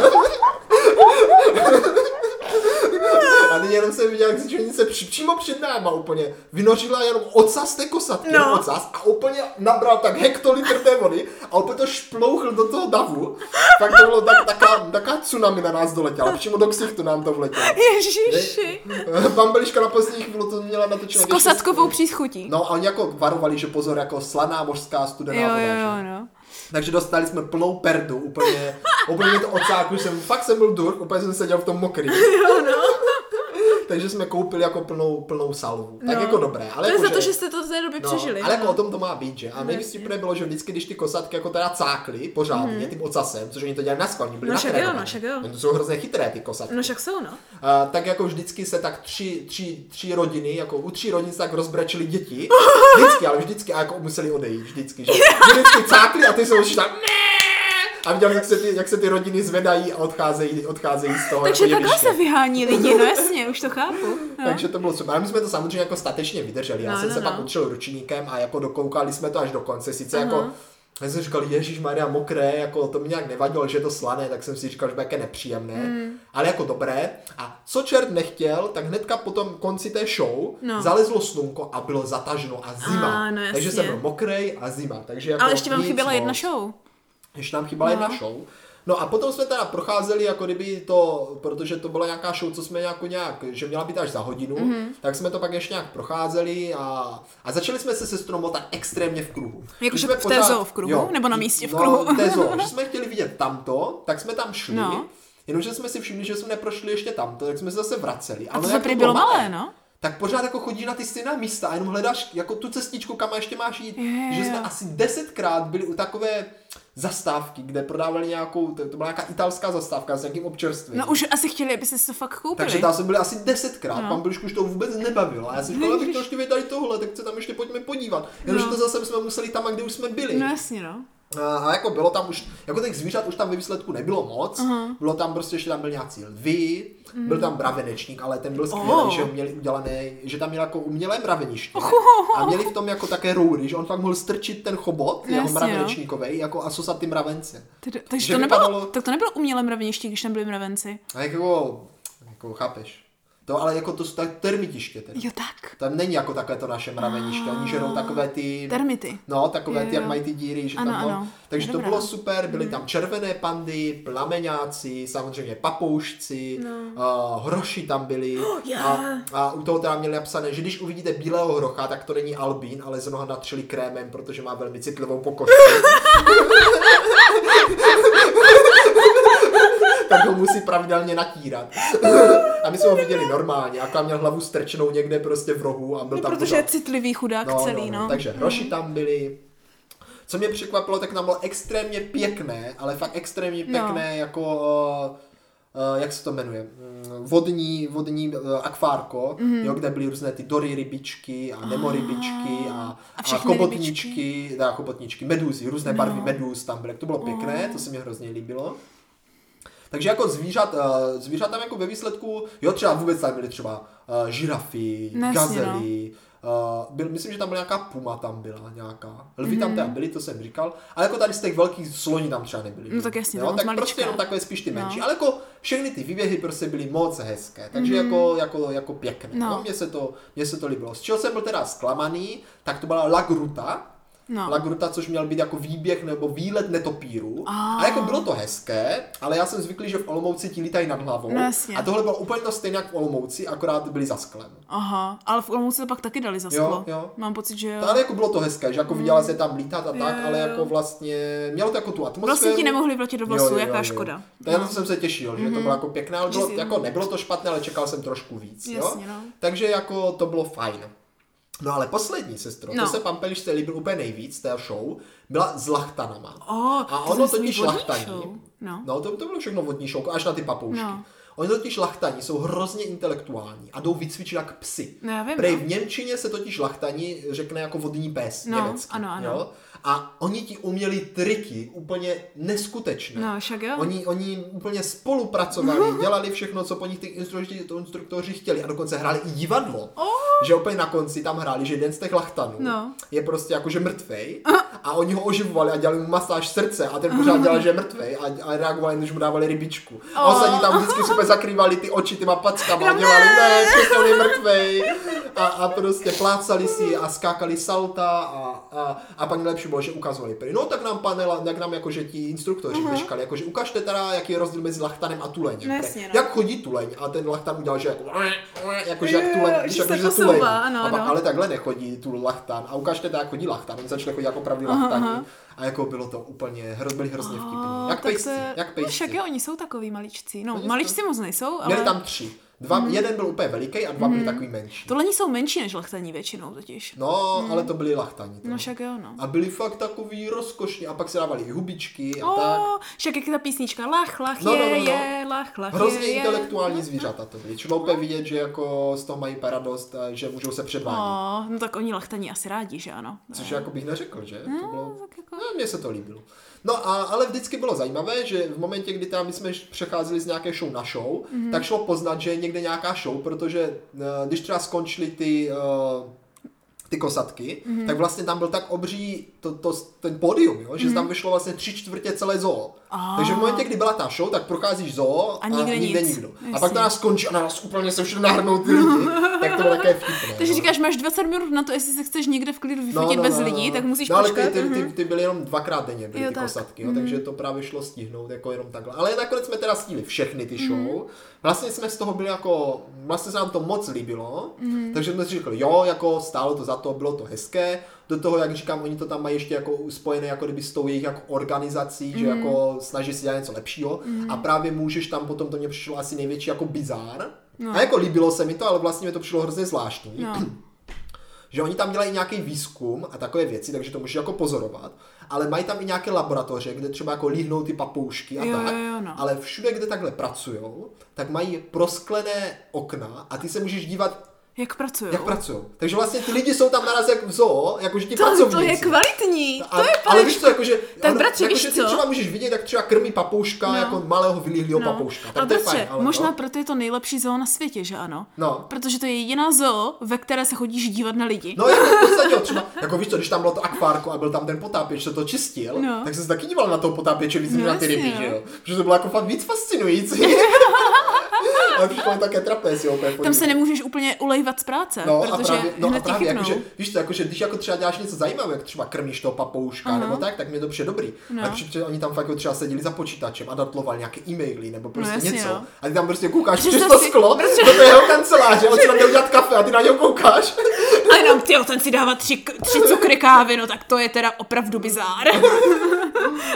[SPEAKER 1] A nyní jenom jsem viděl, jak se při, přímo před náma úplně vynořila jenom ocas té kosatky,
[SPEAKER 2] No.
[SPEAKER 1] no. ocas a úplně nabral tak hektolitr té vody a úplně to šplouchl do toho davu. Tak to bylo tak, taká, taká tsunami na nás doletěla, přímo do ksichtu nám to vletělo.
[SPEAKER 2] Ježiši.
[SPEAKER 1] Bambeliška na poslední chvíli to měla natočené.
[SPEAKER 2] S
[SPEAKER 1] ještě
[SPEAKER 2] kosatkovou příchutí.
[SPEAKER 1] No a oni jako varovali, že pozor, jako slaná mořská studená
[SPEAKER 2] Jo,
[SPEAKER 1] voda,
[SPEAKER 2] jo,
[SPEAKER 1] že?
[SPEAKER 2] jo, no.
[SPEAKER 1] Takže dostali jsme plnou perdu, úplně, úplně to ocáku, jsem, fakt jsem byl dur, úplně jsem seděl v tom mokrý.
[SPEAKER 2] Jo, no.
[SPEAKER 1] Takže jsme koupili jako plnou, plnou salvu. Tak
[SPEAKER 2] No.
[SPEAKER 1] jako dobré. Ale
[SPEAKER 2] To je
[SPEAKER 1] jako,
[SPEAKER 2] za to, že jste to v té době přežili.
[SPEAKER 1] ale jako
[SPEAKER 2] no.
[SPEAKER 1] o tom to má být, že? A nejvíc vtipné bylo, že vždycky, když ty kosatky jako teda cákly pořádně tím ocasem, což oni to dělali na skladní, byli
[SPEAKER 2] Mhm. No však jo,
[SPEAKER 1] natrénovaní.
[SPEAKER 2] no však jo.
[SPEAKER 1] Oni to jsou hrozně chytré ty kosatky.
[SPEAKER 2] No však jsou, no.
[SPEAKER 1] A, tak jako vždycky se tak tři, tři, tři rodiny, jako u tří rodin se tak rozbrečely děti. Vždycky, ale vždycky a jako museli odejít, vždycky. Že? Že vždycky cákli a ty jsou už tak ne! A viděl, jak se, ty, jak se ty rodiny zvedají a odcházejí, odcházejí z toho.
[SPEAKER 2] Takže
[SPEAKER 1] jako
[SPEAKER 2] takhle
[SPEAKER 1] jeviště.
[SPEAKER 2] se vyhání lidi, no jasně, už to chápu. No.
[SPEAKER 1] Takže to bylo super. Ale my jsme to samozřejmě jako statečně vydrželi. Já
[SPEAKER 2] No,
[SPEAKER 1] jsem
[SPEAKER 2] no,
[SPEAKER 1] se
[SPEAKER 2] no.
[SPEAKER 1] pak učil ručníkem a jako dokoukali jsme to až do konce. Sice jako já jsem říkal, Ježíš Maria, mokré, jako to mě nějak nevadilo, že je to slané, tak jsem si říkal, že bude jaké nepříjemné,
[SPEAKER 2] Hmm.
[SPEAKER 1] ale jako dobré. A co čert nechtěl, tak hnedka po tom konci té show
[SPEAKER 2] No.
[SPEAKER 1] zalezlo slunko a bylo zataženo a zima.
[SPEAKER 2] A, no
[SPEAKER 1] Takže
[SPEAKER 2] jasně.
[SPEAKER 1] jsem byl mokrej a zima. Takže jako
[SPEAKER 2] Ale ještě vám
[SPEAKER 1] nic
[SPEAKER 2] chyběla jedna
[SPEAKER 1] moc.
[SPEAKER 2] show.
[SPEAKER 1] Ještě nám chybala jedna show. No a potom jsme teda procházeli, jako kdyby to, protože to byla nějaká show, co jsme jako nějak, že měla být až za hodinu,
[SPEAKER 2] Mhm.
[SPEAKER 1] mm-hmm. tak jsme to pak ještě nějak procházeli a, a začali jsme se sestrou motat extrémně v kruhu. Když
[SPEAKER 2] že
[SPEAKER 1] jsme
[SPEAKER 2] v té zoo v kruhu? Nebo na místě v
[SPEAKER 1] no,
[SPEAKER 2] kruhu?
[SPEAKER 1] v té zoo, že jsme chtěli vidět tamto, tak jsme tam šli,
[SPEAKER 2] No.
[SPEAKER 1] no. jenomže jsme si všimli, že jsme neprošli ještě tamto, tak jsme se zase vraceli.
[SPEAKER 2] A to
[SPEAKER 1] Ale jako
[SPEAKER 2] se
[SPEAKER 1] jak
[SPEAKER 2] prý
[SPEAKER 1] bylo
[SPEAKER 2] bylo malé, no.
[SPEAKER 1] tak pořád jako chodíš na ty stejná místa a jenom hledáš jako tu cestičku, kam ještě máš jít.
[SPEAKER 2] Jo,
[SPEAKER 1] že
[SPEAKER 2] jo.
[SPEAKER 1] jsme asi desetkrát byli u takové zastávky, kde prodávali nějakou, to, to byla nějaká italská zastávka s nějakým občerstvením.
[SPEAKER 2] No už asi chtěli, aby si to fakt koupili.
[SPEAKER 1] Takže tam jsme byli asi desetkrát,
[SPEAKER 2] No.
[SPEAKER 1] no. pan Bilišku už to vůbec nebavilo. A já jsem říkal, ale tak to ještě tady tohle, tak se tam ještě pojďme podívat. Jenomže
[SPEAKER 2] No.
[SPEAKER 1] to zase jsme museli tam, kde už jsme byli.
[SPEAKER 2] No jasně, no.
[SPEAKER 1] A a jako bylo tam už, jako těch zvířat už tam ve výsledku nebylo moc,
[SPEAKER 2] Aha. Mm.
[SPEAKER 1] bylo tam prostě, že tam byl nějací lvy, byl tam bravenečník, ale ten byl skvělý,
[SPEAKER 2] Oh.
[SPEAKER 1] že ho měli udělané, že tam měl jako umělé mraveniště a měli v tom jako také roury, že on fakt mohl strčit ten chobot, jeho
[SPEAKER 2] Oh. Jasně,
[SPEAKER 1] mravenečníkovej, jako a sosat ty mravence.
[SPEAKER 2] Tedy- Takže
[SPEAKER 1] Že
[SPEAKER 2] to nebylo,
[SPEAKER 1] vypadalo-
[SPEAKER 2] tak to nebylo umělé mraveniště, když tam byli mravenci.
[SPEAKER 1] A jako, jako chápeš, to ale jako to jsou tak termitiště tedy.
[SPEAKER 2] Jo tak,
[SPEAKER 1] Tam není jako takové to naše mraveniště, oni žerou takové ty...
[SPEAKER 2] termity.
[SPEAKER 1] No, takové
[SPEAKER 2] Jo,
[SPEAKER 1] ty, jak
[SPEAKER 2] jo.
[SPEAKER 1] mají ty díry, že
[SPEAKER 2] Ano,
[SPEAKER 1] tam no.
[SPEAKER 2] ano.
[SPEAKER 1] Takže to
[SPEAKER 2] Dobrá. Hmm.
[SPEAKER 1] bylo super, byly tam červené pandy, plameňáci, samozřejmě papoušci, no. uh, hroši tam byli.
[SPEAKER 2] já.
[SPEAKER 1] a, a u toho teda měli napsané, že když uvidíte bílého hrocha, tak to není albín, ale zrovna ho natřeli krémem, protože má velmi citlivou pokožku. tak ho musí pravidelně natírat. a my jsme ho viděli normálně, a měl hlavu strčenou někde prostě v rohu a byl
[SPEAKER 2] No,
[SPEAKER 1] tam
[SPEAKER 2] protože
[SPEAKER 1] pořád.
[SPEAKER 2] je citlivý chudák celý, no.
[SPEAKER 1] Takže hroši tam byli. Co mě překvapilo, tak tam bylo extrémně pěkné, ale fakt
[SPEAKER 2] No.
[SPEAKER 1] extrémně pěkné, jako, uh, jak se to jmenuje, Mm, vodní, vodní uh, akvárko,
[SPEAKER 2] Mhm.
[SPEAKER 1] jo, kde byly různé ty dory rybičky a nemo rybičky a,
[SPEAKER 2] Ah, A
[SPEAKER 1] a
[SPEAKER 2] všechny No.
[SPEAKER 1] chobotničky, teda chobotničky, medúzy, různé barvy medúz tam byly, to bylo pěkné, to se mi hrozně líbilo. Takže jako zvířat, eh, zvířat tam jako ve výsledku, jo třeba vůbec tam byly třeba eh, žirafy,
[SPEAKER 2] No jasně, no.
[SPEAKER 1] gazely, eh, byl, myslím, že tam byla nějaká puma tam byla nějaká, lvy
[SPEAKER 2] Mhm.
[SPEAKER 1] tam teda byly, to jsem říkal, ale jako tady z těch velkých sloní tam třeba nebyly.
[SPEAKER 2] No
[SPEAKER 1] že?
[SPEAKER 2] tak jasně,
[SPEAKER 1] jo,
[SPEAKER 2] to moc
[SPEAKER 1] tak
[SPEAKER 2] maličká.
[SPEAKER 1] prostě jenom takové spíš ty
[SPEAKER 2] No.
[SPEAKER 1] menší, ale jako všechny ty výběhy prostě byly moc hezké, takže jako, jako, jako pěkné.
[SPEAKER 2] Mhm. No.
[SPEAKER 1] No. No, mně, se to, mně se to líbilo. Z čeho jsem byl teda zklamaný, tak to byla Lagruta,
[SPEAKER 2] No.
[SPEAKER 1] Lagruta, což měl být jako výběh nebo výlet netopíru.
[SPEAKER 2] Ah.
[SPEAKER 1] A jako bylo to hezké, ale já jsem zvyklý, že v Olomouci ti lítají nad hlavou.
[SPEAKER 2] No jasně.
[SPEAKER 1] A tohle bylo úplně to stejné jak v Olomouci, akorát byli za sklem.
[SPEAKER 2] Aha, ale v Olomouci to pak taky dali za
[SPEAKER 1] Jo,
[SPEAKER 2] sklo.
[SPEAKER 1] jo.
[SPEAKER 2] Mám pocit, že jo.
[SPEAKER 1] To, ale jako bylo to hezké, že jako viděla se tam lítat a tak,
[SPEAKER 2] Mm. Jo,
[SPEAKER 1] ale
[SPEAKER 2] jo.
[SPEAKER 1] jako vlastně mělo to jako tu atmosféru.
[SPEAKER 2] Vlastně ti nemohli vletět do vlasů, jaká škoda. No. Mhm.
[SPEAKER 1] To já na to jsem se těšil, že to bylo jako pěkné, ale
[SPEAKER 2] Že
[SPEAKER 1] bylo,
[SPEAKER 2] si-
[SPEAKER 1] jako nebylo to špatné, ale čekal jsem trošku víc.
[SPEAKER 2] Jasně,
[SPEAKER 1] jo?
[SPEAKER 2] no.
[SPEAKER 1] Takže jako to bylo fajn. No ale poslední, sestro,
[SPEAKER 2] No.
[SPEAKER 1] to se pan Pelišce líbil úplně nejvíc, té show, byla s lachtanama.
[SPEAKER 2] O,
[SPEAKER 1] a
[SPEAKER 2] to
[SPEAKER 1] ono
[SPEAKER 2] jsme
[SPEAKER 1] totiž
[SPEAKER 2] vodní
[SPEAKER 1] lachtání.
[SPEAKER 2] show. No.
[SPEAKER 1] No, to, to bylo všechno vodní šouko, až na ty papoušky.
[SPEAKER 2] No.
[SPEAKER 1] No. Oni totiž lachtani jsou hrozně intelektuální a jdou vycvičit jak psy.
[SPEAKER 2] No, já vím,
[SPEAKER 1] Prej
[SPEAKER 2] no.
[SPEAKER 1] v Němčině se totiž lachtani řekne jako vodní pes
[SPEAKER 2] No,
[SPEAKER 1] německy.
[SPEAKER 2] ano, ano.
[SPEAKER 1] Jo? A oni ti uměli triky úplně neskutečné.
[SPEAKER 2] No, však jo.
[SPEAKER 1] Oni, oni úplně spolupracovali, dělali všechno, co po nich ty instruktoři, to instruktoři chtěli a dokonce hráli i divadlo. Že úplně na konci tam hráli, že jeden z těch lachtanů
[SPEAKER 2] No.
[SPEAKER 1] je prostě jakože mrtvej a oni ho oživovali a dělali mu masáž srdce a ten pořád dělal, že je mrtvý a, a reagovali, když mu dávali rybičku. A
[SPEAKER 2] Oh.
[SPEAKER 1] ostatní tam vždycky super zakrývali ty oči těma packama a dělali, ne, přesně on je mrtvej. A, a prostě plácali si a skákali salta a, a, a pak nejlepší bylo, že ukazovali pry. No tak nám panela, tak nám jakože ti instruktoři uh-huh. meškali, jakože ukažte teda, jaký je rozdíl mezi lachtanem a tuleň.
[SPEAKER 2] Mhm. No jasně, no.
[SPEAKER 1] Jak chodí tuleň a ten lachtan udělal, že jako, jakože jak tuleň,
[SPEAKER 2] Jo,
[SPEAKER 1] když
[SPEAKER 2] že se
[SPEAKER 1] jakože za
[SPEAKER 2] posouvá,
[SPEAKER 1] tuleň.
[SPEAKER 2] ano,
[SPEAKER 1] a pak,
[SPEAKER 2] ano.
[SPEAKER 1] ale takhle nechodí tu lachtan a ukažte teda, jak chodí lachtan. On začal chodit jako pravý lachtan. A jako bylo to úplně, hro, byli hrozně vtipní. Jak
[SPEAKER 2] tak
[SPEAKER 1] pejsci,
[SPEAKER 2] se-
[SPEAKER 1] jak
[SPEAKER 2] No, však
[SPEAKER 1] pejsci.
[SPEAKER 2] jo, oni jsou takový maličci. No,
[SPEAKER 1] Oni jsou-
[SPEAKER 2] maličci moc nejsou, ale... Mhm.
[SPEAKER 1] Měli tam tři. Dva, Jeden byl úplně veliký a dva byli takový menší.
[SPEAKER 2] Tohle jsou menší než lechtaní většinou totiž.
[SPEAKER 1] No, ale to byli lachtani. teda.
[SPEAKER 2] Mhm. No však jo, no.
[SPEAKER 1] A byli fakt takový rozkošní. A pak se dávali i hubičky a tak.
[SPEAKER 2] O, však jak ta písnička lach, lach,
[SPEAKER 1] No,
[SPEAKER 2] je,
[SPEAKER 1] no, no, no.
[SPEAKER 2] je, lach, lach,
[SPEAKER 1] Hrozně
[SPEAKER 2] je, je.
[SPEAKER 1] intelektuální zvířata to byly. Šlo úplně vidět, že jako z toho mají radost, a že můžou se předvádět.
[SPEAKER 2] O, no tak oni lechtaní asi rádi, že ano.
[SPEAKER 1] Což jako bych neřekl, že? To bylo...
[SPEAKER 2] Tak jako...
[SPEAKER 1] No, mně se to líbilo. No a, ale vždycky bylo zajímavé, že v momentě, kdy tam my jsme š- přecházeli z nějaké show na show,
[SPEAKER 2] Mhm.
[SPEAKER 1] mm-hmm. tak šlo poznat, že je někde nějaká show, protože eh, když třeba skončily ty, eh, ty kosatky,
[SPEAKER 2] Mhm.
[SPEAKER 1] mm-hmm. tak vlastně tam byl tak obří to, to, ten pódium, jo, že mm-hmm. tam vyšlo vlastně tři čtvrtě celé zoo.
[SPEAKER 2] Mhm. A.
[SPEAKER 1] Takže v momentě, kdy byla ta show, tak procházíš zoo
[SPEAKER 2] A nikde
[SPEAKER 1] nikde
[SPEAKER 2] nic.
[SPEAKER 1] nikdo. A pak
[SPEAKER 2] Jasně.
[SPEAKER 1] to nás skončí a na nás úplně se všude nahrnou ty lidi, tak to bylo také vtipné.
[SPEAKER 2] Takže
[SPEAKER 1] no.
[SPEAKER 2] říkáš, máš 20 minut na to, jestli se chceš někde v klidu vyfotit bez lidí, tak musíš
[SPEAKER 1] no, ale
[SPEAKER 2] počkat.
[SPEAKER 1] Ty, ty,
[SPEAKER 2] mhm.
[SPEAKER 1] ty, ty byly jenom dvakrát denně, byly
[SPEAKER 2] Jo,
[SPEAKER 1] ty
[SPEAKER 2] tak. Mhm.
[SPEAKER 1] kosatky, jo, takže to právě šlo stihnout jako jenom takhle. Ale nakonec jsme teda stihli všechny
[SPEAKER 2] Mhm.
[SPEAKER 1] ty show. Vlastně jsme z toho byli jako, vlastně se nám to moc líbilo,
[SPEAKER 2] Mhm.
[SPEAKER 1] takže jsme si řekli, jo, jako stálo to za to, bylo to hezké. Do toho, jak říkám, oni to tam mají ještě jako spojené jako kdyby s tou jejich jako organizací, že
[SPEAKER 2] Mhm.
[SPEAKER 1] jako snaží si dělat něco lepšího a právě můžeš tam potom, to mě přišlo asi největší jako bizár. A jako líbilo se mi to, ale vlastně mi to přišlo hrozně zvláštní
[SPEAKER 2] No.
[SPEAKER 1] že oni tam dělají nějaký výzkum a takové věci, takže to můžeš jako pozorovat, ale mají tam i nějaké laboratoře, kde třeba jako líhnou ty papoušky a
[SPEAKER 2] Jo,
[SPEAKER 1] tak,
[SPEAKER 2] jo, jo, no.
[SPEAKER 1] ale všude, kde takhle pracují, tak mají prosklené okna a ty se můžeš dívat,
[SPEAKER 2] Jak pracuju?
[SPEAKER 1] jak pracují. Takže vlastně ty lidi jsou tam naraz jak v zoo, jakože ti
[SPEAKER 2] to, to
[SPEAKER 1] pracovníci. No,
[SPEAKER 2] je kvalitní,
[SPEAKER 1] A-
[SPEAKER 2] to je
[SPEAKER 1] ale
[SPEAKER 2] pane
[SPEAKER 1] víš co, jako jakože,
[SPEAKER 2] Tak
[SPEAKER 1] ono-
[SPEAKER 2] bratře,
[SPEAKER 1] jakože
[SPEAKER 2] víš
[SPEAKER 1] ty
[SPEAKER 2] co?
[SPEAKER 1] třeba můžeš vidět, jak třeba krmí papouška,
[SPEAKER 2] No.
[SPEAKER 1] jako malého vylíhlého papouška. Tak
[SPEAKER 2] a
[SPEAKER 1] to je
[SPEAKER 2] bratře,
[SPEAKER 1] fajn, ale
[SPEAKER 2] možná
[SPEAKER 1] no.
[SPEAKER 2] proto je to nejlepší zoo na světě, že ano?
[SPEAKER 1] No.
[SPEAKER 2] Protože to je jediná zoo, ve které se chodíš dívat na lidi.
[SPEAKER 1] No jako v podstatě, jo, třeba, jako víš co, když tam bylo to akvárko a byl tam ten potápěč, co to čistil,
[SPEAKER 2] No.
[SPEAKER 1] tak jsem se taky díval na toho potápěče víc než
[SPEAKER 2] No,
[SPEAKER 1] na ty
[SPEAKER 2] jasně,
[SPEAKER 1] ryby,
[SPEAKER 2] no.
[SPEAKER 1] že jo. Protože to bylo jako fakt víc fascinující. Ale přišlo mi také trapné si ho úplně
[SPEAKER 2] Tam
[SPEAKER 1] podívat.
[SPEAKER 2] se nemůžeš úplně ulejvat z práce,
[SPEAKER 1] No a
[SPEAKER 2] protože
[SPEAKER 1] právě, no a
[SPEAKER 2] hned tě
[SPEAKER 1] právě
[SPEAKER 2] chytnou.
[SPEAKER 1] jakože, víš to, jakože, když jako třeba děláš něco zajímavého, jak třeba krmíš toho papouška uh-huh. nebo tak, tak mi to přijde dobrý. No.
[SPEAKER 2] No.
[SPEAKER 1] Ale přijde, oni tam fakt jako třeba seděli za počítačem a datlovali nějaké e-maily nebo prostě
[SPEAKER 2] No, jasně,
[SPEAKER 1] něco.
[SPEAKER 2] jo.
[SPEAKER 1] A ty tam prostě koukáš
[SPEAKER 2] Protože
[SPEAKER 1] přes
[SPEAKER 2] to
[SPEAKER 1] to
[SPEAKER 2] si-
[SPEAKER 1] sklo, do
[SPEAKER 2] protože-
[SPEAKER 1] té jeho kanceláře, on si tam jde udělat kafe a ty na něho koukáš.
[SPEAKER 2] A jenom, tyjo, ten si dává tři, k- tři cukry kávy, no tak to je teda opravdu bizár.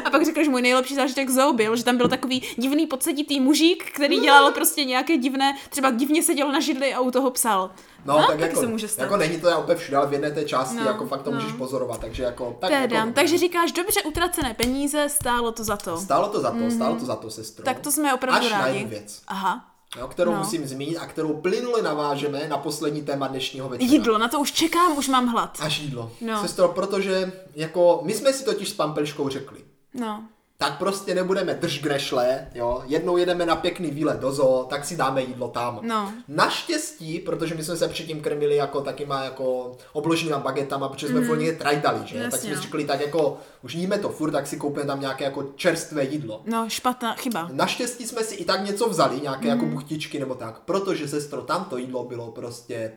[SPEAKER 2] a pak řekl, že můj nejlepší zážitek zoo byl, že tam byl takový divný podseditý mužík, který dělal prostě nějaké divné, třeba divně seděl na židli a u toho psal.
[SPEAKER 1] No, tak
[SPEAKER 2] taky
[SPEAKER 1] jako,
[SPEAKER 2] se může stát.
[SPEAKER 1] jako není to já úplně všude, ale v jedné té části no,
[SPEAKER 2] No,
[SPEAKER 1] jako fakt to
[SPEAKER 2] no.
[SPEAKER 1] můžeš pozorovat, takže jako... Tak,
[SPEAKER 2] Teda,
[SPEAKER 1] jako,
[SPEAKER 2] takže říkáš, dobře utracené peníze, stálo to za to.
[SPEAKER 1] Stálo to za to, stálo to za to, sestro.
[SPEAKER 2] Mm. Tak to jsme opravdu
[SPEAKER 1] Až na
[SPEAKER 2] rádi.
[SPEAKER 1] jednu věc,
[SPEAKER 2] Aha.
[SPEAKER 1] jo, kterou
[SPEAKER 2] No.
[SPEAKER 1] musím zmínit a kterou plynule navážeme na poslední téma dnešního večera.
[SPEAKER 2] Jídlo, na to už čekám, už mám hlad.
[SPEAKER 1] Až jídlo.
[SPEAKER 2] No.
[SPEAKER 1] Sestro, protože jako my jsme si totiž s Pampeliškou řekli,
[SPEAKER 2] No.
[SPEAKER 1] tak prostě nebudeme drž grešle, jo, jednou jedeme na pěkný výlet do zoo, tak si dáme jídlo tam.
[SPEAKER 2] No.
[SPEAKER 1] Naštěstí, protože my jsme se předtím krmili jako takýma jako obloženýma bagetama, protože jsme mm. furt někde trajdali, že? Jasně, tak
[SPEAKER 2] Mhm. Jasně,
[SPEAKER 1] jsme si
[SPEAKER 2] no.
[SPEAKER 1] řekli, tak jako už jíme to furt, tak si koupíme tam nějaké jako čerstvé jídlo.
[SPEAKER 2] No, špatná chyba.
[SPEAKER 1] Naštěstí jsme si i tak něco vzali, nějaké jako
[SPEAKER 2] Mhm.
[SPEAKER 1] buchtičky nebo tak, protože sestro, tam to jídlo bylo prostě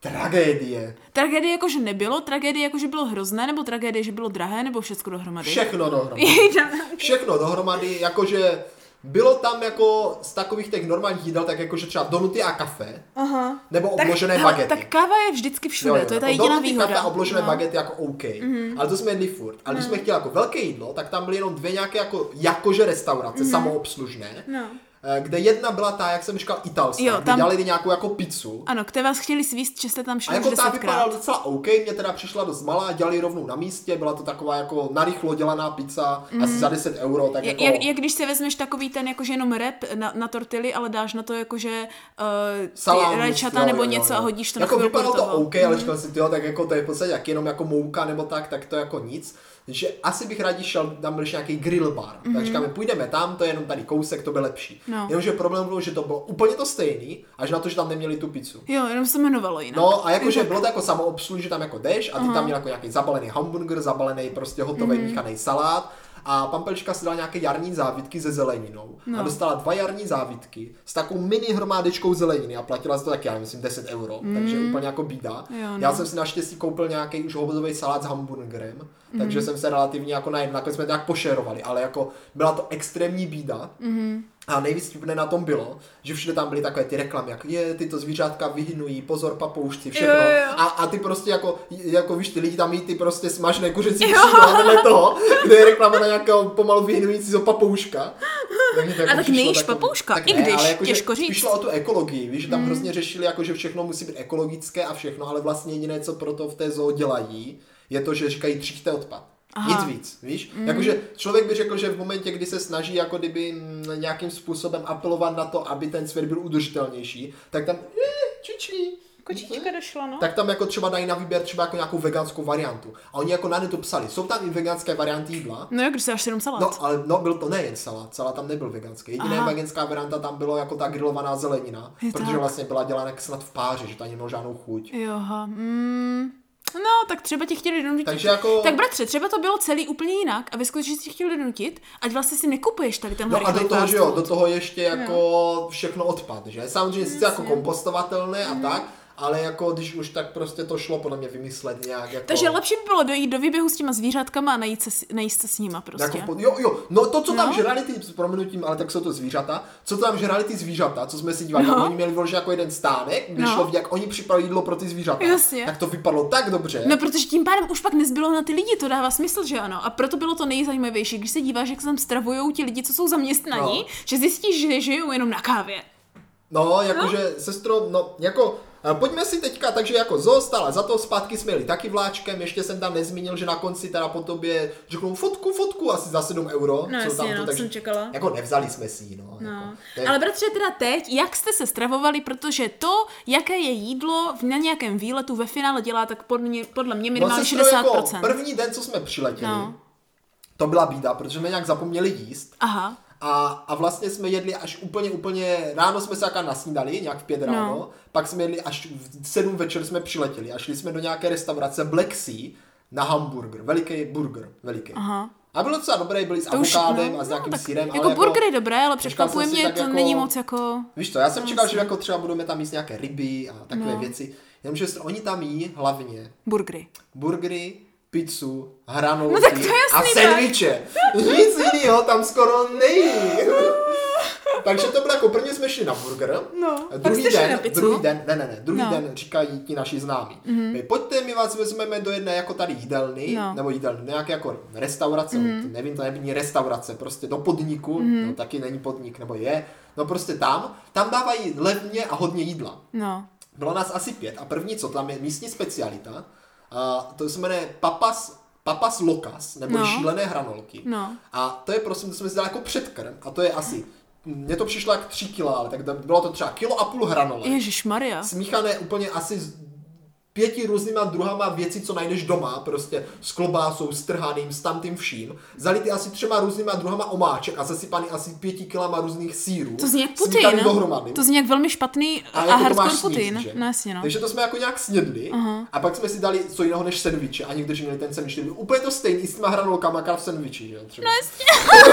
[SPEAKER 1] tragédie.
[SPEAKER 2] Tragédie jako, že nebylo, tragédie jako, že bylo hrozné, nebo tragédie, že bylo drahé, nebo všechno dohromady.
[SPEAKER 1] Všechno dohromady. všechno dohromady, jakože bylo tam jako z takových těch normálních jídel, tak jakože třeba donuty a kafe,
[SPEAKER 2] Aha.
[SPEAKER 1] nebo obložené
[SPEAKER 2] hele,
[SPEAKER 1] bagety.
[SPEAKER 2] Tak káva je vždycky všude, to je ta
[SPEAKER 1] jako
[SPEAKER 2] jediná
[SPEAKER 1] donuty,
[SPEAKER 2] výhoda.
[SPEAKER 1] Kafe a obložené
[SPEAKER 2] no. Mhm.
[SPEAKER 1] bagety jako OK, ale to jsme jedli furt. Ale když jsme chtěli jako velké jídlo, tak tam byly jenom dvě nějaké jako, jakože restaurace, samoobslužné.
[SPEAKER 2] Mhm. No.
[SPEAKER 1] eh, Kde jedna byla ta, jak jsem říkal, italská,
[SPEAKER 2] Jo,
[SPEAKER 1] kde
[SPEAKER 2] tam-
[SPEAKER 1] dělali nějakou jako pizzu.
[SPEAKER 2] Ano, které vás chtěli svíst, že jste tam
[SPEAKER 1] A
[SPEAKER 2] šli už
[SPEAKER 1] jako ta vypadala
[SPEAKER 2] desetkrát.
[SPEAKER 1] docela OK, mě teda přišla dost malá, dělali rovnou na místě, byla to taková jako narychlo dělaná pizza, asi za 10 euro, tak
[SPEAKER 2] Mhm. Jak,
[SPEAKER 1] jako...
[SPEAKER 2] jak, jak když si vezmeš takový ten jakože jenom rep na, na tortily, ale dáš na to jako, jakože uh,
[SPEAKER 1] salám,
[SPEAKER 2] rajčata
[SPEAKER 1] jo,
[SPEAKER 2] nebo
[SPEAKER 1] jo,
[SPEAKER 2] něco
[SPEAKER 1] jo.
[SPEAKER 2] a hodíš to
[SPEAKER 1] jako
[SPEAKER 2] na chvilku
[SPEAKER 1] vypadalo
[SPEAKER 2] do
[SPEAKER 1] to
[SPEAKER 2] toho.
[SPEAKER 1] OK, ale říkal jsem si, jo, tak jako to je v podstatě jak jenom jako mouka nebo tak, tak to jako nic. Že asi bych raději šel, tam byl ještě nějaký grill bar. Mm-hmm. Tak říkáme, půjdeme tam, to je jenom tady kousek, to by lepší.
[SPEAKER 2] No. Mhm. No.
[SPEAKER 1] Jenomže problém byl, že to bylo úplně to stejný, až na to, že tam neměli tu pizzu.
[SPEAKER 2] Jo, jenom se jmenovalo jinak. Mhm.
[SPEAKER 1] No a jakože bylo to jako samoobsluž, že tam jako jdeš a ty tam měl jako nějaký zabalený hamburger, zabalený prostě hotový mm. míchaný salát a pampelška si dala nějaké jarní závitky se zeleninou no. a dostala dva jarní závitky s takovou mini hromádečkou zeleniny a platila za to tak já myslím 10 euro, mm. takže úplně jako bída.
[SPEAKER 2] Mhm. Jo, no.
[SPEAKER 1] Já jsem si naštěstí koupil nějaký už hovodový salát s hamburgerem,
[SPEAKER 2] Mhm.
[SPEAKER 1] mm. takže jsem se relativně jako najedl, nakonec jsme to tak pošerovali, ale jako byla to extrémní bída.
[SPEAKER 2] Mhm.
[SPEAKER 1] Mm. A nejvíc vtipné na tom bylo, že všude tam byly takové ty reklamy, jak je, tyto zvířátka vyhynují, pozor papoušci, všechno.
[SPEAKER 2] Jo, jo, jo.
[SPEAKER 1] A, a ty prostě jako, jako víš, ty lidi tam jí ty prostě smažené kuřecí přímo a vedle toho, kde je reklama na nějakého pomalu vyhynujícího papouška. Tak mě to jako
[SPEAKER 2] A tak
[SPEAKER 1] přišlo
[SPEAKER 2] nejíš
[SPEAKER 1] takový-
[SPEAKER 2] papouška,
[SPEAKER 1] tak
[SPEAKER 2] i když,
[SPEAKER 1] ale jakože
[SPEAKER 2] těžko říct.
[SPEAKER 1] Šlo o tu ekologii, víš, že
[SPEAKER 2] Hmm.
[SPEAKER 1] tam hrozně řešili, jako, že všechno musí být ekologické a všechno, ale vlastně jediné, co proto v té zoo dělají, je to, že říkají tříšte odpad.
[SPEAKER 2] Aha. Hmm.
[SPEAKER 1] Aha. Nic víc, víš? Mm. Jakože člověk by řekl, že v momentě, kdy se snaží jako kdyby mm, nějakým způsobem apelovat na to, aby ten svět byl udržitelnější, tak tam eh, čičí.
[SPEAKER 2] Kočička došla, no.
[SPEAKER 1] Tak tam jako třeba dají na výběr třeba jako nějakou veganskou variantu. A oni jako na to psali, jsou tam i veganské varianty jídla,
[SPEAKER 2] No jo, když se dáš jenom salát.
[SPEAKER 1] No, ale no, byl to nejen salát, salát tam nebyl veganský. Jediná
[SPEAKER 2] Aha.
[SPEAKER 1] veganská varianta tam bylo jako ta grilovaná zelenina,
[SPEAKER 2] Je
[SPEAKER 1] protože
[SPEAKER 2] tak.
[SPEAKER 1] vlastně byla dělána jak snad v páři, že tam neměl žádnou chuť.
[SPEAKER 2] Joha, mm. No, tak třeba tě chtěli donutit.
[SPEAKER 1] Takže jako-
[SPEAKER 2] Tak bratře, třeba to bylo celý úplně jinak a ve skutečnosti tě chtěli donutit, ať vlastně si nekupuješ tady tenhle
[SPEAKER 1] No a
[SPEAKER 2] rychlej
[SPEAKER 1] do toho,
[SPEAKER 2] fast
[SPEAKER 1] že jo,
[SPEAKER 2] food.
[SPEAKER 1] do toho ještě jako všechno odpad, že? Samozřejmě sice jako kompostovatelné
[SPEAKER 2] Mhm.
[SPEAKER 1] a tak, ale jako když už tak prostě to šlo podle mě vymyslet nějak jako...
[SPEAKER 2] Takže lepší by bylo dojít do výběhu s těma zvířátkama a najít se, s- najíst se s nima prostě.
[SPEAKER 1] Jako v pod... Jo, jo, no to, co tam
[SPEAKER 2] No.
[SPEAKER 1] žrali ty, s prominutím, ale tak jsou to zvířata, co tam žrali ty zvířata, co jsme si dívali,
[SPEAKER 2] No.
[SPEAKER 1] no. oni měli vyloženě jako jeden stánek, kde
[SPEAKER 2] No.
[SPEAKER 1] šlo vidět, jak oni připravili jídlo pro ty zvířata,
[SPEAKER 2] Jasně.
[SPEAKER 1] tak to vypadlo tak dobře.
[SPEAKER 2] No, protože tím pádem už pak nezbylo na ty lidi, to dává smysl, že ano. A proto bylo to nejzajímavější, když se díváš, jak se tam stravují ti lidi, co jsou zaměstnaní,
[SPEAKER 1] No.
[SPEAKER 2] že zjistíš, že žijou jenom na kávě.
[SPEAKER 1] No, jakože, no? sestro, no, jako, eh, pojďme si teďka, takže jako zoo stala za to, zpátky jsme jeli taky vláčkem, ještě jsem tam nezmínil, že na konci teda po tobě řeknou fotku, fotku, asi za 7 euro.
[SPEAKER 2] No
[SPEAKER 1] co tam
[SPEAKER 2] jasně,
[SPEAKER 1] to,
[SPEAKER 2] no,
[SPEAKER 1] takže,
[SPEAKER 2] jsem čekala.
[SPEAKER 1] Jako nevzali jsme si ji, no.
[SPEAKER 2] No.
[SPEAKER 1] Jako, to
[SPEAKER 2] Ale bratře, teda teď, jak jste se stravovali, protože to, jaké je jídlo v- na nějakém výletu ve finále dělá, tak podle mě, podle mě minimálně
[SPEAKER 1] sestro,
[SPEAKER 2] 60%.
[SPEAKER 1] Jako první den, co jsme přiletěli,
[SPEAKER 2] No.
[SPEAKER 1] no. to byla bída, protože jsme nějak zapomněli jíst.
[SPEAKER 2] Aha.
[SPEAKER 1] A, a vlastně jsme jedli až úplně, úplně, ráno jsme se jaká nasnídali, nějak v pět ráno,
[SPEAKER 2] No.
[SPEAKER 1] no. pak jsme jedli až v sedm večer jsme přiletěli a šli jsme do nějaké restaurace Black Sea na hamburger, veliký burger, veliký.
[SPEAKER 2] Aha.
[SPEAKER 1] A bylo docela dobré, byli s
[SPEAKER 2] To už,
[SPEAKER 1] avokádem
[SPEAKER 2] no,
[SPEAKER 1] a s
[SPEAKER 2] no,
[SPEAKER 1] nějakým
[SPEAKER 2] tak
[SPEAKER 1] sírem.
[SPEAKER 2] Jako
[SPEAKER 1] ale
[SPEAKER 2] burgery jako, dobré, ale
[SPEAKER 1] Počkal jsem
[SPEAKER 2] překvapuje
[SPEAKER 1] si
[SPEAKER 2] mě, to
[SPEAKER 1] tak jako-
[SPEAKER 2] není moc jako...
[SPEAKER 1] Víš to, já jsem čekal,
[SPEAKER 2] jasně.
[SPEAKER 1] že jako třeba budeme tam jíst nějaké ryby a takové
[SPEAKER 2] No.
[SPEAKER 1] no. věci, jenomže s- oni tam jí hlavně
[SPEAKER 2] Burgery.
[SPEAKER 1] burgery, pizzu, hranolky
[SPEAKER 2] No tak to je
[SPEAKER 1] a
[SPEAKER 2] jasný,
[SPEAKER 1] sendviče. Nic jiného tam skoro není. Takže to bylo jako prvně jsme šli na burger,
[SPEAKER 2] No, pak
[SPEAKER 1] druhý
[SPEAKER 2] jste šli
[SPEAKER 1] den,
[SPEAKER 2] na pizzu.
[SPEAKER 1] druhý den, ne, ne, ne, druhý
[SPEAKER 2] No. Mhm.
[SPEAKER 1] den říkají ti naši známí. Mm-hmm. Pojďte, my vás vezmeme do jedné jako tady jídelny,
[SPEAKER 2] No. Mhm.
[SPEAKER 1] nebo jídelny, nějaké jako restaurace, mm-hmm. nevím, to není restaurace, prostě do podniku, mm-hmm. no taky není podnik, nebo je, no prostě tam, tam dávají levně a hodně jídla.
[SPEAKER 2] No.
[SPEAKER 1] Bylo nás asi pět a první, co tam je místní specialita, a to se jmenuje papas, papas locas, nebo
[SPEAKER 2] No.
[SPEAKER 1] no. šílené hranolky.
[SPEAKER 2] No.
[SPEAKER 1] A to je prosím, to jsme si dali jako předkrm a to je asi, mně to přišlo jak tři kila, ale tak to- bylo to třeba kilo a půl hranolek.
[SPEAKER 2] Ježíš Maria.
[SPEAKER 1] Smíchané úplně asi s pěti různýma druhama věcí, co najdeš doma, prostě s klobásou, s trhaným, s tamtým vším. Zalitý asi třema různýma druhama omáček a zasypaný asi pěti kilama různých sírů.
[SPEAKER 2] To zní jak
[SPEAKER 1] smíchaných
[SPEAKER 2] Putin.
[SPEAKER 1] dohromady.
[SPEAKER 2] To zní jak velmi špatný a,
[SPEAKER 1] jako to
[SPEAKER 2] hardcore
[SPEAKER 1] máš sníst,
[SPEAKER 2] Putin.
[SPEAKER 1] že?
[SPEAKER 2] no jasně, no.
[SPEAKER 1] Takže to jsme jako nějak snědli a pak jsme si dali co jiného než sendviče a někdo, že měli ten sendvič, který byl úplně to stejný, s těma hranolkama, akorát v sendviči, že jo, třeba. No
[SPEAKER 2] jasně.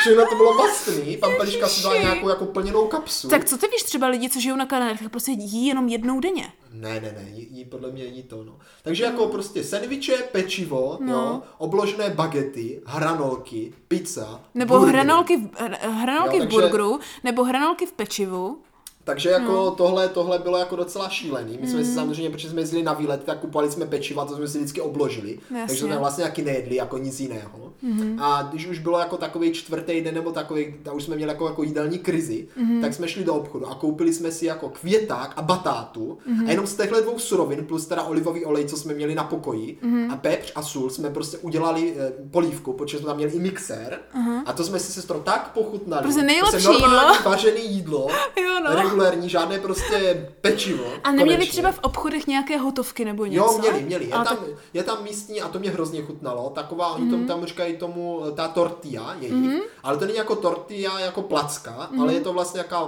[SPEAKER 1] Všechno to bylo mastný, pan Peliška si dala
[SPEAKER 2] Ježiši.
[SPEAKER 1] nějakou jako plněnou kapsu.
[SPEAKER 2] Tak co ty víš třeba lidi, co žijou na Kanadách, tak prostě jí jenom jednou denně.
[SPEAKER 1] Ne, ne, ne, jí, jí podle mě jí to, no. Takže jako prostě sendviče, pečivo, no. jo, obložené bagety, hranolky, pizza,
[SPEAKER 2] Nebo
[SPEAKER 1] burger.
[SPEAKER 2] hranolky, v, hr- hranolky
[SPEAKER 1] Jo,
[SPEAKER 2] v
[SPEAKER 1] takže-
[SPEAKER 2] burgeru, nebo hranolky v pečivu.
[SPEAKER 1] Takže jako
[SPEAKER 2] Hmm.
[SPEAKER 1] no. tohle, tohle bylo jako docela šílený. My jsme si samozřejmě, protože jsme jezdili na výlet, tak kupovali jsme pečiva, to jsme si vždycky obložili.
[SPEAKER 2] Jasně. Hmm.
[SPEAKER 1] Takže jsme vlastně taky nejedli jako nic jiného. A když už bylo jako takový čtvrtý den nebo takový, a už jsme měli jako, jako jídelní krizi,
[SPEAKER 2] Hmm.
[SPEAKER 1] tak jsme šli do obchodu a koupili jsme si jako květák a batátu.
[SPEAKER 2] Hmm.
[SPEAKER 1] A jenom z těchto dvou surovin, plus teda olivový olej, co jsme měli na pokoji,
[SPEAKER 2] Hmm.
[SPEAKER 1] a pepř a sůl, jsme prostě udělali eh, polívku, protože jsme tam měli i mixér. A to jsme si sestro tak pochutnali.
[SPEAKER 2] Prostě nejlepší
[SPEAKER 1] normální
[SPEAKER 2] jídlo.
[SPEAKER 1] vařený jídlo.
[SPEAKER 2] Jo, no.
[SPEAKER 1] Re- regulérní, žádné prostě pečivo.
[SPEAKER 2] A neměli
[SPEAKER 1] konečně.
[SPEAKER 2] třeba v obchodech nějaké hotovky nebo něco?
[SPEAKER 1] Jo, měli, měli. Je
[SPEAKER 2] A
[SPEAKER 1] tam, je tam místní a to mě hrozně chutnalo. Taková,
[SPEAKER 2] Mhm.
[SPEAKER 1] oni tam, tam říkají tomu, ta tortilla jejich, ale to není jako tortilla, jako placka,
[SPEAKER 2] Mhm.
[SPEAKER 1] ale je to vlastně jaká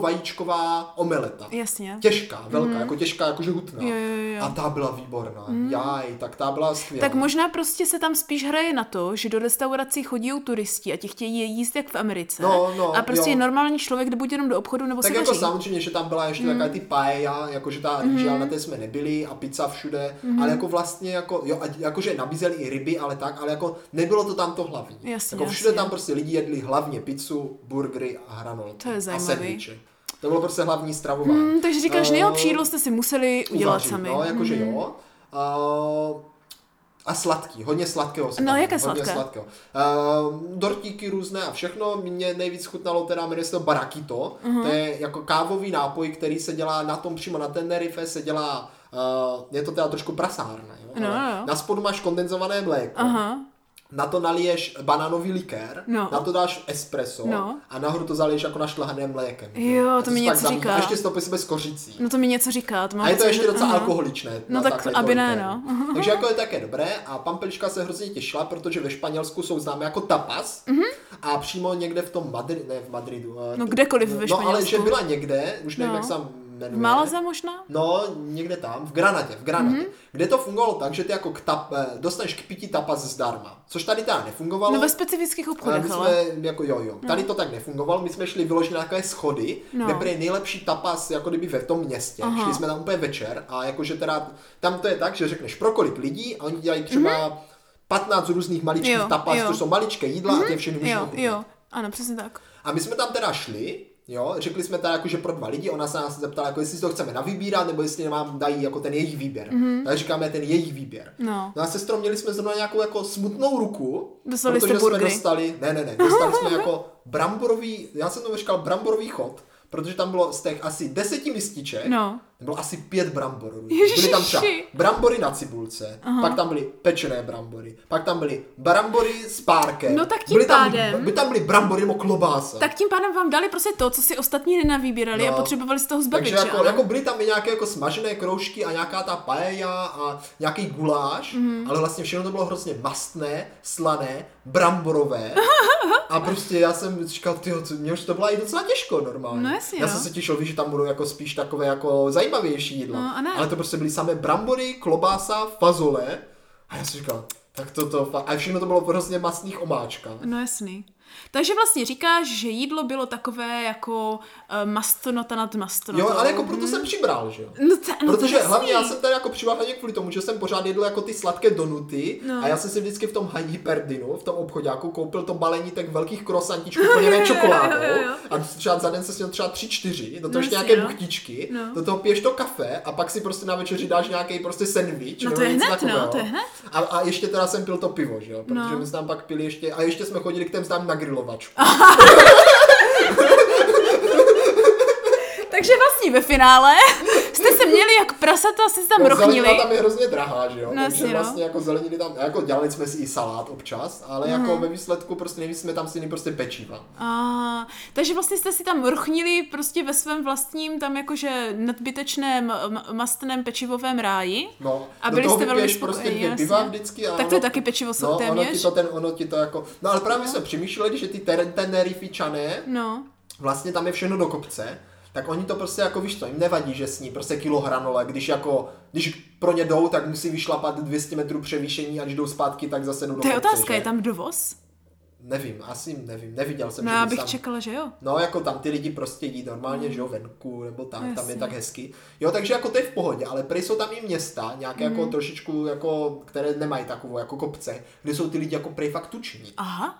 [SPEAKER 1] bramborovo-vajíčková omeleta.
[SPEAKER 2] Jasně.
[SPEAKER 1] Těžká, velká, jako těžká, jakože hutná.
[SPEAKER 2] Mhm. Jo, jo, jo.
[SPEAKER 1] A ta byla výborná. Jaj, tak ta byla skvělá.
[SPEAKER 2] Tak možná prostě se tam spíš hraje na to, že do restaurací chodí turisti a ti chtějí je jíst jak v Americe.
[SPEAKER 1] No, no,
[SPEAKER 2] a prostě
[SPEAKER 1] jo.
[SPEAKER 2] normální člověk jde buď jenom do obchodu nebo
[SPEAKER 1] tak
[SPEAKER 2] se
[SPEAKER 1] jako
[SPEAKER 2] vaří.
[SPEAKER 1] samozřejmě, že tam byla ještě mm. taková ty paella, jakože ta rýže, mm. na té jsme nebyli a pizza všude,
[SPEAKER 2] Mm-hmm.
[SPEAKER 1] mm. ale jako vlastně jako, jo, a jakože nabízeli i ryby, ale tak, ale jako nebylo to tam to hlavní.
[SPEAKER 2] Jasně,
[SPEAKER 1] jako všude
[SPEAKER 2] jasně.
[SPEAKER 1] tam prostě lidi jedli hlavně pizzu, burgery a hranolky.
[SPEAKER 2] To je
[SPEAKER 1] a
[SPEAKER 2] zajímavý.
[SPEAKER 1] sendviče. To bylo prostě hlavní stravování.
[SPEAKER 2] Hm, takže říkáš,
[SPEAKER 1] Eh,
[SPEAKER 2] nejlepší jídlo jste si museli udělat
[SPEAKER 1] uvařit,
[SPEAKER 2] sami. Mhm.
[SPEAKER 1] No, jakože jo. Eh, a sladký, hodně sladkého. se
[SPEAKER 2] No,
[SPEAKER 1] tam-
[SPEAKER 2] jaké
[SPEAKER 1] hodně
[SPEAKER 2] sladké?
[SPEAKER 1] sladkého. Uh, dortíky různé a všechno. Mně nejvíc chutnalo teda jmenuje se to barakito.
[SPEAKER 2] Mhm.
[SPEAKER 1] To je jako kávový nápoj, který se dělá na tom přímo na Tenerife, se dělá, uh, je to teda trošku prasárna. Jo?
[SPEAKER 2] No,
[SPEAKER 1] ale
[SPEAKER 2] jo.
[SPEAKER 1] Na spodu máš kondenzované mléko.
[SPEAKER 2] Aha.
[SPEAKER 1] Na to naliješ banánový likér,
[SPEAKER 2] No.
[SPEAKER 1] na to dáš espresso
[SPEAKER 2] No.
[SPEAKER 1] a nahoru to zaliješ jako našlahaném mlékem.
[SPEAKER 2] Jo,
[SPEAKER 1] A
[SPEAKER 2] to mi
[SPEAKER 1] se
[SPEAKER 2] něco
[SPEAKER 1] pak zamíchá.
[SPEAKER 2] říká.
[SPEAKER 1] A ještě si to posype s kořicí.
[SPEAKER 2] No to mi něco říká. To mám
[SPEAKER 1] A je to
[SPEAKER 2] pocit,
[SPEAKER 1] ještě
[SPEAKER 2] že-
[SPEAKER 1] docela
[SPEAKER 2] aha.
[SPEAKER 1] alkoholičné.
[SPEAKER 2] No
[SPEAKER 1] na
[SPEAKER 2] tak
[SPEAKER 1] základě
[SPEAKER 2] aby
[SPEAKER 1] toho
[SPEAKER 2] ne,
[SPEAKER 1] likéru.
[SPEAKER 2] no.
[SPEAKER 1] Takže jako je také dobré a pampelička se hrozně těšila, protože ve Španělsku jsou známé jako tapas a přímo někde v tom Madridu, ne v Madridu. eh,
[SPEAKER 2] Mhm. No kdekoliv ve
[SPEAKER 1] No ale že
[SPEAKER 2] Španělsku.
[SPEAKER 1] byla někde, už nevím
[SPEAKER 2] No.
[SPEAKER 1] jak se tam jmenuje.
[SPEAKER 2] V Malaze možná?
[SPEAKER 1] No, někde tam, v Granadě, v Granadě,
[SPEAKER 2] Mhm.
[SPEAKER 1] kde to fungovalo tak, že ty jako k tap, eh, dostaneš k pití tapas zdarma, což tady teda nefungovalo.
[SPEAKER 2] No ve specifických
[SPEAKER 1] Ale
[SPEAKER 2] obchodech,
[SPEAKER 1] my
[SPEAKER 2] ale.
[SPEAKER 1] jsme, jako jo, jo, tady to tak nefungovalo, my jsme šli vyloženě na takové schody,
[SPEAKER 2] No.
[SPEAKER 1] no. kde byly nejlepší tapas, jako kdyby ve tom městě.
[SPEAKER 2] Aha.
[SPEAKER 1] Aha. Šli jsme tam úplně večer a jakože teda, tam to je tak, že řekneš pro kolik lidí a oni dělají třeba mm-hmm. 15 různých maličkých
[SPEAKER 2] Mhm. Jo,
[SPEAKER 1] tapas,
[SPEAKER 2] jo. Mhm,
[SPEAKER 1] což jsou maličké jídla mm-hmm. a ty je všechny můžeš
[SPEAKER 2] Jo,
[SPEAKER 1] ochutnat.
[SPEAKER 2] jo. Ano, přesně tak.
[SPEAKER 1] A my jsme tam teda šli, jo, řekli jsme teda jakože pro dva lidi, ona se nás zeptala, jako jestli si to chceme navybírat, nebo jestli nám dají jako ten jejich výběr. Mm-hmm. Tak říkáme ten jejich výběr.
[SPEAKER 2] Mhm. No.
[SPEAKER 1] no a sestrou měli jsme zrovna nějakou jako smutnou ruku,
[SPEAKER 2] Dostali jste
[SPEAKER 1] protože jsme
[SPEAKER 2] burgery.
[SPEAKER 1] dostali, ne, ne, ne, dostali jsme jako bramborový, já jsem tomu říkal bramborový chod, protože tam bylo z těch asi deseti mističek,
[SPEAKER 2] No.
[SPEAKER 1] bylo asi pět bramborů.
[SPEAKER 2] Ježiši.
[SPEAKER 1] Byly tam třeba brambory na cibulce, Aha. pak tam byly pečené brambory, pak tam byly brambory s párkem.
[SPEAKER 2] No tak tím
[SPEAKER 1] byly tam,
[SPEAKER 2] pádem-
[SPEAKER 1] By tam byly brambory nebo klobása.
[SPEAKER 2] Tak tím pádem vám dali prostě to, co si ostatní nenavýbírali a
[SPEAKER 1] No.
[SPEAKER 2] potřebovali z toho zbavit,
[SPEAKER 1] Takže
[SPEAKER 2] že
[SPEAKER 1] jako,
[SPEAKER 2] ano?
[SPEAKER 1] jako byly tam i nějaké jako smažené kroužky a nějaká ta paella a nějaký guláš,
[SPEAKER 2] Mhm.
[SPEAKER 1] ale vlastně všechno to bylo hrozně mastné, slané, bramborové. A prostě já jsem říkal, tyjo, co- mě už to byla i docela těžko normálně.
[SPEAKER 2] No jasně,
[SPEAKER 1] já
[SPEAKER 2] no.
[SPEAKER 1] jsem se těšil, víš, že tam budou jako spíš takové jako zajímavější jídla.
[SPEAKER 2] No a ne.
[SPEAKER 1] ale to prostě byly samé brambory, klobása, fazole. A já jsem říkal, tak to, to, fa- a všechno to bylo hrozně masných omáčka.
[SPEAKER 2] No jasný. Takže vlastně říkáš, že jídlo bylo takové jako uh, mastonota nad mastonotou.
[SPEAKER 1] Jo, ale jako proto jsem přibral, že jo.
[SPEAKER 2] No, to, no
[SPEAKER 1] Protože
[SPEAKER 2] to
[SPEAKER 1] hlavně já jsem tady jako přibral hlavně kvůli tomu, že jsem pořád jedl jako ty sladké donuty
[SPEAKER 2] No.
[SPEAKER 1] no. a já jsem si vždycky v tom hyperdinu, v tom obchodáku koupil to balení tak velkých krosantičků plněné čokoládou
[SPEAKER 2] jo, jo, jo.
[SPEAKER 1] a třeba za den se sněl třeba tři, čtyři, do
[SPEAKER 2] No,
[SPEAKER 1] toho ještě
[SPEAKER 2] jasně,
[SPEAKER 1] nějaké
[SPEAKER 2] no.
[SPEAKER 1] buchtičky,
[SPEAKER 2] No.
[SPEAKER 1] do toho piješ to kafe a pak si prostě na večeři dáš nějaký prostě sendvič.
[SPEAKER 2] No to
[SPEAKER 1] nebo
[SPEAKER 2] je
[SPEAKER 1] něco
[SPEAKER 2] hned, no, to je hned.
[SPEAKER 1] A, a, ještě teda jsem pil to pivo, že jo, protože
[SPEAKER 2] No.
[SPEAKER 1] my jsme tam pak pili ještě, a ještě jsme chodili k těm tam na grilovačku.
[SPEAKER 2] Takže vlastně ve finále jste se měli jak prasata, jste se tam rochnili.
[SPEAKER 1] Zelenina tam je hrozně drahá, že jo?
[SPEAKER 2] No
[SPEAKER 1] No,
[SPEAKER 2] jasně,
[SPEAKER 1] Takže
[SPEAKER 2] no.
[SPEAKER 1] vlastně jako zeleniny tam, jako dělali jsme si i salát občas, ale mm.
[SPEAKER 2] Mhm.
[SPEAKER 1] jako ve výsledku prostě nejvíc jsme tam si prostě pečiva.
[SPEAKER 2] A, takže vlastně jste si tam rochnili prostě ve svém vlastním tam jakože nadbytečném m- mastném pečivovém ráji.
[SPEAKER 1] No,
[SPEAKER 2] A
[SPEAKER 1] do
[SPEAKER 2] byli
[SPEAKER 1] toho
[SPEAKER 2] jste velmi
[SPEAKER 1] vypiješ prostě
[SPEAKER 2] spokojení,
[SPEAKER 1] dvě
[SPEAKER 2] jasně.
[SPEAKER 1] piva vždycky. A
[SPEAKER 2] Tak to je taky pečivo sok
[SPEAKER 1] no, ono ti
[SPEAKER 2] téměř.
[SPEAKER 1] to ten, ono ti to jako, no ale právě jsme přemýšleli, že ty ter- tenerifičané,
[SPEAKER 2] No.
[SPEAKER 1] vlastně tam je všechno do kopce, tak oni to prostě jako víš co, jim nevadí, že sní prostě kilo hranole, když jako, když pro ně jdou, tak musí vyšlapat 200 metrů převýšení a když jdou zpátky, tak zase jdou do
[SPEAKER 2] To je
[SPEAKER 1] kopce,
[SPEAKER 2] otázka,
[SPEAKER 1] že?
[SPEAKER 2] je tam dovoz?
[SPEAKER 1] Nevím, asi nevím, neviděl jsem,
[SPEAKER 2] No
[SPEAKER 1] že
[SPEAKER 2] já
[SPEAKER 1] by
[SPEAKER 2] bych
[SPEAKER 1] sám-
[SPEAKER 2] čekala, že jo.
[SPEAKER 1] No, jako tam ty lidi prostě jdí normálně, že jo, venku, nebo tak, tam
[SPEAKER 2] Jasně.
[SPEAKER 1] je tak hezky. Jo, takže jako to je v pohodě, ale prý jsou tam i města, nějaké jako
[SPEAKER 2] Mhm.
[SPEAKER 1] trošičku, jako, které nemají takovou, jako kopce, kde jsou ty lidi jako prej fakt tuční.
[SPEAKER 2] Aha.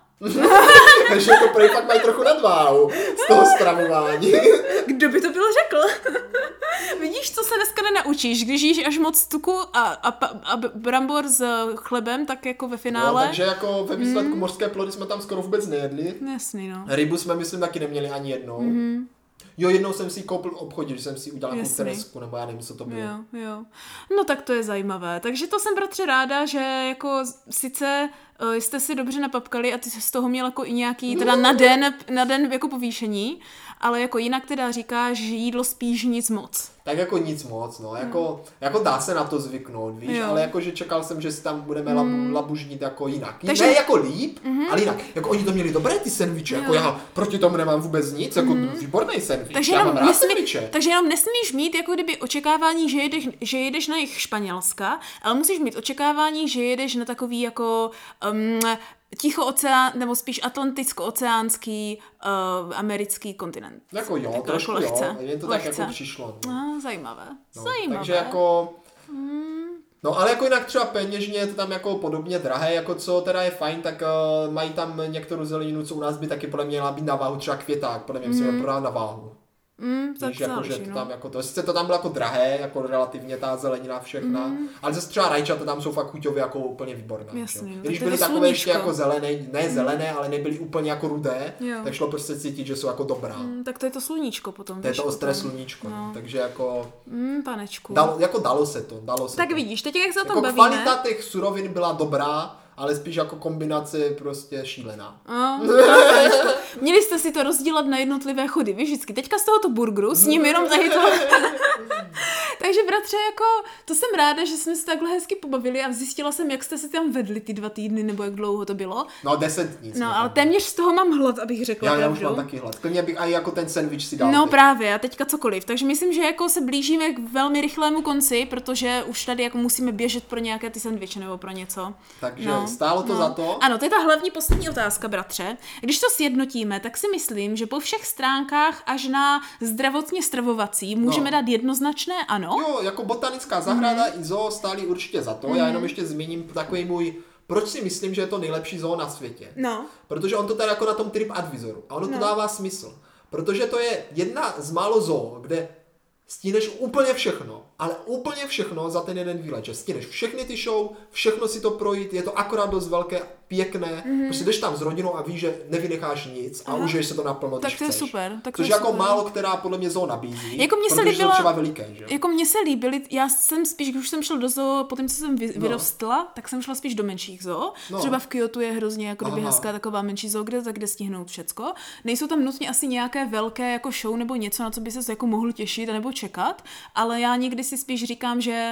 [SPEAKER 1] takže jako prej fakt mají trochu nadváhu z toho stravování.
[SPEAKER 2] Kdo by to byl řekl? Vidíš, co se dneska nenaučíš, když jíš až moc tuku a, a, pa- a b- brambor s chlebem, tak jako ve
[SPEAKER 1] No,
[SPEAKER 2] finále.
[SPEAKER 1] takže jako ve výsledku mořské plody jsme tam skoro vůbec nejedli.
[SPEAKER 2] Jasný, Mhm. no. Mhm.
[SPEAKER 1] Rybu jsme, myslím, taky neměli ani jednou. Jo, jednou jsem si ji koupil v obchodě, že jsem si udělal
[SPEAKER 2] Jasný.
[SPEAKER 1] nějakou teresku, nebo já nevím, co to bylo.
[SPEAKER 2] Jo, jo. No tak to je zajímavé. Takže to jsem bratře ráda, že jako sice eh, jste si dobře napapkali a ty jsi z toho měl jako i nějaký, teda na den, na den jako povýšení, ale jako jinak teda říkáš, že jídlo spíš nic moc.
[SPEAKER 1] Tak jako nic moc, no, jako, jako dá se na to zvyknout, víš,
[SPEAKER 2] Hmm. Jo. Hmm.
[SPEAKER 1] ale jako, že čekal jsem, že si tam budeme labu, labužnit jako jinak. Takže...
[SPEAKER 2] Takže- Mhm.
[SPEAKER 1] Ne jako líp, ale jinak. Jako oni to měli dobré ty sendviče, jako já proti tomu nemám vůbec nic, jako výborný sendvič,
[SPEAKER 2] Mhm. Takže
[SPEAKER 1] já
[SPEAKER 2] jenom,
[SPEAKER 1] mám rád
[SPEAKER 2] nesmí,
[SPEAKER 1] sendviče.
[SPEAKER 2] takže jenom nesmíš mít jako kdyby očekávání, že jedeš, že jedeš na jejich Španělska, ale musíš mít očekávání, že jedeš na takový jako um, tichooceán, nebo spíš atlanticko-oceánský uh, americký kontinent.
[SPEAKER 1] Jako jo,
[SPEAKER 2] Jako-
[SPEAKER 1] trošku
[SPEAKER 2] jako lehce,
[SPEAKER 1] jo, jen to tak
[SPEAKER 2] lehce.
[SPEAKER 1] jako přišlo. No.
[SPEAKER 2] Ah, zajímavé.
[SPEAKER 1] No,
[SPEAKER 2] zajímavé. Hmm.
[SPEAKER 1] Takže jako... No ale jako jinak třeba peněžně je to tam jako podobně drahé, jako co teda je fajn, tak uh, mají tam některou zeleninu, co u nás by taky podle mě měla být na váhu, třeba květák, podle mě by se
[SPEAKER 2] Hmm.
[SPEAKER 1] měl prodat na váhu.
[SPEAKER 2] mm, tak
[SPEAKER 1] Víš, jako, že
[SPEAKER 2] záleží,
[SPEAKER 1] to
[SPEAKER 2] no.
[SPEAKER 1] tam jako to, sice to tam bylo jako drahé, jako relativně ta zelenina všechna,
[SPEAKER 2] Mhm.
[SPEAKER 1] ale zase třeba rajčata tam jsou fakt chuťově jako úplně výborná.
[SPEAKER 2] Jasný,
[SPEAKER 1] že jo.
[SPEAKER 2] no,
[SPEAKER 1] Když
[SPEAKER 2] to je
[SPEAKER 1] byly
[SPEAKER 2] to
[SPEAKER 1] takové ještě
[SPEAKER 2] sluníčko. Mhm.
[SPEAKER 1] jako zelené, ne zelené, ale nebyly úplně jako rudé,
[SPEAKER 2] Jo.
[SPEAKER 1] tak šlo prostě cítit, že jsou jako dobrá.
[SPEAKER 2] Mm, tak to je to sluníčko potom.
[SPEAKER 1] To je
[SPEAKER 2] víš,
[SPEAKER 1] to ostré
[SPEAKER 2] potom.
[SPEAKER 1] sluníčko, no. takže jako
[SPEAKER 2] Mm, panečku.
[SPEAKER 1] dalo, jako dalo se to, dalo se
[SPEAKER 2] tak
[SPEAKER 1] to.
[SPEAKER 2] vidíš, teď jak se o tom
[SPEAKER 1] Jako
[SPEAKER 2] bavíme.
[SPEAKER 1] kvalita těch surovin byla dobrá, ale spíš jako kombinace prostě šílená.
[SPEAKER 2] A, panečku. No, Měli jste si to rozdělat na jednotlivé chody, víš, vždycky. Teďka z tohoto burgeru, s ním jenom tady to. Takže bratře, jako, to jsem ráda, že jsme se takhle hezky pobavili a zjistila jsem, jak jste si tam vedli ty dva týdny, nebo jak dlouho to bylo.
[SPEAKER 1] No deset nic.
[SPEAKER 2] No,
[SPEAKER 1] možná.
[SPEAKER 2] ale téměř z toho mám hlad, abych řekla
[SPEAKER 1] já, já už
[SPEAKER 2] pravdu.
[SPEAKER 1] mám taky hlad. Klidně bych i jako ten sandwich si dal.
[SPEAKER 2] No
[SPEAKER 1] teď.
[SPEAKER 2] právě, a teďka cokoliv. Takže myslím, že jako se blížíme k velmi rychlému konci, protože už tady jako musíme běžet pro nějaké ty sendviče nebo pro něco.
[SPEAKER 1] Takže stálo to za to?
[SPEAKER 2] No, Ano, to je ta hlavní poslední otázka, bratře. Když to sjednotíme, tak si myslím, že po všech stránkách až na zdravotně stravovací
[SPEAKER 1] No.
[SPEAKER 2] můžeme dát jednoznačné ano.
[SPEAKER 1] Jo, jako botanická zahrada
[SPEAKER 2] Mhm.
[SPEAKER 1] i zoo stály určitě za to. Já jenom ještě zmíním takový můj, proč si myslím, že je to nejlepší zoo na světě.
[SPEAKER 2] No.
[SPEAKER 1] Protože on to tady jako na tom trip advisoru. A ono to dává smysl. Protože to je jedna z málo zoo, kde stíneš úplně všechno, ale úplně všechno za ten jeden výlet. Že stíneš všechny ty show, všechno si to projít, je to akorát dost velké, pěkné.
[SPEAKER 2] Mhm.
[SPEAKER 1] Mm-hmm. Prostě jdeš tam s rodinou a víš, že nevynecháš nic a užiješ se to naplno,
[SPEAKER 2] Tak
[SPEAKER 1] když
[SPEAKER 2] to je
[SPEAKER 1] chceš.
[SPEAKER 2] super, tak to
[SPEAKER 1] Což
[SPEAKER 2] je
[SPEAKER 1] jako
[SPEAKER 2] super.
[SPEAKER 1] málo která podle mě zoo nabízí.
[SPEAKER 2] Jako mně se
[SPEAKER 1] protože
[SPEAKER 2] líbila-
[SPEAKER 1] jsou třeba veliké, že? jo?
[SPEAKER 2] Jako mně se líbily, já jsem spíš, když už jsem šla do zoo, potom co jsem vy, vyrostla, tak jsem šla spíš do menších zoo.
[SPEAKER 1] No.
[SPEAKER 2] No. Třeba v Kyotu je hrozně jako kdyby
[SPEAKER 1] Aha.
[SPEAKER 2] hezká taková menší zoo, kde, tak kde stihnout všecko. Nejsou tam nutně asi nějaké velké jako show nebo něco, na co by se jako mohl těšit nebo čekat, ale já někdy si spíš říkám, že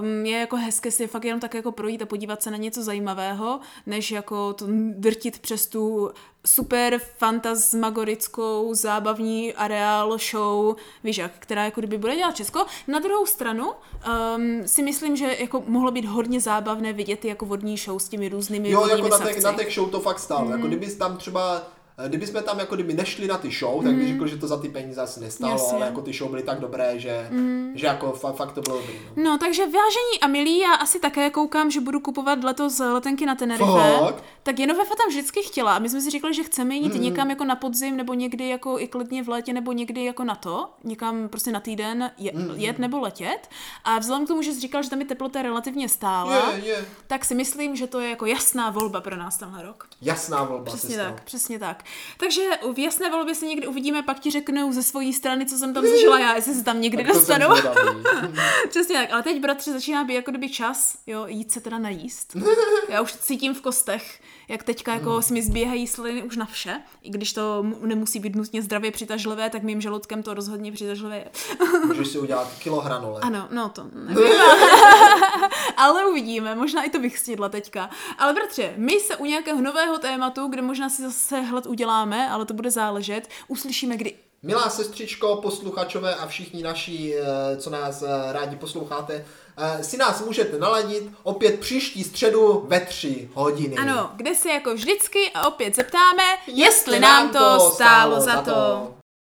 [SPEAKER 2] um, je jako hezké si fakt jenom tak jako projít a podívat se na něco zajímavého, než jako to drtit přes tu super fantasmagorickou zábavní areál show, víš jak, která jako kdyby bude dělat Česko. Na druhou stranu um, si myslím, že jako mohlo být hodně zábavné vidět ty jako vodní show s těmi různými
[SPEAKER 1] Jo,
[SPEAKER 2] vodními
[SPEAKER 1] jako na těch,
[SPEAKER 2] savci.
[SPEAKER 1] na těch show to fakt stálo.
[SPEAKER 2] Mhm.
[SPEAKER 1] Mm. Jako kdyby jsi tam třeba kdyby jsme tam jako kdyby nešli na ty show, tak bych řekl, že to za ty peníze asi nestálo,
[SPEAKER 2] Mhm. Jasně. Mhm.
[SPEAKER 1] ale jako ty show byly tak dobré, že, mm. že jako fakt, fakt to bylo dobrý. No.
[SPEAKER 2] No, takže vážení a milí, já asi také koukám, že budu kupovat letos letenky na Tenerife.
[SPEAKER 1] Fakt? Hmm.
[SPEAKER 2] Tak Jenovefa tam vždycky chtěla a my jsme si říkali, že chceme jít někam jako na podzim nebo někdy jako i klidně v létě nebo někdy jako na to, někam prostě na týden je,
[SPEAKER 1] Hmm.
[SPEAKER 2] jet nebo letět. A vzhledem k tomu, že jsi říkal, že tam je teplota relativně stála,
[SPEAKER 1] Je, je.
[SPEAKER 2] tak si myslím, že to je jako jasná volba pro nás tenhle rok.
[SPEAKER 1] Jasná volba
[SPEAKER 2] Přesně
[SPEAKER 1] sestra.
[SPEAKER 2] tak, přesně tak. Takže v jasné volbě se někdy uvidíme, pak ti řeknou ze své strany, co jsem tam zažila já, jestli se tam někdy
[SPEAKER 1] Tak to jsem
[SPEAKER 2] dostanu.
[SPEAKER 1] zvědavý.
[SPEAKER 2] Přesně tak, ale teď, bratře, začíná být jako kdyby čas, jo, jít se teda najíst. Já už cítím v kostech, jak teďka jako mm. si mi zběhají sliny už na vše, i když to mu- nemusí být nutně zdravě přitažlivé, tak mým žaludkem to rozhodně přitažlivé je.
[SPEAKER 1] Můžeš si udělat kilo hranole.
[SPEAKER 2] Ano, no to nevím. ale uvidíme, možná i to bych stihla teďka. Ale bratře, my se u nějakého nového tématu, kde možná si zase hled uděláme, ale to bude záležet, uslyšíme kdy.
[SPEAKER 1] Milá sestřičko, posluchačové a všichni naši, eh, co nás eh, rádi posloucháte, eh, si nás můžete naladit opět příští středu ve tři hodiny.
[SPEAKER 2] Ano, kde se jako vždycky a opět zeptáme, jestli nám to stálo za to.